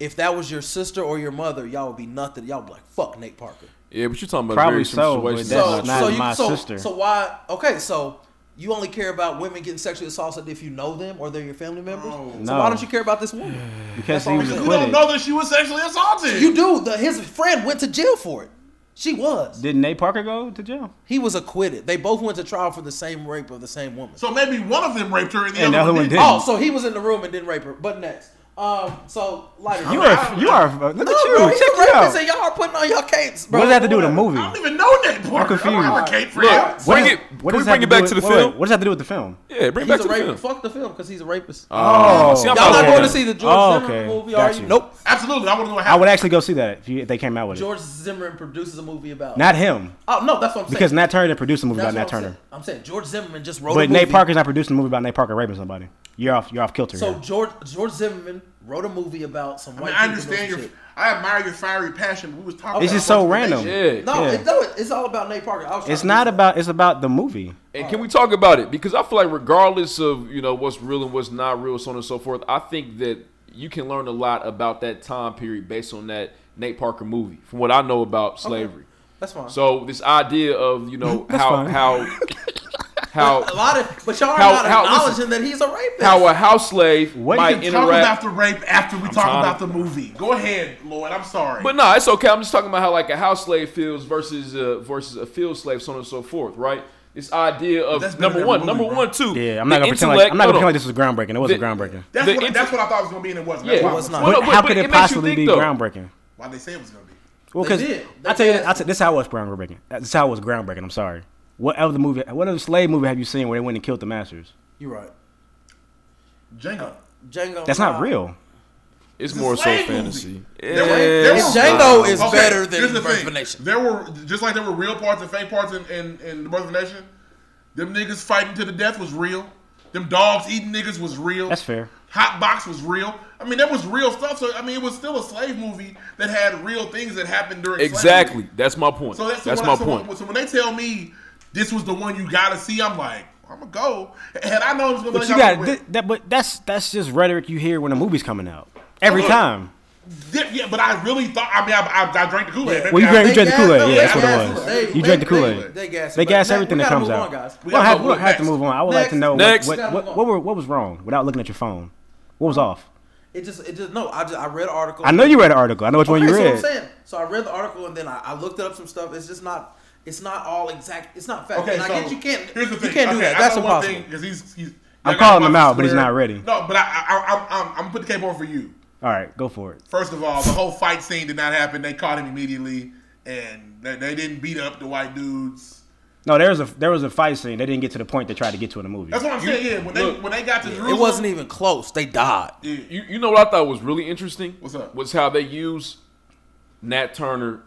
[SPEAKER 4] If that was your sister or your mother, y'all would be nothing. Y'all would be like, "Fuck Nate Parker."
[SPEAKER 3] Yeah, but you're talking about
[SPEAKER 5] Probably
[SPEAKER 3] very
[SPEAKER 5] so, but
[SPEAKER 3] situations.
[SPEAKER 5] that's
[SPEAKER 4] so,
[SPEAKER 5] not-
[SPEAKER 4] so you,
[SPEAKER 5] my
[SPEAKER 4] so,
[SPEAKER 5] sister.
[SPEAKER 4] So why? Okay, so you only care about women getting sexually assaulted if you know them or they're your family members. so
[SPEAKER 5] No.
[SPEAKER 4] why don't you care about this woman?
[SPEAKER 5] Because he
[SPEAKER 4] all
[SPEAKER 5] was
[SPEAKER 4] I'm saying.
[SPEAKER 2] You don't
[SPEAKER 5] acquitted.
[SPEAKER 2] know that she was sexually assaulted.
[SPEAKER 4] You do. The, his friend went to jail for it. She was.
[SPEAKER 5] Did Nate Parker go to jail?
[SPEAKER 4] He was acquitted. They both went to trial for the same rape of the same woman.
[SPEAKER 2] so maybe one of them raped her and the
[SPEAKER 5] And the
[SPEAKER 2] other
[SPEAKER 5] other one
[SPEAKER 2] one didn't.
[SPEAKER 5] didn't.
[SPEAKER 4] Oh, so he was in the room and didn't rape her. But next, um, so like
[SPEAKER 5] You are. You are. Look
[SPEAKER 4] No,
[SPEAKER 5] at you.
[SPEAKER 4] bro, he's
[SPEAKER 5] Check
[SPEAKER 4] a
[SPEAKER 5] you out.
[SPEAKER 4] rapist, and y'all are putting on your capes, bro.
[SPEAKER 5] What does that have to do with a
[SPEAKER 2] Oh, I
[SPEAKER 5] movie?
[SPEAKER 2] don't even know Nate Parker. I'm
[SPEAKER 5] confused.
[SPEAKER 2] not gonna cape for
[SPEAKER 3] Look,
[SPEAKER 2] him.
[SPEAKER 3] bring
[SPEAKER 5] does-
[SPEAKER 3] it.
[SPEAKER 5] what
[SPEAKER 3] can we
[SPEAKER 5] does that
[SPEAKER 3] bring
[SPEAKER 5] have
[SPEAKER 3] it back
[SPEAKER 5] do
[SPEAKER 3] to the
[SPEAKER 5] with- wait, wait,
[SPEAKER 3] film?
[SPEAKER 5] What does that have to do with the film?
[SPEAKER 3] Yeah, bring it
[SPEAKER 4] He's
[SPEAKER 3] back
[SPEAKER 4] a
[SPEAKER 3] to the
[SPEAKER 4] rapist.
[SPEAKER 3] film.
[SPEAKER 4] Fuck the film because he's a rapist.
[SPEAKER 3] Oh, see, I'm
[SPEAKER 4] y'all not
[SPEAKER 3] okay.
[SPEAKER 4] going to see the George
[SPEAKER 5] Oh,
[SPEAKER 4] Zimmerman
[SPEAKER 5] okay.
[SPEAKER 4] movie?
[SPEAKER 5] Got
[SPEAKER 4] Are you?
[SPEAKER 5] you.
[SPEAKER 4] Nope.
[SPEAKER 2] Absolutely, I want to know what
[SPEAKER 5] I
[SPEAKER 2] happened.
[SPEAKER 5] would actually go see that if, you, if they came out with it.
[SPEAKER 4] George Zimmerman produces a movie about.
[SPEAKER 5] Not him,
[SPEAKER 4] oh no, that's what I'm saying.
[SPEAKER 5] because Nat Turner produced a movie
[SPEAKER 4] that's
[SPEAKER 5] about Nat
[SPEAKER 4] what I'm
[SPEAKER 5] Turner.
[SPEAKER 4] saying. I'm saying George Zimmerman just wrote. a
[SPEAKER 5] But
[SPEAKER 4] movie.
[SPEAKER 5] Nate Parker's not producing a movie about Nate Parker raping somebody. You're off. You're off kilter.
[SPEAKER 4] So
[SPEAKER 5] here.
[SPEAKER 4] George George Zimmerman wrote a movie about some
[SPEAKER 2] I,
[SPEAKER 4] white.
[SPEAKER 2] mean, I
[SPEAKER 4] people doing
[SPEAKER 2] understand
[SPEAKER 4] some
[SPEAKER 2] your.
[SPEAKER 4] shit.
[SPEAKER 2] I admire your fiery passion. But we was talking.
[SPEAKER 5] It's
[SPEAKER 2] about
[SPEAKER 5] just so
[SPEAKER 2] fucking
[SPEAKER 5] random.
[SPEAKER 2] nation.
[SPEAKER 3] Yeah.
[SPEAKER 4] No,
[SPEAKER 5] Yeah.
[SPEAKER 4] it, no, it- it's all about Nate Parker. I was trying
[SPEAKER 5] It's
[SPEAKER 4] to-
[SPEAKER 5] not about. It's about the movie.
[SPEAKER 3] And can we talk about it? Because I feel like regardless of you know what's real and what's not real, so on and so forth, I think that you can learn a lot about that time period based on that Nate Parker movie. From what I know about slavery,
[SPEAKER 4] That's fine.
[SPEAKER 3] so this idea of you know how
[SPEAKER 5] fine.
[SPEAKER 3] how how
[SPEAKER 4] a lot of, but y'all are
[SPEAKER 3] How-
[SPEAKER 4] not
[SPEAKER 3] how-
[SPEAKER 4] acknowledging that he's a rapist.
[SPEAKER 3] how
[SPEAKER 5] uh,
[SPEAKER 3] a house slave
[SPEAKER 5] What you
[SPEAKER 3] might
[SPEAKER 5] can
[SPEAKER 2] We Talk about
[SPEAKER 3] interact.
[SPEAKER 2] the rape after we talk
[SPEAKER 3] tired
[SPEAKER 2] about
[SPEAKER 3] of-
[SPEAKER 2] the movie. Go ahead, Lloyd. I'm sorry.
[SPEAKER 3] But no, it's okay. I'm just talking about how like a house slave feels versus uh, versus a field slave, so on and so forth, right? This idea
[SPEAKER 2] That's better
[SPEAKER 3] of number
[SPEAKER 2] than
[SPEAKER 3] one,
[SPEAKER 2] the
[SPEAKER 3] number
[SPEAKER 2] movie, bro.
[SPEAKER 3] one, two.
[SPEAKER 5] Yeah, I'm not
[SPEAKER 3] the
[SPEAKER 5] gonna pretend like
[SPEAKER 3] intellect-
[SPEAKER 5] I'm not
[SPEAKER 3] hold
[SPEAKER 5] gonna pretend
[SPEAKER 3] on.
[SPEAKER 5] like this was groundbreaking. It wasn't
[SPEAKER 3] The-
[SPEAKER 5] groundbreaking.
[SPEAKER 2] that's,
[SPEAKER 3] the
[SPEAKER 2] what,
[SPEAKER 3] inter-
[SPEAKER 2] that's what I thought it was gonna be, and it wasn't.
[SPEAKER 3] Yeah,
[SPEAKER 2] That's why I
[SPEAKER 3] it
[SPEAKER 2] was
[SPEAKER 3] was
[SPEAKER 2] not.
[SPEAKER 3] not. Well, no,
[SPEAKER 5] But how
[SPEAKER 3] but-
[SPEAKER 5] could
[SPEAKER 3] but
[SPEAKER 5] it
[SPEAKER 3] it makes you
[SPEAKER 5] possibly be
[SPEAKER 3] think, though.
[SPEAKER 5] groundbreaking?
[SPEAKER 2] Why they say it was gonna be?
[SPEAKER 5] Well,
[SPEAKER 4] They
[SPEAKER 5] because
[SPEAKER 4] did.
[SPEAKER 5] I
[SPEAKER 4] They
[SPEAKER 5] tell you,
[SPEAKER 4] did.
[SPEAKER 5] I tell, this is how it was groundbreaking. That's how it was groundbreaking. I'm sorry. What other movie? What other slave movie have you seen where they went and killed the masters?
[SPEAKER 4] You're right.
[SPEAKER 2] Django.
[SPEAKER 4] Django.
[SPEAKER 5] That's
[SPEAKER 4] nah.
[SPEAKER 5] not real.
[SPEAKER 3] It's
[SPEAKER 2] a
[SPEAKER 3] more so
[SPEAKER 2] slave
[SPEAKER 3] fantasy.
[SPEAKER 2] There were- there
[SPEAKER 4] If
[SPEAKER 2] were- uh,
[SPEAKER 4] Django is
[SPEAKER 2] Okay,
[SPEAKER 4] better than
[SPEAKER 2] here's the
[SPEAKER 4] Birth of
[SPEAKER 2] thing.
[SPEAKER 4] a Nation.
[SPEAKER 2] There were just like there were real parts and fake parts in, in, in the Birth of a Nation. Them niggas fighting to the death was real. Them dogs eating niggas was real.
[SPEAKER 5] That's fair.
[SPEAKER 2] Hot box was real. I mean, that was real stuff. So I mean, it was still a slave movie that had real things that happened during slavery.
[SPEAKER 3] Exactly. That's my point.
[SPEAKER 2] So that's,
[SPEAKER 3] that's
[SPEAKER 2] so when
[SPEAKER 3] my
[SPEAKER 2] I- so
[SPEAKER 3] point.
[SPEAKER 2] When, so when they tell me this was the one you gotta see, I'm like, I'm gonna go. And I know it's gonna.
[SPEAKER 5] But you got th- that. But that's that's just rhetoric you hear when a movie's coming out every
[SPEAKER 2] Look.
[SPEAKER 5] time.
[SPEAKER 2] Yeah, yeah, but I really thought. I mean, I, I, I drank the Kool Aid.
[SPEAKER 5] Well, you drank, you drank the
[SPEAKER 4] gas-
[SPEAKER 5] Kool Aid.
[SPEAKER 4] no,
[SPEAKER 5] Yeah,
[SPEAKER 4] they
[SPEAKER 5] that's what
[SPEAKER 4] gas
[SPEAKER 5] it was.
[SPEAKER 4] it. They-
[SPEAKER 5] you
[SPEAKER 4] they-
[SPEAKER 5] drank the Kool
[SPEAKER 2] they-
[SPEAKER 5] Aid.
[SPEAKER 4] They gas.
[SPEAKER 5] They
[SPEAKER 4] but
[SPEAKER 5] gas
[SPEAKER 4] Nat-
[SPEAKER 5] everything
[SPEAKER 4] we
[SPEAKER 5] that
[SPEAKER 4] gotta
[SPEAKER 5] comes
[SPEAKER 4] move on,
[SPEAKER 5] out.
[SPEAKER 4] guys.
[SPEAKER 5] We don't have, we don't have to
[SPEAKER 2] Next.
[SPEAKER 5] move on. I would like to
[SPEAKER 4] Next.
[SPEAKER 5] know what
[SPEAKER 3] Next.
[SPEAKER 5] what,
[SPEAKER 4] Gotta
[SPEAKER 5] what,
[SPEAKER 4] move
[SPEAKER 5] what, were, what was wrong without looking at your phone. What was off?
[SPEAKER 4] It just, it just no. I just, I read articles.
[SPEAKER 5] I know you read an article. I know which one you
[SPEAKER 4] Okay,
[SPEAKER 5] read.
[SPEAKER 4] So, I'm saying. so I read the article and then I, I looked up some stuff. It's just not. It's not all exact. It's not fact.
[SPEAKER 2] Okay,
[SPEAKER 4] and
[SPEAKER 2] so
[SPEAKER 4] I get you can't.
[SPEAKER 2] Here's the thing.
[SPEAKER 4] You can't do
[SPEAKER 2] Okay,
[SPEAKER 4] that.
[SPEAKER 2] I
[SPEAKER 4] That's
[SPEAKER 2] know
[SPEAKER 4] impossible.
[SPEAKER 2] One thing, 'cause he's, he's,
[SPEAKER 5] I'm
[SPEAKER 2] I gotta
[SPEAKER 5] calling him
[SPEAKER 2] watch
[SPEAKER 5] out,
[SPEAKER 2] this
[SPEAKER 5] but he's
[SPEAKER 2] clear.
[SPEAKER 5] not ready.
[SPEAKER 2] No, but I, I, I, I'm, I'm, I'm gonna put the cape on for you.
[SPEAKER 5] All right, go for it.
[SPEAKER 2] First of all, the whole fight scene did not happen. They caught him immediately, and they, they didn't beat up the white dudes.
[SPEAKER 5] No, there was a there was a fight scene. They didn't get to the point they tried to get to in the movie.
[SPEAKER 2] That's what I'm saying. Yeah, when they
[SPEAKER 3] look,
[SPEAKER 2] when they got to Jerusalem,
[SPEAKER 4] It wasn't even close. They died.
[SPEAKER 3] You, you know what I thought was really interesting?
[SPEAKER 2] What's up?
[SPEAKER 3] Was how they used Nat Turner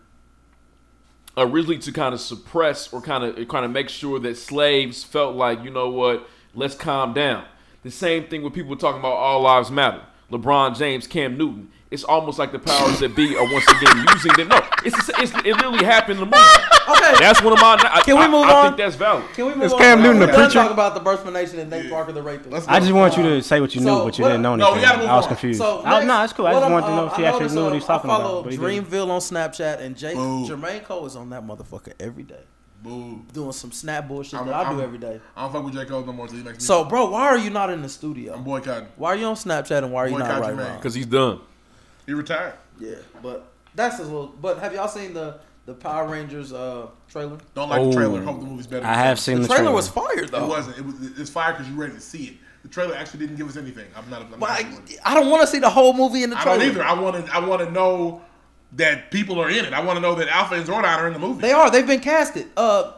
[SPEAKER 3] originally to kind of suppress or kind of kind of make sure that slaves felt like you know what, let's calm down. The same thing with people talking about all lives matter. LeBron James, Cam Newton. It's almost like the powers that be are once again using them. No, it's, it's it literally happened in the movie.
[SPEAKER 4] Okay.
[SPEAKER 3] That's one of my. I,
[SPEAKER 4] Can we
[SPEAKER 3] I-
[SPEAKER 4] move
[SPEAKER 3] I
[SPEAKER 4] on?
[SPEAKER 3] think that's valid.
[SPEAKER 4] Can we move
[SPEAKER 5] Is
[SPEAKER 4] on?
[SPEAKER 5] Cam Newton
[SPEAKER 4] We're
[SPEAKER 5] the
[SPEAKER 4] done
[SPEAKER 5] preacher?
[SPEAKER 4] talking about the Birth of a Nation and Nate Parker the rapist.
[SPEAKER 2] Let's
[SPEAKER 5] I just want you to say what you knew,
[SPEAKER 4] So,
[SPEAKER 5] but you
[SPEAKER 4] what-
[SPEAKER 5] didn't know
[SPEAKER 2] No, we
[SPEAKER 5] anything.
[SPEAKER 2] gotta move
[SPEAKER 5] I was
[SPEAKER 2] on.
[SPEAKER 5] confused.
[SPEAKER 4] So
[SPEAKER 5] I,
[SPEAKER 4] next,
[SPEAKER 5] no, it's cool. I
[SPEAKER 4] what
[SPEAKER 5] just
[SPEAKER 4] I'm-
[SPEAKER 5] wanted to know
[SPEAKER 4] uh,
[SPEAKER 5] if he
[SPEAKER 4] I
[SPEAKER 5] actually
[SPEAKER 4] noticed,
[SPEAKER 5] knew
[SPEAKER 4] uh,
[SPEAKER 5] what he was talking
[SPEAKER 4] I
[SPEAKER 5] about.
[SPEAKER 4] follow
[SPEAKER 5] but he didn't.
[SPEAKER 4] Dreamville on Snapchat and Jake
[SPEAKER 2] Boo.
[SPEAKER 4] Jermaine Cole is on that motherfucker every day,
[SPEAKER 2] Boo.
[SPEAKER 4] doing some snap bullshit
[SPEAKER 2] I'm-
[SPEAKER 4] that I do
[SPEAKER 2] I'm-
[SPEAKER 4] every day.
[SPEAKER 2] I don't fuck with J Cole no more until you next
[SPEAKER 4] So, bro, why are you not in the
[SPEAKER 2] I'm
[SPEAKER 4] studio?
[SPEAKER 2] boycotting.
[SPEAKER 4] Why are you on Snapchat and why are you not
[SPEAKER 2] Boycott
[SPEAKER 4] right
[SPEAKER 2] Jermaine.
[SPEAKER 4] now?
[SPEAKER 3] Because he's done.
[SPEAKER 2] He retired.
[SPEAKER 4] Yeah, but that's a little. But have y'all seen the the Power Rangers uh trailer?
[SPEAKER 2] Don't like
[SPEAKER 5] Oh.
[SPEAKER 2] the trailer. Hope the movie's better.
[SPEAKER 5] I have seen the,
[SPEAKER 4] The trailer was fired
[SPEAKER 2] It
[SPEAKER 4] though.
[SPEAKER 2] wasn't. It was. It's fire because you ready to see it. The trailer actually didn't give us anything. I'm not. I'm not
[SPEAKER 4] But I,
[SPEAKER 2] happy with it.
[SPEAKER 4] I don't want to see the whole movie in the
[SPEAKER 2] I
[SPEAKER 4] trailer.
[SPEAKER 2] don't either. I want to. I want to know that people are in it. I want to know that Alpha and Zordon are in the movie.
[SPEAKER 4] They are. They've been casted. Uh,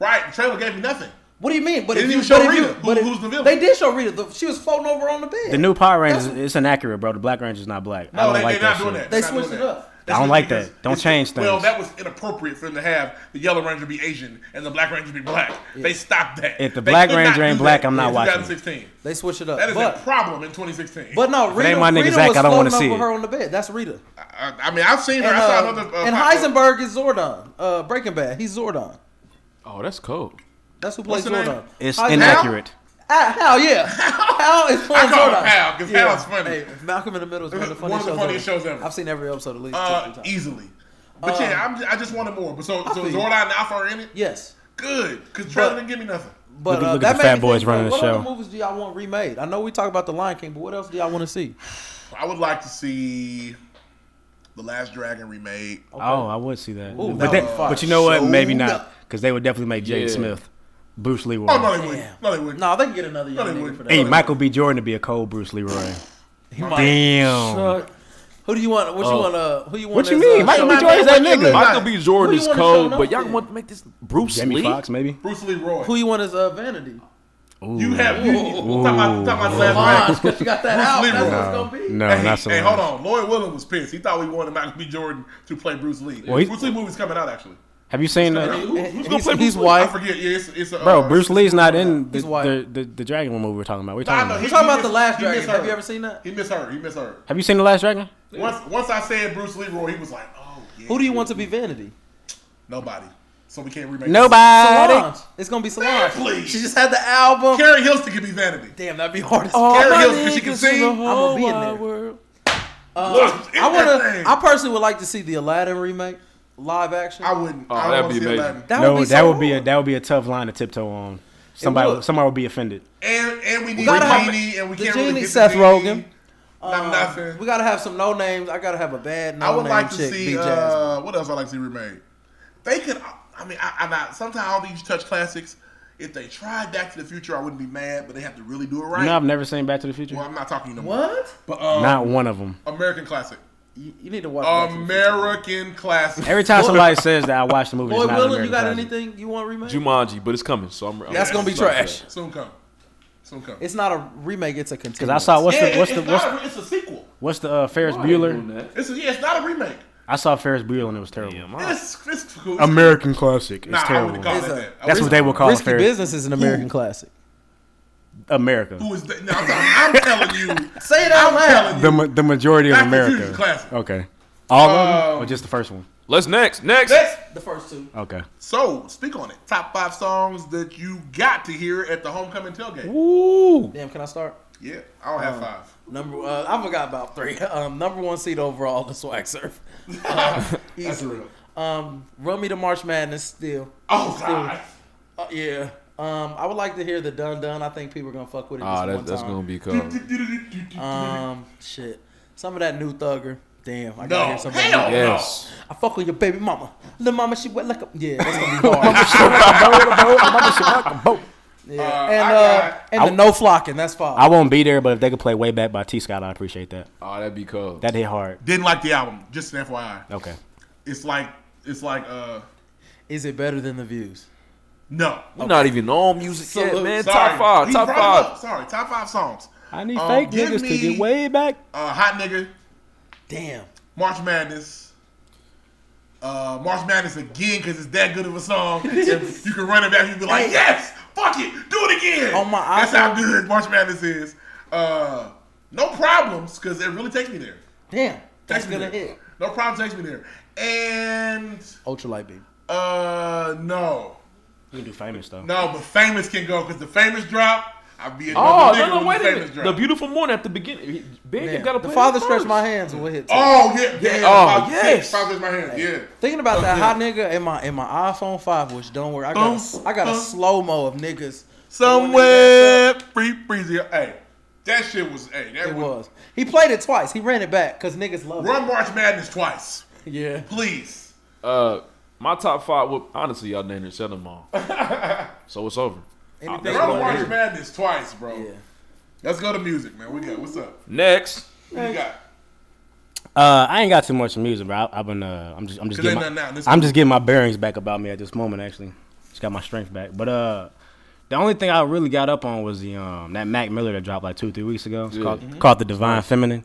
[SPEAKER 2] Right. The trailer gave me nothing.
[SPEAKER 4] what do you mean? But
[SPEAKER 2] They
[SPEAKER 4] if
[SPEAKER 2] didn't
[SPEAKER 4] you
[SPEAKER 2] even show
[SPEAKER 4] but if you-
[SPEAKER 2] Rita, who-
[SPEAKER 4] but if-
[SPEAKER 2] who's the villain.
[SPEAKER 4] They did show Rita. The- she was floating over on the bed.
[SPEAKER 5] The new Power Rangers.
[SPEAKER 4] That's-
[SPEAKER 5] It's inaccurate, bro. The Black Ranger's not black. I
[SPEAKER 2] No,
[SPEAKER 5] don't
[SPEAKER 2] they,
[SPEAKER 5] like
[SPEAKER 2] they're not
[SPEAKER 5] that
[SPEAKER 2] doing
[SPEAKER 5] shit.
[SPEAKER 2] that.
[SPEAKER 4] They
[SPEAKER 2] They're not
[SPEAKER 4] switched
[SPEAKER 2] doing
[SPEAKER 4] it
[SPEAKER 2] that.
[SPEAKER 4] up.
[SPEAKER 5] I don't
[SPEAKER 2] just
[SPEAKER 5] like
[SPEAKER 2] because
[SPEAKER 5] that. Don't
[SPEAKER 2] it's-
[SPEAKER 5] change things.
[SPEAKER 2] Well, that was inappropriate for them to have the Yellow Ranger be Asian and the Black Ranger be black. They stopped that.
[SPEAKER 5] If the
[SPEAKER 2] They
[SPEAKER 5] Black
[SPEAKER 2] could not
[SPEAKER 5] Ranger ain't
[SPEAKER 2] do
[SPEAKER 5] black,
[SPEAKER 2] that
[SPEAKER 5] I'm not
[SPEAKER 2] in
[SPEAKER 5] watching.
[SPEAKER 2] 2016.
[SPEAKER 4] They switch it up.
[SPEAKER 2] That is
[SPEAKER 4] but,
[SPEAKER 2] a problem in 2016.
[SPEAKER 4] but no,
[SPEAKER 5] ain't
[SPEAKER 4] Rita,
[SPEAKER 5] my niggas
[SPEAKER 4] Rita
[SPEAKER 5] act,
[SPEAKER 4] was
[SPEAKER 5] I don't wanna
[SPEAKER 4] floating up
[SPEAKER 5] see
[SPEAKER 4] with
[SPEAKER 5] it.
[SPEAKER 4] her on the bed. That's Rita.
[SPEAKER 2] I, I mean, I've seen her.
[SPEAKER 4] And,
[SPEAKER 2] I saw
[SPEAKER 4] uh,
[SPEAKER 2] another. Uh,
[SPEAKER 4] and
[SPEAKER 2] pop-
[SPEAKER 4] Heisenberg is Zordon. Uh, Breaking Bad. He's Zordon.
[SPEAKER 9] Oh, that's cold.
[SPEAKER 4] That's who plays
[SPEAKER 2] the name?
[SPEAKER 4] Zordon.
[SPEAKER 5] It's
[SPEAKER 4] Heisenberg-
[SPEAKER 5] inaccurate.
[SPEAKER 4] Ah, Hal, yeah. Hal is playing
[SPEAKER 2] I call him
[SPEAKER 4] Zordon.
[SPEAKER 2] Hal, 'cause
[SPEAKER 4] Yeah.
[SPEAKER 2] Hal's funny.
[SPEAKER 4] Hey, Malcolm in the Middle is one of the
[SPEAKER 2] One of
[SPEAKER 4] funniest,
[SPEAKER 2] the funniest
[SPEAKER 4] shows,
[SPEAKER 2] shows ever.
[SPEAKER 4] I've seen every episode at least two,
[SPEAKER 2] Uh,
[SPEAKER 4] three times.
[SPEAKER 2] easily. But yeah, I'm, I just wanted more. But so, so
[SPEAKER 4] Um, feel you.
[SPEAKER 2] Zordon and Alpha are in it.
[SPEAKER 4] Yes.
[SPEAKER 2] Good, because Trevor
[SPEAKER 4] But-
[SPEAKER 2] didn't give me nothing.
[SPEAKER 4] But
[SPEAKER 5] Look at-
[SPEAKER 4] uh,
[SPEAKER 5] look
[SPEAKER 4] that
[SPEAKER 5] at the
[SPEAKER 4] made
[SPEAKER 5] fat
[SPEAKER 4] me
[SPEAKER 5] boys
[SPEAKER 4] think,
[SPEAKER 5] running
[SPEAKER 4] though,
[SPEAKER 5] the
[SPEAKER 4] what
[SPEAKER 5] show.
[SPEAKER 4] other movies do y'all want remade? I know we talk about The Lion King, but what else do y'all want to see?
[SPEAKER 2] I would like to see the Last Dragon remade.
[SPEAKER 5] Oh, I would see that.
[SPEAKER 4] Ooh,
[SPEAKER 5] but,
[SPEAKER 4] that
[SPEAKER 5] that-
[SPEAKER 4] was fire.
[SPEAKER 5] but you know what?
[SPEAKER 2] So
[SPEAKER 5] Maybe
[SPEAKER 2] no.
[SPEAKER 5] not, because they would definitely make Jaden
[SPEAKER 9] Yeah.
[SPEAKER 5] Smith, Bruce Leroy.
[SPEAKER 2] Oh no, they
[SPEAKER 4] Damn.
[SPEAKER 2] wouldn't. No, they wouldn't.
[SPEAKER 4] No, they can get another young
[SPEAKER 2] No, they
[SPEAKER 4] nigga
[SPEAKER 2] wouldn't.
[SPEAKER 4] for
[SPEAKER 5] hey,
[SPEAKER 4] that.
[SPEAKER 2] no,
[SPEAKER 5] Michael B. Jordan to be a cold Bruce Leroy.
[SPEAKER 4] He might.
[SPEAKER 5] Damn.
[SPEAKER 4] Who do you want? What you want? Uh, who you want?
[SPEAKER 5] What you
[SPEAKER 4] as,
[SPEAKER 5] mean?
[SPEAKER 4] uh,
[SPEAKER 5] Michael
[SPEAKER 4] show-
[SPEAKER 5] B. Jordan's that nigga.
[SPEAKER 9] Michael B. Jordan
[SPEAKER 4] Who you
[SPEAKER 9] is
[SPEAKER 4] wanna
[SPEAKER 9] cold,
[SPEAKER 4] show
[SPEAKER 9] but
[SPEAKER 4] no
[SPEAKER 9] y'all
[SPEAKER 4] to?
[SPEAKER 9] want to make this Bruce
[SPEAKER 5] Jamie
[SPEAKER 9] Lee?
[SPEAKER 5] Fox, maybe?
[SPEAKER 2] Bruce Lee Roy.
[SPEAKER 4] Who you want as uh, Vanity?
[SPEAKER 2] you have you, you talking about, talking about the Last Dragon?
[SPEAKER 4] Because you got that out.
[SPEAKER 2] Bruce
[SPEAKER 4] That's
[SPEAKER 2] Leroy.
[SPEAKER 4] what it's gonna be.
[SPEAKER 5] No,
[SPEAKER 2] hey,
[SPEAKER 5] not so
[SPEAKER 2] hey,
[SPEAKER 5] much.
[SPEAKER 2] hold on. Lloyd Willen was pissed. He thought we wanted Michael B. Jordan to play Bruce Lee.
[SPEAKER 5] Well, he-
[SPEAKER 2] Bruce Lee movie's coming out actually.
[SPEAKER 5] Have you seen
[SPEAKER 2] Who-
[SPEAKER 5] that?
[SPEAKER 2] who's gonna
[SPEAKER 4] he's-
[SPEAKER 2] play Bruce
[SPEAKER 4] he's
[SPEAKER 2] Lee?
[SPEAKER 4] white.
[SPEAKER 2] I forget. Yeah, it's, it's a,
[SPEAKER 5] Bro,
[SPEAKER 2] uh,
[SPEAKER 5] Bruce Lee's not in the,
[SPEAKER 4] He's white.
[SPEAKER 5] the, the, the Dragon one movie we're talking about. What you
[SPEAKER 2] Nah,
[SPEAKER 5] talking
[SPEAKER 2] no,
[SPEAKER 5] about?
[SPEAKER 2] he-
[SPEAKER 4] We're talking about
[SPEAKER 2] he
[SPEAKER 4] the
[SPEAKER 2] mis-
[SPEAKER 4] Last
[SPEAKER 2] he
[SPEAKER 4] Dragon.
[SPEAKER 2] misheard.
[SPEAKER 4] Have you ever seen that?
[SPEAKER 2] He misheard. He misheard.
[SPEAKER 5] Have you seen The Last Dragon?
[SPEAKER 2] Once once I said Bruce Leroy, he was like, oh yeah.
[SPEAKER 4] Who do you want to be Vanity?
[SPEAKER 2] Nobody. So we can't remake.
[SPEAKER 5] Nobody.
[SPEAKER 4] Solange. It's gonna be Solange.
[SPEAKER 2] Man, please.
[SPEAKER 4] She just had the album.
[SPEAKER 2] Carrie Hilston could be Vanity.
[SPEAKER 4] Damn, that'd be hard. As
[SPEAKER 2] Carrie
[SPEAKER 4] fuck.
[SPEAKER 2] Hilston, she can sing.
[SPEAKER 4] I'ma be in there.
[SPEAKER 2] Look,
[SPEAKER 4] I
[SPEAKER 2] everything.
[SPEAKER 4] wanna. I personally would like to see the Aladdin remake, live action.
[SPEAKER 2] I wouldn't.
[SPEAKER 9] Oh,
[SPEAKER 2] I
[SPEAKER 9] that'd
[SPEAKER 2] want
[SPEAKER 9] be
[SPEAKER 2] to see
[SPEAKER 9] amazing.
[SPEAKER 2] Aladdin.
[SPEAKER 4] that
[SPEAKER 5] no,
[SPEAKER 4] would be
[SPEAKER 5] that
[SPEAKER 4] so
[SPEAKER 5] would be a
[SPEAKER 4] hard.
[SPEAKER 5] that would be a tough line to tiptoe on. Somebody,
[SPEAKER 4] would.
[SPEAKER 5] somebody would be offended.
[SPEAKER 2] And and we need
[SPEAKER 4] gotta
[SPEAKER 2] the
[SPEAKER 4] have-
[SPEAKER 2] genie, and we
[SPEAKER 4] the
[SPEAKER 2] can't
[SPEAKER 4] Genie,
[SPEAKER 2] really get
[SPEAKER 4] Seth
[SPEAKER 2] the genie.
[SPEAKER 4] Rogen.
[SPEAKER 2] Not
[SPEAKER 9] Oh,
[SPEAKER 2] nothing.
[SPEAKER 4] We gotta have some no names. I gotta have a bad no
[SPEAKER 2] I would
[SPEAKER 4] name
[SPEAKER 2] like to
[SPEAKER 4] chick.
[SPEAKER 2] see.
[SPEAKER 4] be Jasmine.
[SPEAKER 2] Uh, what else I like to see remade? They could. I mean, I, I not, sometimes I don't think you touch classics. If they tried Back to the Future, I wouldn't be mad, but they have to really do it right.
[SPEAKER 5] You know, I've never seen Back to the Future.
[SPEAKER 2] well, I'm not talking to you no more.
[SPEAKER 4] what?
[SPEAKER 2] But um,
[SPEAKER 5] Not one of them.
[SPEAKER 2] American classic.
[SPEAKER 4] You, you need to watch.
[SPEAKER 2] Um,
[SPEAKER 4] Back to the Future.
[SPEAKER 2] American classic.
[SPEAKER 5] Every time somebody says that I watched the movie,
[SPEAKER 4] Boy
[SPEAKER 5] it's not an
[SPEAKER 4] Willen, you
[SPEAKER 5] American
[SPEAKER 4] got
[SPEAKER 5] classic.
[SPEAKER 4] anything you want remade?
[SPEAKER 9] Jumanji, but it's coming, so I'm. I'm
[SPEAKER 4] That's gonna be
[SPEAKER 9] excited for
[SPEAKER 4] trash.
[SPEAKER 9] that.
[SPEAKER 2] Soon come. Soon come.
[SPEAKER 4] It's not a remake. It's a continuation.
[SPEAKER 5] Because I saw what's
[SPEAKER 2] yeah,
[SPEAKER 5] the what's
[SPEAKER 2] it's,
[SPEAKER 5] the
[SPEAKER 2] not
[SPEAKER 5] what's,
[SPEAKER 2] a- it's a sequel.
[SPEAKER 5] what's the uh, Ferris
[SPEAKER 9] Why are you doing
[SPEAKER 5] Bueller?
[SPEAKER 9] that?
[SPEAKER 2] It's a, yeah, it's not a remake.
[SPEAKER 5] I saw Ferris Bueller and it was terrible.
[SPEAKER 9] Damn, I-
[SPEAKER 2] It's, it's cool. It's
[SPEAKER 5] American classic. It's
[SPEAKER 2] Nah, I
[SPEAKER 5] terrible.
[SPEAKER 2] wouldn't call it
[SPEAKER 4] It's a-
[SPEAKER 2] that. I
[SPEAKER 5] That's what
[SPEAKER 2] wouldn't-
[SPEAKER 5] they would call it.
[SPEAKER 4] Risky
[SPEAKER 5] Ferris
[SPEAKER 4] Business is an American classic.
[SPEAKER 5] America.
[SPEAKER 2] Who is that? No, I'm, telling- I'm telling you.
[SPEAKER 4] Say it out
[SPEAKER 2] I'm
[SPEAKER 4] loud.
[SPEAKER 2] telling
[SPEAKER 5] The
[SPEAKER 2] you.
[SPEAKER 5] ma- the majority of
[SPEAKER 2] Back to the Future
[SPEAKER 5] America.
[SPEAKER 2] classic.
[SPEAKER 5] Okay. All of them
[SPEAKER 2] Um,
[SPEAKER 5] or just the first one?
[SPEAKER 9] Let's next. Next.
[SPEAKER 2] That's-
[SPEAKER 4] The first two.
[SPEAKER 5] Okay.
[SPEAKER 2] so, speak on it. Top five songs that you got to hear at the homecoming tailgate.
[SPEAKER 9] Ooh.
[SPEAKER 4] Damn, can I start?
[SPEAKER 2] Yeah, I don't have five.
[SPEAKER 4] Number, uh, I forgot about three. Um, number one seed overall, the Swag Surf. Um, easily.
[SPEAKER 2] real.
[SPEAKER 4] Um, Run Me to March Madness still.
[SPEAKER 2] Oh God.
[SPEAKER 4] Uh, yeah. Um, I would like to hear the Dun Dun. I think people are gonna fuck with it.
[SPEAKER 9] Ah,
[SPEAKER 4] just
[SPEAKER 9] that,
[SPEAKER 4] one
[SPEAKER 9] that's
[SPEAKER 4] time.
[SPEAKER 9] gonna be cold.
[SPEAKER 4] Um, shit. Some of that new thugger. Damn, I gotta
[SPEAKER 2] No,
[SPEAKER 4] hear some of that.
[SPEAKER 2] hell
[SPEAKER 9] Yes.
[SPEAKER 4] I fuck with your baby mama. Little mama, she wet like a yeah. That's gonna be hard. yeah. and
[SPEAKER 2] I
[SPEAKER 4] uh,
[SPEAKER 2] got-
[SPEAKER 4] and the no flocking. That's fine.
[SPEAKER 5] I won't be there, but if they could play Way Back by T Scott, I appreciate that.
[SPEAKER 9] Ah, that'd be cold.
[SPEAKER 5] That hit hard.
[SPEAKER 2] Didn't like the album. Just an FYI.
[SPEAKER 5] Okay.
[SPEAKER 2] It's like it's like uh
[SPEAKER 4] Is it better than the views?
[SPEAKER 2] no.
[SPEAKER 9] We're not even on music
[SPEAKER 4] Salute.
[SPEAKER 9] yet, man.
[SPEAKER 2] Sorry.
[SPEAKER 9] Top five.
[SPEAKER 2] He
[SPEAKER 9] Top
[SPEAKER 2] brought it
[SPEAKER 9] five.
[SPEAKER 2] up. Sorry, top five songs.
[SPEAKER 5] I need
[SPEAKER 2] Um,
[SPEAKER 5] fake
[SPEAKER 2] give
[SPEAKER 5] niggas to
[SPEAKER 2] me-
[SPEAKER 5] get way back.
[SPEAKER 2] Uh, Hot nigga,
[SPEAKER 4] Damn.
[SPEAKER 2] March Madness. Uh, March Madness again because it's that good of a song. And you can run it back and be like, yes, fuck it, do it again.
[SPEAKER 4] On my
[SPEAKER 2] That's how good March Madness is. Uh, no problems because it really takes me there.
[SPEAKER 4] Damn. That's
[SPEAKER 2] Takes me
[SPEAKER 4] gonna
[SPEAKER 2] there.
[SPEAKER 4] hit.
[SPEAKER 2] No problems takes me there. And
[SPEAKER 4] Ultralight beam.
[SPEAKER 2] uh, no,
[SPEAKER 5] You can do famous stuff.
[SPEAKER 2] no, but famous can go because the famous drop. I'll be another
[SPEAKER 9] Oh,
[SPEAKER 2] nigga
[SPEAKER 9] no, no,
[SPEAKER 2] when
[SPEAKER 9] wait a
[SPEAKER 2] the famous
[SPEAKER 9] minute.
[SPEAKER 2] drop.
[SPEAKER 9] The beautiful morning at the beginning. he- Big
[SPEAKER 4] Damn.
[SPEAKER 9] got to
[SPEAKER 4] The
[SPEAKER 9] play.
[SPEAKER 4] father
[SPEAKER 9] that
[SPEAKER 4] stretched my
[SPEAKER 9] first.
[SPEAKER 4] hands will hit. too.
[SPEAKER 2] Oh yeah, yeah.
[SPEAKER 9] Oh,
[SPEAKER 2] five,
[SPEAKER 9] yes.
[SPEAKER 2] five is my hand. Yeah.
[SPEAKER 4] Thinking about that
[SPEAKER 2] Okay.
[SPEAKER 4] hot nigga in my in my iPhone five, which don't worry, I got a s- I got a
[SPEAKER 2] Boom.
[SPEAKER 4] slow mo of niggas.
[SPEAKER 2] Somewhere free breezy. Hey, that shit was. Hey, that
[SPEAKER 4] It
[SPEAKER 2] was.
[SPEAKER 4] was. He played it twice. He ran it back because niggas love it.
[SPEAKER 2] Run March Madness twice,
[SPEAKER 4] Yeah.
[SPEAKER 2] please.
[SPEAKER 9] Uh, my top five. Well, honestly, y'all didn't sell them all, so it's over.
[SPEAKER 4] Anything
[SPEAKER 2] Run
[SPEAKER 4] but-
[SPEAKER 2] March Madness twice, bro.
[SPEAKER 4] Yeah.
[SPEAKER 2] Let's go to music, man. We got what's up?
[SPEAKER 9] Next,
[SPEAKER 2] What you got?
[SPEAKER 5] Uh, I ain't got too much music, bro. I, I've been, uh, I'm just, I'm just
[SPEAKER 2] Cause
[SPEAKER 5] getting,
[SPEAKER 2] ain't
[SPEAKER 5] my,
[SPEAKER 2] nothing out this
[SPEAKER 5] I'm
[SPEAKER 2] week.
[SPEAKER 5] just getting my bearings back about me at this moment. Actually, just got my strength back. But uh, the only thing I really
[SPEAKER 2] Mm-hmm.
[SPEAKER 5] got up on was the um that Mac Miller that dropped like two, three weeks ago. It's called, called the Divine Feminine.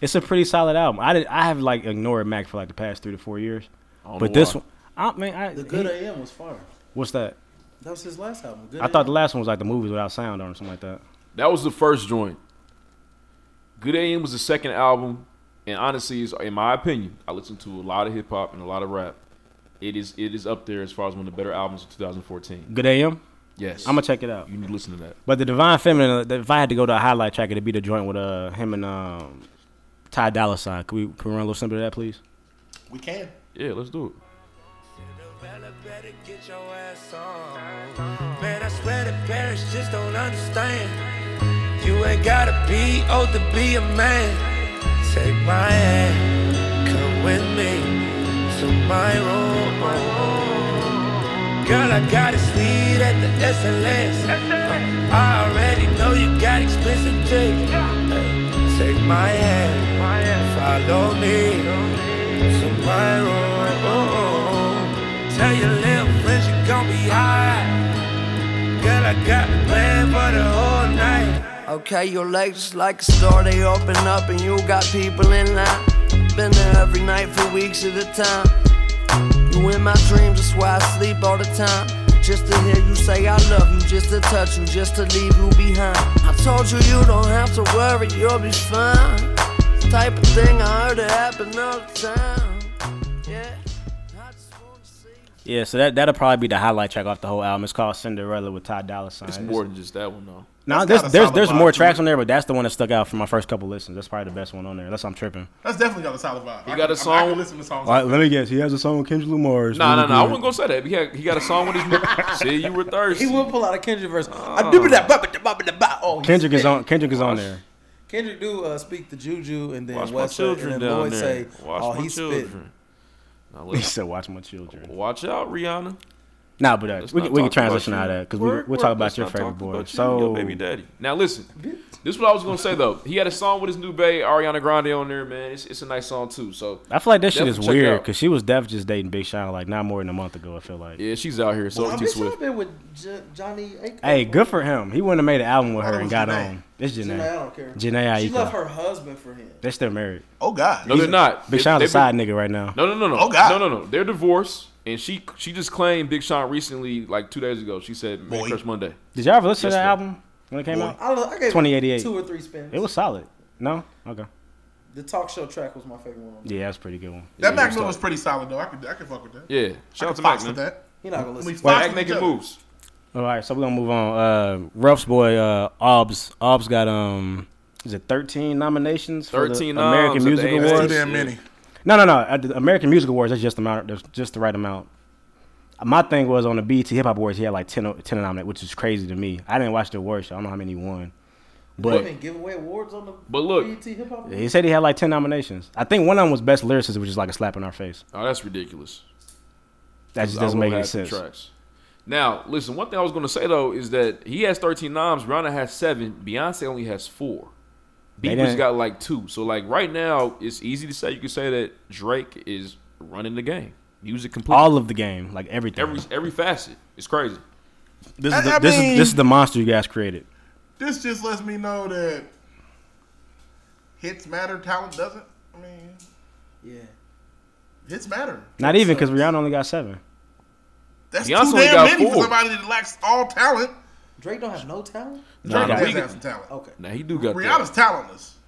[SPEAKER 5] It's a pretty solid album. I did, I have like ignored Mac for like the past three to four years,
[SPEAKER 3] don't
[SPEAKER 5] but
[SPEAKER 3] know
[SPEAKER 5] this
[SPEAKER 3] why.
[SPEAKER 5] one, I mean, I,
[SPEAKER 4] The Good
[SPEAKER 5] he-
[SPEAKER 4] AM was fire.
[SPEAKER 5] what's that?
[SPEAKER 4] That was his last album. Good
[SPEAKER 5] I thought the last one was like the movies without sound on or something like that.
[SPEAKER 3] That was the first joint. Good AM was the second album, and honestly, is in my opinion, I listened to a lot of hip hop and a lot of rap. It is it is up there as far as one of the better albums of 2014.
[SPEAKER 5] Good AM.
[SPEAKER 3] Yes,
[SPEAKER 5] I'm gonna check it out.
[SPEAKER 3] You need to listen to that.
[SPEAKER 5] But the Divine Feminine, uh, if I had to go to a highlight track, it'd be the joint with uh him and um Ty Dolla Sign. Can we can we run a little simple to that, please?
[SPEAKER 2] We can.
[SPEAKER 3] Yeah, let's do it.
[SPEAKER 10] Cinderella better get your ass on. Man, I swear the parents just don't understand. You ain't gotta be old to be a man. Take my hand, come with me to my room. Girl, I gotta sleep at the SLS. I already know you got expensive taste. Take my hand, follow me to my room. oh, Tell your little friends you gon' be high. Girl, I got a plan for the whole night.
[SPEAKER 11] Okay, your legs like a store, they open up and you got people in line. Been there every night for weeks at a time. You in my dreams, that's why I sleep all the time. Just to hear you say I love you, just to touch you, just to leave you behind. I told you you don't have to worry, you'll be fine. Type of thing I heard it happen all the time. Yeah, I just wanna see.
[SPEAKER 5] Yeah, so that that'll probably be the highlight track off the whole album. It's called Cinderella with Ty Dolla Sign.
[SPEAKER 3] It's more than just that one though.
[SPEAKER 5] No,
[SPEAKER 2] That's
[SPEAKER 5] there's
[SPEAKER 2] got a
[SPEAKER 5] there's,
[SPEAKER 2] solid
[SPEAKER 5] there's
[SPEAKER 2] vibe
[SPEAKER 5] more
[SPEAKER 2] to
[SPEAKER 5] tracks
[SPEAKER 2] it.
[SPEAKER 5] on there, but that's the one that stuck out for my first couple listens. That's probably the best one on there, unless I'm tripping.
[SPEAKER 2] That's definitely got a solid vibe.
[SPEAKER 3] got a
[SPEAKER 2] I, I, I
[SPEAKER 3] song?
[SPEAKER 2] can listen to songs.
[SPEAKER 5] let me guess. He has a song with Kendrick Lamar.
[SPEAKER 3] Nah, nah, nah. I wasn't gonna say that. He, had, he got a song with his. See, you were thirsty.
[SPEAKER 4] He will pull out a Kendrick verse.
[SPEAKER 3] Uh.
[SPEAKER 4] I do that. bop, bop, bop, bop, bop. Oh, he's
[SPEAKER 5] Kendrick is
[SPEAKER 4] spitting.
[SPEAKER 5] on. Kendrick is on there.
[SPEAKER 4] Kendrick do uh, speak the juju and then
[SPEAKER 3] Watch
[SPEAKER 4] Watch
[SPEAKER 3] my children
[SPEAKER 4] and then
[SPEAKER 3] down
[SPEAKER 4] Lloyd
[SPEAKER 3] there.
[SPEAKER 4] say,
[SPEAKER 3] Watch
[SPEAKER 4] "Oh,
[SPEAKER 3] my
[SPEAKER 4] he spit."
[SPEAKER 3] children. Now
[SPEAKER 5] He
[SPEAKER 3] let's-
[SPEAKER 5] said, "Watch my children."
[SPEAKER 3] watch out, Rihanna.
[SPEAKER 5] Nah, but uh,
[SPEAKER 3] Let's
[SPEAKER 5] we
[SPEAKER 3] not
[SPEAKER 5] can, we can
[SPEAKER 3] talk about
[SPEAKER 5] transition
[SPEAKER 3] you.
[SPEAKER 5] out of that because we
[SPEAKER 3] Work,
[SPEAKER 5] we'll talk
[SPEAKER 3] work.
[SPEAKER 5] about
[SPEAKER 3] Let's
[SPEAKER 5] your
[SPEAKER 3] not
[SPEAKER 5] favorite
[SPEAKER 3] talk
[SPEAKER 5] boy.
[SPEAKER 3] about you and
[SPEAKER 5] so
[SPEAKER 3] your baby daddy. Now listen, this is what I was gonna say though. He had a song with his new bae Ariana Grande on there, man. It's, it's a nice song too. So
[SPEAKER 5] I feel like that shit is
[SPEAKER 3] Definitely check it
[SPEAKER 5] weird
[SPEAKER 3] out.
[SPEAKER 5] because she was deaf just dating Big Sean like not more than a month ago. I feel like.
[SPEAKER 3] yeah, she's out here. So
[SPEAKER 4] I
[SPEAKER 3] T
[SPEAKER 4] bitch, I've
[SPEAKER 3] Swift.
[SPEAKER 4] been with J- Johnny. Aiko.
[SPEAKER 5] Hey, good for him. He wouldn't have made an album with
[SPEAKER 2] thought
[SPEAKER 5] her
[SPEAKER 2] it was
[SPEAKER 5] and got
[SPEAKER 2] Janae.
[SPEAKER 5] on. It's
[SPEAKER 4] Janae, I
[SPEAKER 5] Janae.
[SPEAKER 4] don't care.
[SPEAKER 5] Janae
[SPEAKER 4] She
[SPEAKER 5] Aiko.
[SPEAKER 4] left her husband for him.
[SPEAKER 5] They're still married.
[SPEAKER 2] Oh God.
[SPEAKER 3] No, they're not.
[SPEAKER 5] Big
[SPEAKER 3] They-
[SPEAKER 5] Sean's a
[SPEAKER 3] they've
[SPEAKER 5] side
[SPEAKER 3] been-
[SPEAKER 5] nigga right now.
[SPEAKER 3] No, no, no, no.
[SPEAKER 2] Oh, God.
[SPEAKER 3] No, no, no. They're divorced, and she she just claimed Big Sean recently, like two days ago. She said Merry
[SPEAKER 2] Boy.
[SPEAKER 3] Crush Monday.
[SPEAKER 5] Did y'all ever listen
[SPEAKER 3] Yes,
[SPEAKER 5] to that
[SPEAKER 3] sir.
[SPEAKER 5] album when it came
[SPEAKER 2] Boy.
[SPEAKER 5] out?
[SPEAKER 4] I, lo- I gave it
[SPEAKER 5] 2088.
[SPEAKER 4] two or three spins.
[SPEAKER 5] It was solid. No? Okay.
[SPEAKER 4] the talk show track was my favorite one. on there.
[SPEAKER 5] Yeah, that's a pretty good one.
[SPEAKER 2] That
[SPEAKER 3] Yeah,
[SPEAKER 2] Mac
[SPEAKER 3] it's
[SPEAKER 2] Miller
[SPEAKER 3] tough.
[SPEAKER 2] was pretty solid though. I could I could fuck with that.
[SPEAKER 3] Yeah. Shout
[SPEAKER 2] I
[SPEAKER 3] out to
[SPEAKER 2] could
[SPEAKER 3] Mac,
[SPEAKER 2] fox
[SPEAKER 3] man.
[SPEAKER 2] with that.
[SPEAKER 4] You're not gonna
[SPEAKER 2] We
[SPEAKER 4] listen.
[SPEAKER 2] fox
[SPEAKER 3] Mac
[SPEAKER 2] with
[SPEAKER 3] making
[SPEAKER 2] each other.
[SPEAKER 3] moves.
[SPEAKER 5] All right, so we're gonna move on. Uh Ruff's boy, uh Obs. Obs got um is it thirteen nominations for the
[SPEAKER 3] 13
[SPEAKER 5] American
[SPEAKER 3] noms at
[SPEAKER 5] Music
[SPEAKER 3] the
[SPEAKER 2] That's too
[SPEAKER 5] Awards?
[SPEAKER 2] damn
[SPEAKER 3] AMAs.
[SPEAKER 2] many.
[SPEAKER 5] No, no, no. At the American Music Awards, that's just the amount. That's just the right amount. My thing was on the BET Hip Hop Awards, he had like 10, o- 10 nominated, which is crazy to me. I didn't watch the awards. show. I don't know how many he won,
[SPEAKER 4] Women
[SPEAKER 5] but
[SPEAKER 4] give away awards on the
[SPEAKER 3] But look.
[SPEAKER 4] BET hip hop.
[SPEAKER 5] he said he had like ten nominations. I think one of them was best lyricist, which is like a slap in our face.
[SPEAKER 3] Oh, that's ridiculous.
[SPEAKER 5] That just doesn't
[SPEAKER 3] I
[SPEAKER 5] make
[SPEAKER 3] will
[SPEAKER 5] any
[SPEAKER 3] have some
[SPEAKER 5] sense.
[SPEAKER 3] Tracks. Now, listen, one thing I was going to say, though, is that he has 13 noms. Rihanna has seven. Beyonce only has four.
[SPEAKER 5] They
[SPEAKER 3] Bieber's
[SPEAKER 5] didn't-
[SPEAKER 3] got like two. So, like, right now, it's easy to say you could say that Drake is running the game. Music complete.
[SPEAKER 5] All of the game, like everything.
[SPEAKER 3] every, every facet. It's crazy.
[SPEAKER 5] this is
[SPEAKER 2] I-
[SPEAKER 5] the,
[SPEAKER 2] I
[SPEAKER 5] this is this is
[SPEAKER 2] mean-
[SPEAKER 5] the monster you guys created.
[SPEAKER 2] This just lets me know that hits matter, talent doesn't. I mean,
[SPEAKER 4] Yeah,
[SPEAKER 2] hits matter.
[SPEAKER 5] Not even because Rihanna only got seven.
[SPEAKER 2] That's
[SPEAKER 3] Beyonce
[SPEAKER 2] too
[SPEAKER 3] only
[SPEAKER 2] damn
[SPEAKER 3] got
[SPEAKER 2] many for
[SPEAKER 3] four.
[SPEAKER 2] somebody that lacks all talent.
[SPEAKER 4] Drake don't have no talent.
[SPEAKER 3] Nah,
[SPEAKER 2] Drake
[SPEAKER 3] nah,
[SPEAKER 2] does
[SPEAKER 3] we
[SPEAKER 2] have
[SPEAKER 3] can-
[SPEAKER 2] some talent.
[SPEAKER 4] Okay,
[SPEAKER 3] Now, he do got
[SPEAKER 2] Rihanna's
[SPEAKER 3] that.
[SPEAKER 2] talentless.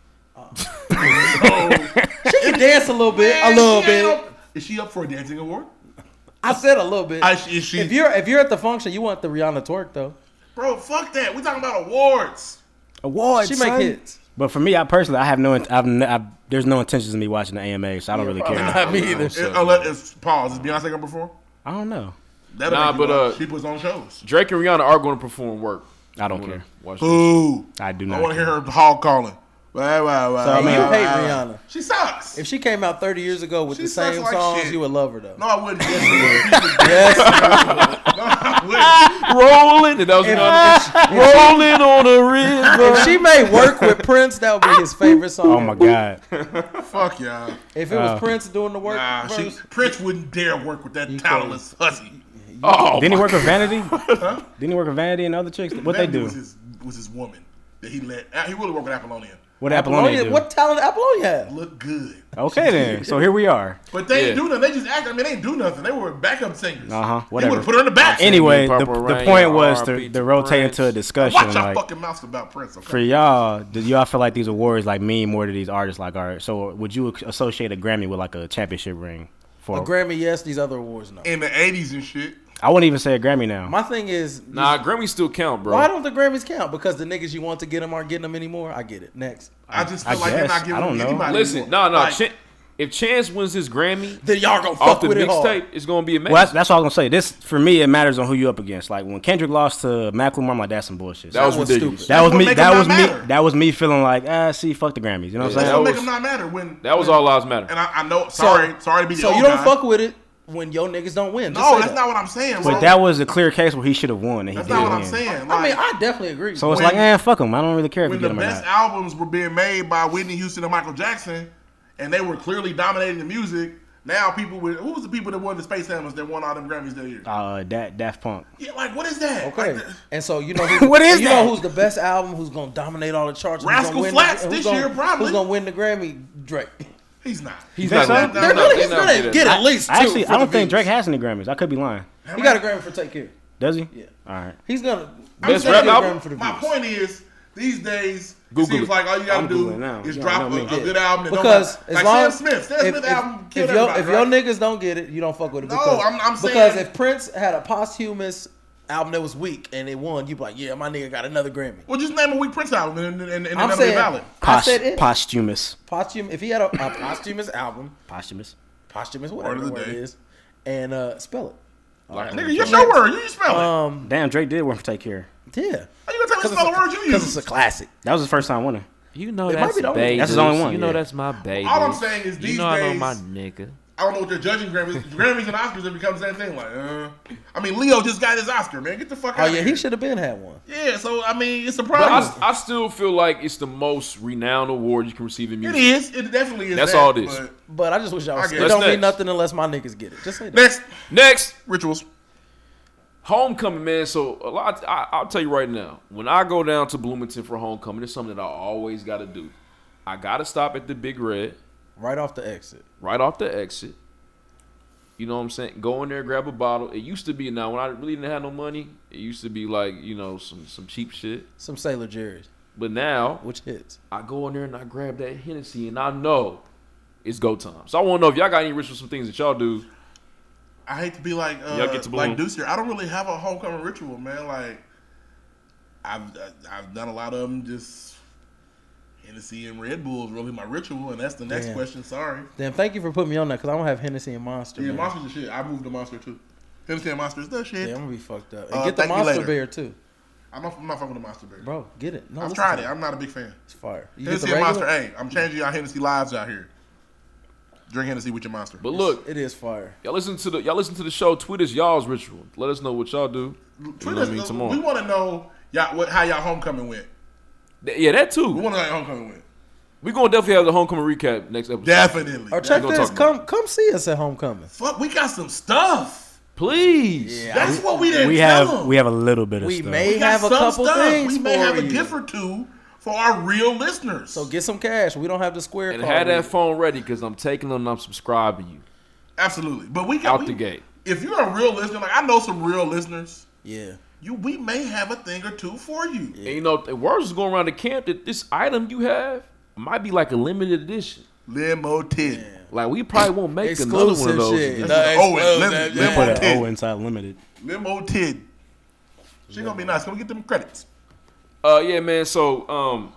[SPEAKER 4] she can dance a little bit, a
[SPEAKER 2] Man,
[SPEAKER 4] little
[SPEAKER 2] she ain't
[SPEAKER 4] bit.
[SPEAKER 2] up- Is she up for a dancing award?
[SPEAKER 4] I said a little bit.
[SPEAKER 2] I, is she,
[SPEAKER 4] If you're if you're at the function, you want the Rihanna twerk though.
[SPEAKER 2] bro, fuck that. We talking about awards.
[SPEAKER 5] Awards.
[SPEAKER 4] She make
[SPEAKER 5] son.
[SPEAKER 4] hits.
[SPEAKER 5] But for me, I personally, I have no, int- I've, n- I've, there's no intentions of me watching the AMA, so I don't really care.
[SPEAKER 4] Not me either.
[SPEAKER 3] uh,
[SPEAKER 2] It- Uh, unless, it's, pause. Is Beyonce gonna perform?
[SPEAKER 5] I don't know.
[SPEAKER 2] That'll
[SPEAKER 3] Nah,
[SPEAKER 2] make you
[SPEAKER 3] but,
[SPEAKER 2] laugh.
[SPEAKER 3] uh,
[SPEAKER 2] she puts on shows.
[SPEAKER 3] Drake and Rihanna are going to perform work.
[SPEAKER 5] I don't
[SPEAKER 3] You wanna
[SPEAKER 5] care.
[SPEAKER 3] watch this?
[SPEAKER 2] Ooh,
[SPEAKER 5] I do
[SPEAKER 2] I
[SPEAKER 5] not.
[SPEAKER 2] want to
[SPEAKER 5] care.
[SPEAKER 2] hear her hall calling. Wow, wow, wow.
[SPEAKER 5] I
[SPEAKER 4] You
[SPEAKER 5] mean-
[SPEAKER 4] hate Rihanna.
[SPEAKER 2] She sucks.
[SPEAKER 4] If she came out 30 years ago with
[SPEAKER 2] She
[SPEAKER 4] the
[SPEAKER 2] sucks
[SPEAKER 4] same
[SPEAKER 2] like
[SPEAKER 4] songs,
[SPEAKER 2] shit.
[SPEAKER 4] you would love her though.
[SPEAKER 2] no, I wouldn't. Yes, she would.
[SPEAKER 4] Yes,
[SPEAKER 2] no, I wouldn't.
[SPEAKER 3] rolling. And that was Rihanna. rolling on the river.
[SPEAKER 4] if she made work with Prince, that would be his favorite song.
[SPEAKER 5] Oh my god.
[SPEAKER 2] Fuck y'all.
[SPEAKER 4] If it was Prince doing the work,
[SPEAKER 2] Nah, she,
[SPEAKER 4] verse,
[SPEAKER 2] Prince wouldn't dare work with that talentless hussy.
[SPEAKER 3] Oh,
[SPEAKER 5] Didn't he work with Vanity? Didn't he work with Vanity and other chicks? What they
[SPEAKER 2] That
[SPEAKER 5] do?
[SPEAKER 2] Was his, was his woman that he let? uh, He really worked with Apollonia.
[SPEAKER 5] What did Apollonia do?
[SPEAKER 4] What talent did Apollonia have?
[SPEAKER 2] Look good.
[SPEAKER 5] Okay then. So here we are.
[SPEAKER 2] But they
[SPEAKER 3] Yeah.
[SPEAKER 2] didn't do nothing. They just act. I mean, they didn't do nothing. They were backup singers.
[SPEAKER 5] Uh huh.
[SPEAKER 2] They would
[SPEAKER 5] Whatever.
[SPEAKER 2] have put her in the back.
[SPEAKER 5] Anyway, the,
[SPEAKER 3] Purple
[SPEAKER 5] the
[SPEAKER 3] Rain,
[SPEAKER 5] point was to,
[SPEAKER 3] R.I.P.
[SPEAKER 5] to rotate
[SPEAKER 3] Prince.
[SPEAKER 5] into a discussion.
[SPEAKER 2] Watch your
[SPEAKER 5] Like
[SPEAKER 2] fucking mouth about Prince. Okay?
[SPEAKER 5] for y'all, do y'all feel like these awards like mean more to these artists? Like, all right, so would you associate a Grammy with like a championship ring?
[SPEAKER 4] A
[SPEAKER 5] For
[SPEAKER 4] Grammy, yes. These other awards, no.
[SPEAKER 2] in the '80s and shit.
[SPEAKER 5] I wouldn't even say a Grammy now.
[SPEAKER 4] My thing is,
[SPEAKER 3] Nah, Grammys still count, bro.
[SPEAKER 4] why don't the Grammys count? Because the niggas you want to get them aren't getting them anymore. I get it. Next,
[SPEAKER 2] I just
[SPEAKER 5] I
[SPEAKER 2] feel like they're
[SPEAKER 5] guess.
[SPEAKER 2] not
[SPEAKER 5] I
[SPEAKER 2] giving
[SPEAKER 5] don't know.
[SPEAKER 2] anybody.
[SPEAKER 3] Listen,
[SPEAKER 2] more.
[SPEAKER 3] no, no.
[SPEAKER 2] Like,
[SPEAKER 3] Chan- if Chance wins his Grammy
[SPEAKER 4] then y'all gonna
[SPEAKER 3] off
[SPEAKER 4] fuck
[SPEAKER 3] the
[SPEAKER 4] with it hard.
[SPEAKER 3] mixtape, it's gonna be amazing.
[SPEAKER 5] Well, that's, that's all I was gonna say. This for me, it matters on who you up against. Like when Kendrick lost to Macklemore, I'm like, that's some bullshit.
[SPEAKER 3] that was
[SPEAKER 4] one's
[SPEAKER 3] ridiculous.
[SPEAKER 4] stupid.
[SPEAKER 5] That was
[SPEAKER 2] That's what
[SPEAKER 5] me.
[SPEAKER 2] make
[SPEAKER 5] That
[SPEAKER 2] it
[SPEAKER 5] was
[SPEAKER 2] not
[SPEAKER 5] me.
[SPEAKER 2] matter.
[SPEAKER 5] That was me feeling like, ah, see, fuck the Grammys. You know what I'm
[SPEAKER 2] that's
[SPEAKER 3] Yeah,
[SPEAKER 2] what
[SPEAKER 5] saying?
[SPEAKER 3] that
[SPEAKER 2] make
[SPEAKER 3] was-
[SPEAKER 2] them not matter when.
[SPEAKER 3] That was all lives matter.
[SPEAKER 2] And I, I know. Sorry, sorry to be. the
[SPEAKER 4] So
[SPEAKER 2] old
[SPEAKER 4] you don't
[SPEAKER 2] guy.
[SPEAKER 4] fuck with it when your niggas don't win. Just
[SPEAKER 2] No,
[SPEAKER 4] say
[SPEAKER 2] that's
[SPEAKER 4] that.
[SPEAKER 2] not what I'm saying.
[SPEAKER 5] But
[SPEAKER 2] bro.
[SPEAKER 5] that was a clear case where he should have won, and he
[SPEAKER 2] That's
[SPEAKER 5] did
[SPEAKER 2] not what
[SPEAKER 5] win.
[SPEAKER 2] I'm saying.
[SPEAKER 4] I
[SPEAKER 2] Like,
[SPEAKER 4] mean, I definitely agree.
[SPEAKER 5] So it's
[SPEAKER 2] When-
[SPEAKER 5] like, eh, fuck him. I don't really care if you
[SPEAKER 2] when the
[SPEAKER 5] get him or
[SPEAKER 2] best
[SPEAKER 5] not.
[SPEAKER 2] albums were being made by Whitney Houston and Michael Jackson, and they were clearly dominating the music. Now people with who was the people that won the Space Hammers that won all them Grammys that year?
[SPEAKER 5] Uh, that Daft Punk.
[SPEAKER 2] Yeah, like what is that?
[SPEAKER 4] Okay,
[SPEAKER 2] Like, the-
[SPEAKER 4] and so you know who,
[SPEAKER 5] What is
[SPEAKER 4] you
[SPEAKER 5] that?
[SPEAKER 4] know who's the best album? Who's gonna dominate all the charts? who's
[SPEAKER 2] Rascal
[SPEAKER 4] gonna win
[SPEAKER 2] Flatts
[SPEAKER 4] the, who's
[SPEAKER 2] this
[SPEAKER 4] gonna-
[SPEAKER 2] year, probably.
[SPEAKER 4] Who's gonna win the Grammy? Drake.
[SPEAKER 2] he's not.
[SPEAKER 3] He's
[SPEAKER 5] Think
[SPEAKER 3] not.
[SPEAKER 5] so?
[SPEAKER 3] They're not,
[SPEAKER 2] They're
[SPEAKER 3] they're
[SPEAKER 4] really-
[SPEAKER 3] not
[SPEAKER 4] they're
[SPEAKER 3] gonna
[SPEAKER 4] get
[SPEAKER 3] do that.
[SPEAKER 4] at least two.
[SPEAKER 5] Actually,
[SPEAKER 4] for
[SPEAKER 5] I don't
[SPEAKER 4] the views.
[SPEAKER 5] think Drake has any Grammys. I could be lying.
[SPEAKER 4] He got a Grammy for Take Care.
[SPEAKER 5] Does he?
[SPEAKER 4] Yeah.
[SPEAKER 5] All right.
[SPEAKER 4] He's gonna.
[SPEAKER 3] Best
[SPEAKER 4] he's gonna
[SPEAKER 3] rap
[SPEAKER 4] get a
[SPEAKER 3] album?
[SPEAKER 4] Grammy for the
[SPEAKER 2] My
[SPEAKER 4] views.
[SPEAKER 2] point is, these days,
[SPEAKER 3] Google
[SPEAKER 2] it seems
[SPEAKER 3] it.
[SPEAKER 2] like all you gotta
[SPEAKER 5] I'm
[SPEAKER 2] do
[SPEAKER 5] Googling now.
[SPEAKER 2] is
[SPEAKER 5] You
[SPEAKER 2] drop
[SPEAKER 5] don't
[SPEAKER 2] a,
[SPEAKER 5] know me.
[SPEAKER 2] a good album. That
[SPEAKER 4] Because
[SPEAKER 2] don't
[SPEAKER 4] as
[SPEAKER 2] matter. like
[SPEAKER 4] long
[SPEAKER 2] Sam Smith, Sam
[SPEAKER 4] if,
[SPEAKER 2] Smith
[SPEAKER 4] if-
[SPEAKER 2] album killed
[SPEAKER 4] if your
[SPEAKER 2] everybody,
[SPEAKER 4] if your
[SPEAKER 2] right?
[SPEAKER 4] niggas don't get it, you don't fuck with it.
[SPEAKER 2] No,
[SPEAKER 4] because,
[SPEAKER 2] I'm- I'm saying-
[SPEAKER 4] because if Prince had a posthumous album that was weak and it won, you'd be like, yeah, my nigga got another Grammy.
[SPEAKER 2] Well, just name a weak Prince album and and, and, and
[SPEAKER 4] I'm
[SPEAKER 2] that'll be
[SPEAKER 4] saying,
[SPEAKER 2] valid.
[SPEAKER 4] I
[SPEAKER 5] Post-
[SPEAKER 4] said it.
[SPEAKER 5] posthumous.
[SPEAKER 4] Posthum. If he had a, a posthumous album,
[SPEAKER 5] Posthumous.
[SPEAKER 4] posthumous whatever
[SPEAKER 2] of
[SPEAKER 4] the
[SPEAKER 2] the
[SPEAKER 4] word
[SPEAKER 2] day.
[SPEAKER 4] is, and uh, spell it.
[SPEAKER 2] Nigga, that's your word. You just spell it.
[SPEAKER 4] Um,
[SPEAKER 5] Damn, Drake did win for Take Care.
[SPEAKER 4] yeah,
[SPEAKER 2] How you gonna tell me to spell a word you
[SPEAKER 4] because it's
[SPEAKER 2] use?
[SPEAKER 4] a classic.
[SPEAKER 5] That was his first time winning.
[SPEAKER 12] You know
[SPEAKER 4] It might
[SPEAKER 12] that's
[SPEAKER 4] be the only-
[SPEAKER 12] baby.
[SPEAKER 5] That's his only one,
[SPEAKER 12] You know
[SPEAKER 5] yeah.
[SPEAKER 12] that's my baby.
[SPEAKER 2] All I'm saying is these
[SPEAKER 12] you know I know
[SPEAKER 2] days-
[SPEAKER 12] my nigga.
[SPEAKER 2] I don't know what they're judging Grammys. Grammys and Oscars have become the same thing. Like, uh, I mean, Leo just got his Oscar, man. Get the fuck
[SPEAKER 4] Oh
[SPEAKER 2] out. of
[SPEAKER 4] yeah,
[SPEAKER 2] here.
[SPEAKER 4] he should have been had one.
[SPEAKER 2] Yeah, so I mean, it's a
[SPEAKER 3] But
[SPEAKER 2] problem.
[SPEAKER 3] I, I still feel like it's the most renowned award you can receive in
[SPEAKER 2] it
[SPEAKER 3] music.
[SPEAKER 2] is. It definitely is.
[SPEAKER 3] That's
[SPEAKER 2] that,
[SPEAKER 3] all it is.
[SPEAKER 2] but-
[SPEAKER 4] But I just wish y'all.
[SPEAKER 2] I
[SPEAKER 4] was-
[SPEAKER 2] guess.
[SPEAKER 4] It
[SPEAKER 3] That's
[SPEAKER 4] don't mean
[SPEAKER 3] next.
[SPEAKER 4] nothing unless my niggas get it. Just say that.
[SPEAKER 2] Next
[SPEAKER 3] Next,
[SPEAKER 2] rituals.
[SPEAKER 3] homecoming, man. So a lot. I, I'll tell you right now. When I go down to Bloomington for homecoming, it's something that I always got to do. I got to stop at the Big Red.
[SPEAKER 4] Right off the exit.
[SPEAKER 3] right off the exit. You know what I'm saying? Go in there, grab a bottle. It used to be now when I really didn't have no money, it used to be like, you know, some some cheap shit.
[SPEAKER 4] Some Sailor Jerry's,
[SPEAKER 3] But now
[SPEAKER 4] which hits.
[SPEAKER 3] I go in there and I grab that Hennessy and I know it's go time. So I wanna know if y'all got any rituals some things that y'all do.
[SPEAKER 2] I hate to be like, uh,
[SPEAKER 3] Y'all get to
[SPEAKER 2] like
[SPEAKER 3] bloom.
[SPEAKER 2] Deuce here. I don't really have a homecoming ritual, man. Like, I've I've done a lot of them. Just Hennessy and Red Bull is really my ritual, and that's the next
[SPEAKER 4] Damn.
[SPEAKER 2] question. Sorry.
[SPEAKER 4] Damn, thank you for putting me on that because I don't have Hennessy and Monster.
[SPEAKER 2] Yeah,
[SPEAKER 4] man.
[SPEAKER 2] Monster's the shit. I moved to Monster too. Hennessy and Monster is the shit.
[SPEAKER 4] Yeah, I'm gonna be fucked up. And
[SPEAKER 2] Uh,
[SPEAKER 4] get the
[SPEAKER 2] thank me
[SPEAKER 4] Monster
[SPEAKER 2] later.
[SPEAKER 4] Bear too,
[SPEAKER 2] I'm not, I'm not fucking with the Monster beer.
[SPEAKER 4] bro. Get it. No,
[SPEAKER 2] I've
[SPEAKER 4] listen
[SPEAKER 2] tried
[SPEAKER 4] to
[SPEAKER 2] it. I'm not a big fan.
[SPEAKER 4] It's fire. You get
[SPEAKER 2] Hennessy
[SPEAKER 4] the
[SPEAKER 2] and Monster.
[SPEAKER 4] regular.
[SPEAKER 2] Hey, I'm changing y'all Hennessy lives out here. Drink Hennessy with your Monster.
[SPEAKER 3] But look,
[SPEAKER 4] It is fire.
[SPEAKER 3] y'all listen to the y'all listen to the show, Twitter's y'all's ritual. Let us know what y'all do. You know what I mean?
[SPEAKER 2] Twitter's-
[SPEAKER 3] Tomorrow.
[SPEAKER 2] we want to know y'all what how y'all homecoming went.
[SPEAKER 3] Th- yeah, that
[SPEAKER 2] We
[SPEAKER 3] too.
[SPEAKER 2] want to know how your homecoming went.
[SPEAKER 3] We're gonna definitely have the homecoming recap next episode.
[SPEAKER 2] Definitely.
[SPEAKER 4] Or Oh, check
[SPEAKER 3] gonna
[SPEAKER 4] this.
[SPEAKER 3] talk about
[SPEAKER 4] Come, come see us at homecoming.
[SPEAKER 2] Fuck, we got some stuff.
[SPEAKER 3] Please.
[SPEAKER 2] That's what we didn't
[SPEAKER 5] We
[SPEAKER 2] tell
[SPEAKER 5] have
[SPEAKER 2] them.
[SPEAKER 5] we have a little bit of
[SPEAKER 4] We
[SPEAKER 5] stuff.
[SPEAKER 4] may
[SPEAKER 2] We got
[SPEAKER 4] have a
[SPEAKER 2] some
[SPEAKER 4] couple
[SPEAKER 2] stuff.
[SPEAKER 4] things
[SPEAKER 2] We may
[SPEAKER 4] for
[SPEAKER 2] have a
[SPEAKER 4] you.
[SPEAKER 2] gift or two for our real listeners.
[SPEAKER 4] So get some cash. We don't have the square
[SPEAKER 3] And
[SPEAKER 4] card.
[SPEAKER 3] have that
[SPEAKER 4] either.
[SPEAKER 3] phone ready because I'm taking them and I'm subscribing you.
[SPEAKER 2] Absolutely. But we got
[SPEAKER 3] Out
[SPEAKER 2] we-
[SPEAKER 3] the gate.
[SPEAKER 2] If you're a real listener, like I know some real listeners,
[SPEAKER 4] yeah.
[SPEAKER 2] you we may have a thing or two for you.
[SPEAKER 3] And you know, the words is going around the camp that this item you have might be like a limited edition.
[SPEAKER 2] Limo tin.
[SPEAKER 3] Like we probably won't make another one
[SPEAKER 4] Exclusive
[SPEAKER 3] of those.
[SPEAKER 4] shit.
[SPEAKER 3] again.
[SPEAKER 2] This is
[SPEAKER 4] No,
[SPEAKER 2] Owen.
[SPEAKER 4] exclusive,
[SPEAKER 2] Lim-
[SPEAKER 4] yeah.
[SPEAKER 5] Put
[SPEAKER 2] Limo
[SPEAKER 5] an O
[SPEAKER 2] tin.
[SPEAKER 5] inside limited.
[SPEAKER 2] Limo tin. She gonna be nice. Come get them credits.
[SPEAKER 3] Uh, yeah, man. So, um,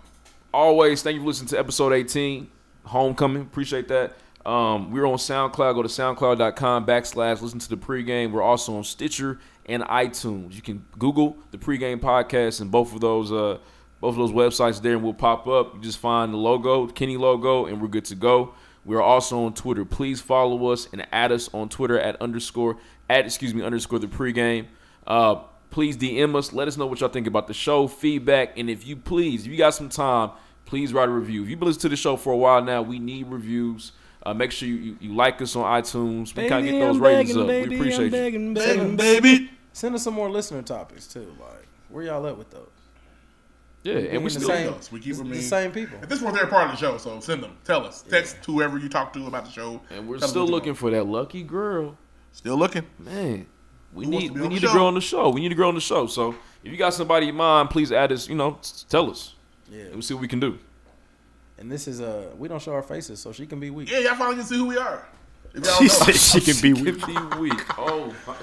[SPEAKER 3] always thank you for listening to episode 18, Homecoming. Appreciate that. Um, we're on SoundCloud. Go to soundcloud.com backslash listen to the pregame. We're also on Stitcher and iTunes. You can Google the pregame podcast and both of those uh both of those websites there, and we'll pop up. You just find the logo, Kenny logo, and we're good to go. We are also on Twitter. Please follow us and add us on Twitter at underscore at excuse me underscore the pregame. Uh, please DM us. Let us know what y'all think about the show, feedback, and if you please, if you got some time, please write a review. If you've been listening to the show for a while now, we need reviews. Uh, make sure you, you, you like us on iTunes. We kind of get those ratings up. we appreciate you.
[SPEAKER 2] Baby.
[SPEAKER 4] Send us some more listener topics too. Like, where y'all at with those?
[SPEAKER 3] Yeah, and we
[SPEAKER 4] the
[SPEAKER 3] still
[SPEAKER 4] same-
[SPEAKER 2] us. We keep them
[SPEAKER 4] the
[SPEAKER 2] in.
[SPEAKER 4] same people.
[SPEAKER 2] At this point, they're part of the show, so send them. Tell us. Text to whoever you talk to about the show.
[SPEAKER 3] and we're
[SPEAKER 2] Tell us
[SPEAKER 3] still
[SPEAKER 2] what you
[SPEAKER 3] looking
[SPEAKER 2] want.
[SPEAKER 3] for that lucky girl.
[SPEAKER 2] Still looking.
[SPEAKER 3] Man, we
[SPEAKER 2] Who wants to
[SPEAKER 3] need
[SPEAKER 2] be
[SPEAKER 3] we
[SPEAKER 2] on the
[SPEAKER 3] need to
[SPEAKER 2] show?
[SPEAKER 3] grow on the show. We need to grow on the show. So if you got somebody in mind, please add us. You know, s- tell us.
[SPEAKER 4] Yeah.
[SPEAKER 3] and we'll see what we can do.
[SPEAKER 4] And this is uh we don't show our faces, so she can be weak.
[SPEAKER 2] Yeah, y'all finally can see who we are. If y'all
[SPEAKER 5] She
[SPEAKER 2] know.
[SPEAKER 5] said she can be weak.
[SPEAKER 3] It'd be weak. Oh, my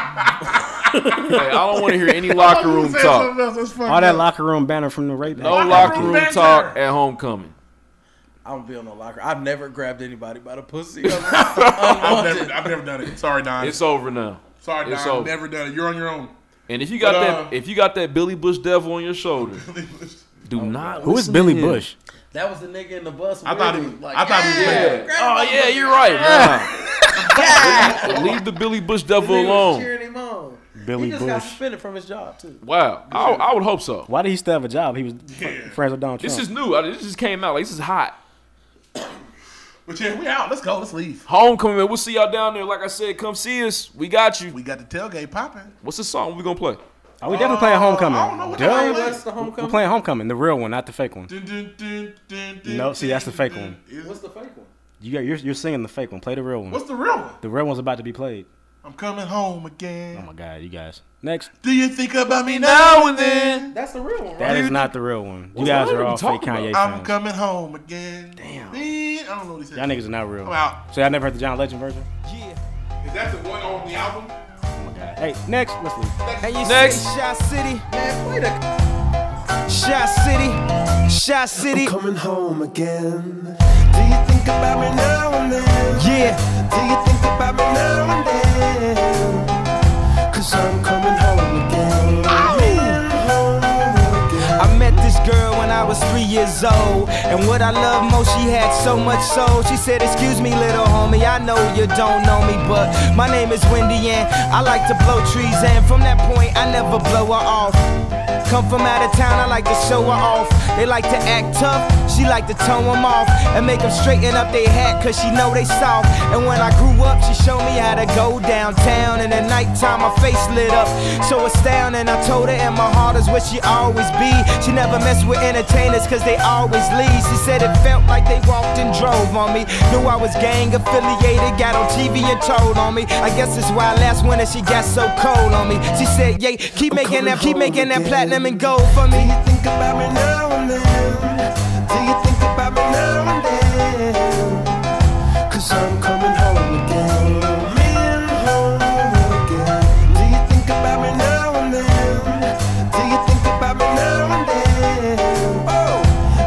[SPEAKER 3] God. hey, I don't want to hear any locker
[SPEAKER 2] Oh, You
[SPEAKER 3] room
[SPEAKER 2] said
[SPEAKER 3] talk.
[SPEAKER 2] something else. That's fucked
[SPEAKER 5] All that
[SPEAKER 2] up.
[SPEAKER 5] locker room banner from the rape.
[SPEAKER 3] No
[SPEAKER 5] act.
[SPEAKER 3] locker room
[SPEAKER 2] banter.
[SPEAKER 3] talk at homecoming.
[SPEAKER 4] I don't be on no locker. I've never grabbed anybody by the pussy. I've
[SPEAKER 2] I've never, I've never done it. Sorry, Don.
[SPEAKER 3] It's over now.
[SPEAKER 2] Sorry, Don.
[SPEAKER 3] it's over.
[SPEAKER 2] Never done it. You're on your own.
[SPEAKER 3] And if you got
[SPEAKER 2] But, uh,
[SPEAKER 3] that, if you got that Billy Bush devil on your shoulder,
[SPEAKER 2] Oh,
[SPEAKER 3] do not.
[SPEAKER 5] Who is
[SPEAKER 3] listen
[SPEAKER 5] Billy
[SPEAKER 3] to him.
[SPEAKER 5] Bush?
[SPEAKER 4] That was the nigga in the bus.
[SPEAKER 2] I thought he
[SPEAKER 4] really,
[SPEAKER 2] was. I thought he was.
[SPEAKER 3] Yeah.
[SPEAKER 2] making-
[SPEAKER 3] Oh yeah, you're right. Nah. Leave the Billy Bush devil
[SPEAKER 4] Nigga was
[SPEAKER 3] alone.
[SPEAKER 4] cheering him on.
[SPEAKER 5] Billy
[SPEAKER 4] he just got
[SPEAKER 5] Bush.
[SPEAKER 4] suspended from his job too.
[SPEAKER 3] Wow, I, I would hope so.
[SPEAKER 5] Why did he still have a job? He was friends with Donald Trump.
[SPEAKER 3] This is new. I- This just came out. Like this is hot.
[SPEAKER 2] But yeah, we out. Let's go. Let's leave.
[SPEAKER 3] Homecoming, man. We'll see y'all down there. Like I said, come see us. We got you.
[SPEAKER 2] We got the tailgate popping.
[SPEAKER 3] What's the song we gonna play?
[SPEAKER 5] oh, we definitely playing homecoming.
[SPEAKER 2] I don't know what
[SPEAKER 5] Duh.
[SPEAKER 2] the hell that
[SPEAKER 4] What's
[SPEAKER 2] is.
[SPEAKER 4] the homecoming?
[SPEAKER 5] We're playing homecoming, the real one, not the fake one.
[SPEAKER 2] Dun, dun, dun, dun, dun,
[SPEAKER 5] No, see, that's the
[SPEAKER 2] dun,
[SPEAKER 5] fake
[SPEAKER 2] dun.
[SPEAKER 5] one.
[SPEAKER 2] Is-
[SPEAKER 4] What's the fake one?
[SPEAKER 5] You got, you're, you're singing the fake one. Play the real one.
[SPEAKER 2] What's the real one?
[SPEAKER 5] the real one's about to be played.
[SPEAKER 2] I'm coming home again.
[SPEAKER 5] Oh my god, you guys. Next,
[SPEAKER 2] Do you think about me now and then?
[SPEAKER 4] That's the real one, right?
[SPEAKER 5] that is not the real one. You guys
[SPEAKER 3] what
[SPEAKER 5] are
[SPEAKER 3] are we
[SPEAKER 5] all fake
[SPEAKER 3] talking about?
[SPEAKER 5] Kanye
[SPEAKER 2] I'm
[SPEAKER 5] fans.
[SPEAKER 2] coming home again. Damn. I don't know what he said.
[SPEAKER 5] Y'all niggas are not real.
[SPEAKER 2] I'm out.
[SPEAKER 5] So y'all never heard the John Legend version?
[SPEAKER 2] Is that the one on the album?
[SPEAKER 5] Oh my god. Hey, next, let's leave.
[SPEAKER 1] And you
[SPEAKER 3] Next.
[SPEAKER 1] say Shot City,
[SPEAKER 4] Man, play the
[SPEAKER 1] Shot City, Shot City.
[SPEAKER 10] Coming home again. Do you think about me now and then?
[SPEAKER 1] Yeah,
[SPEAKER 10] Do you think about me now and then? Cause I'm coming home again.
[SPEAKER 1] I met this girl when I was three years old. And what I love most, she had so much soul. She said, Excuse me, little homie, I know you don't know me, but my name is Wendy, and I like to blow trees. And from that point, I never blow her off. Come from out of town, I like to show her off. They like to act tough, she like to tone them off and make them straighten up their hat, cause she know they soft. And when I grew up, she showed me how to go downtown. And at nighttime, my face lit up, so astounding. I told her, and my heart is where she always be. She never messed with entertainers, cause they always leave. She said it felt like they walked and drove on me. Knew I was gang affiliated, got on TV and told on me. I guess it's why last winter she got so cold on me. She said, Yeah, keep making that, keep making that platinum and gold for me.
[SPEAKER 10] Think about me now and then. Do you think about me now and then? Cause I'm coming home again. Coming home again. Do you think about me now and then? Do you think about me now and then? Oh,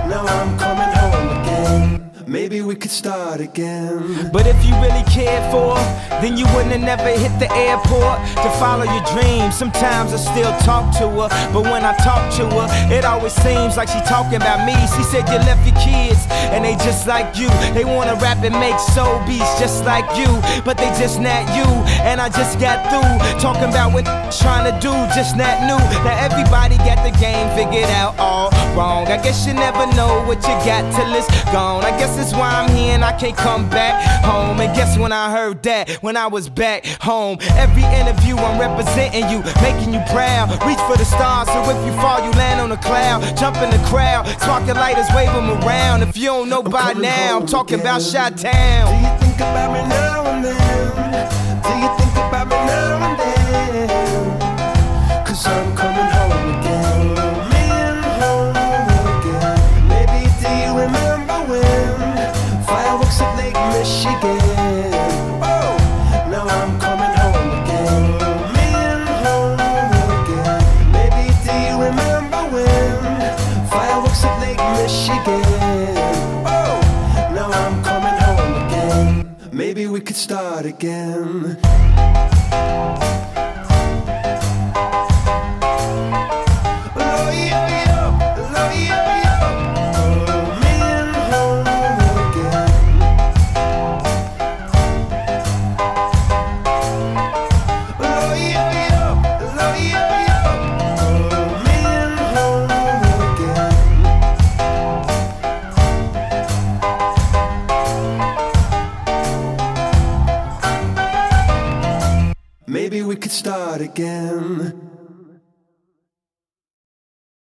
[SPEAKER 10] now I'm coming home again. Maybe we could start again.
[SPEAKER 1] But if you really cared for her, then you wouldn't have never hit the airport to follow your dreams. Sometimes I still talk to her, but when I talk to her, it always seems like she talking about me. She said you left your kids, and they just like you. They wanna rap and make soul beats just like you, but they just not you. And I just got through talking about what trying to do, just not new. Now everybody got the game figured out all wrong. I guess you never know what you got till it's gone. I guess it's why I'm here and I can't come back home. And guess when I heard that, when I was back home. Every interview I'm representing you, making you proud. Reach for the stars, so if you fall, you land on a cloud. Jump in the crowd, spark the lighters, wave 'em around. If you don't know by
[SPEAKER 10] coming
[SPEAKER 1] now, I'm
[SPEAKER 10] home
[SPEAKER 1] talking about
[SPEAKER 10] again.
[SPEAKER 1] Shot Town.
[SPEAKER 10] Do you think about me now and then? Do you think about me now and then? Cause I'm coming home again. Me and home again. Maybe do you remember when fireworks at Lake Michigan? Oh, now I'm coming home again. Me and home again. Maybe do you remember when fireworks at Lake Michigan? Oh, now I'm coming home again. Maybe we could start again. Maybe we could start again.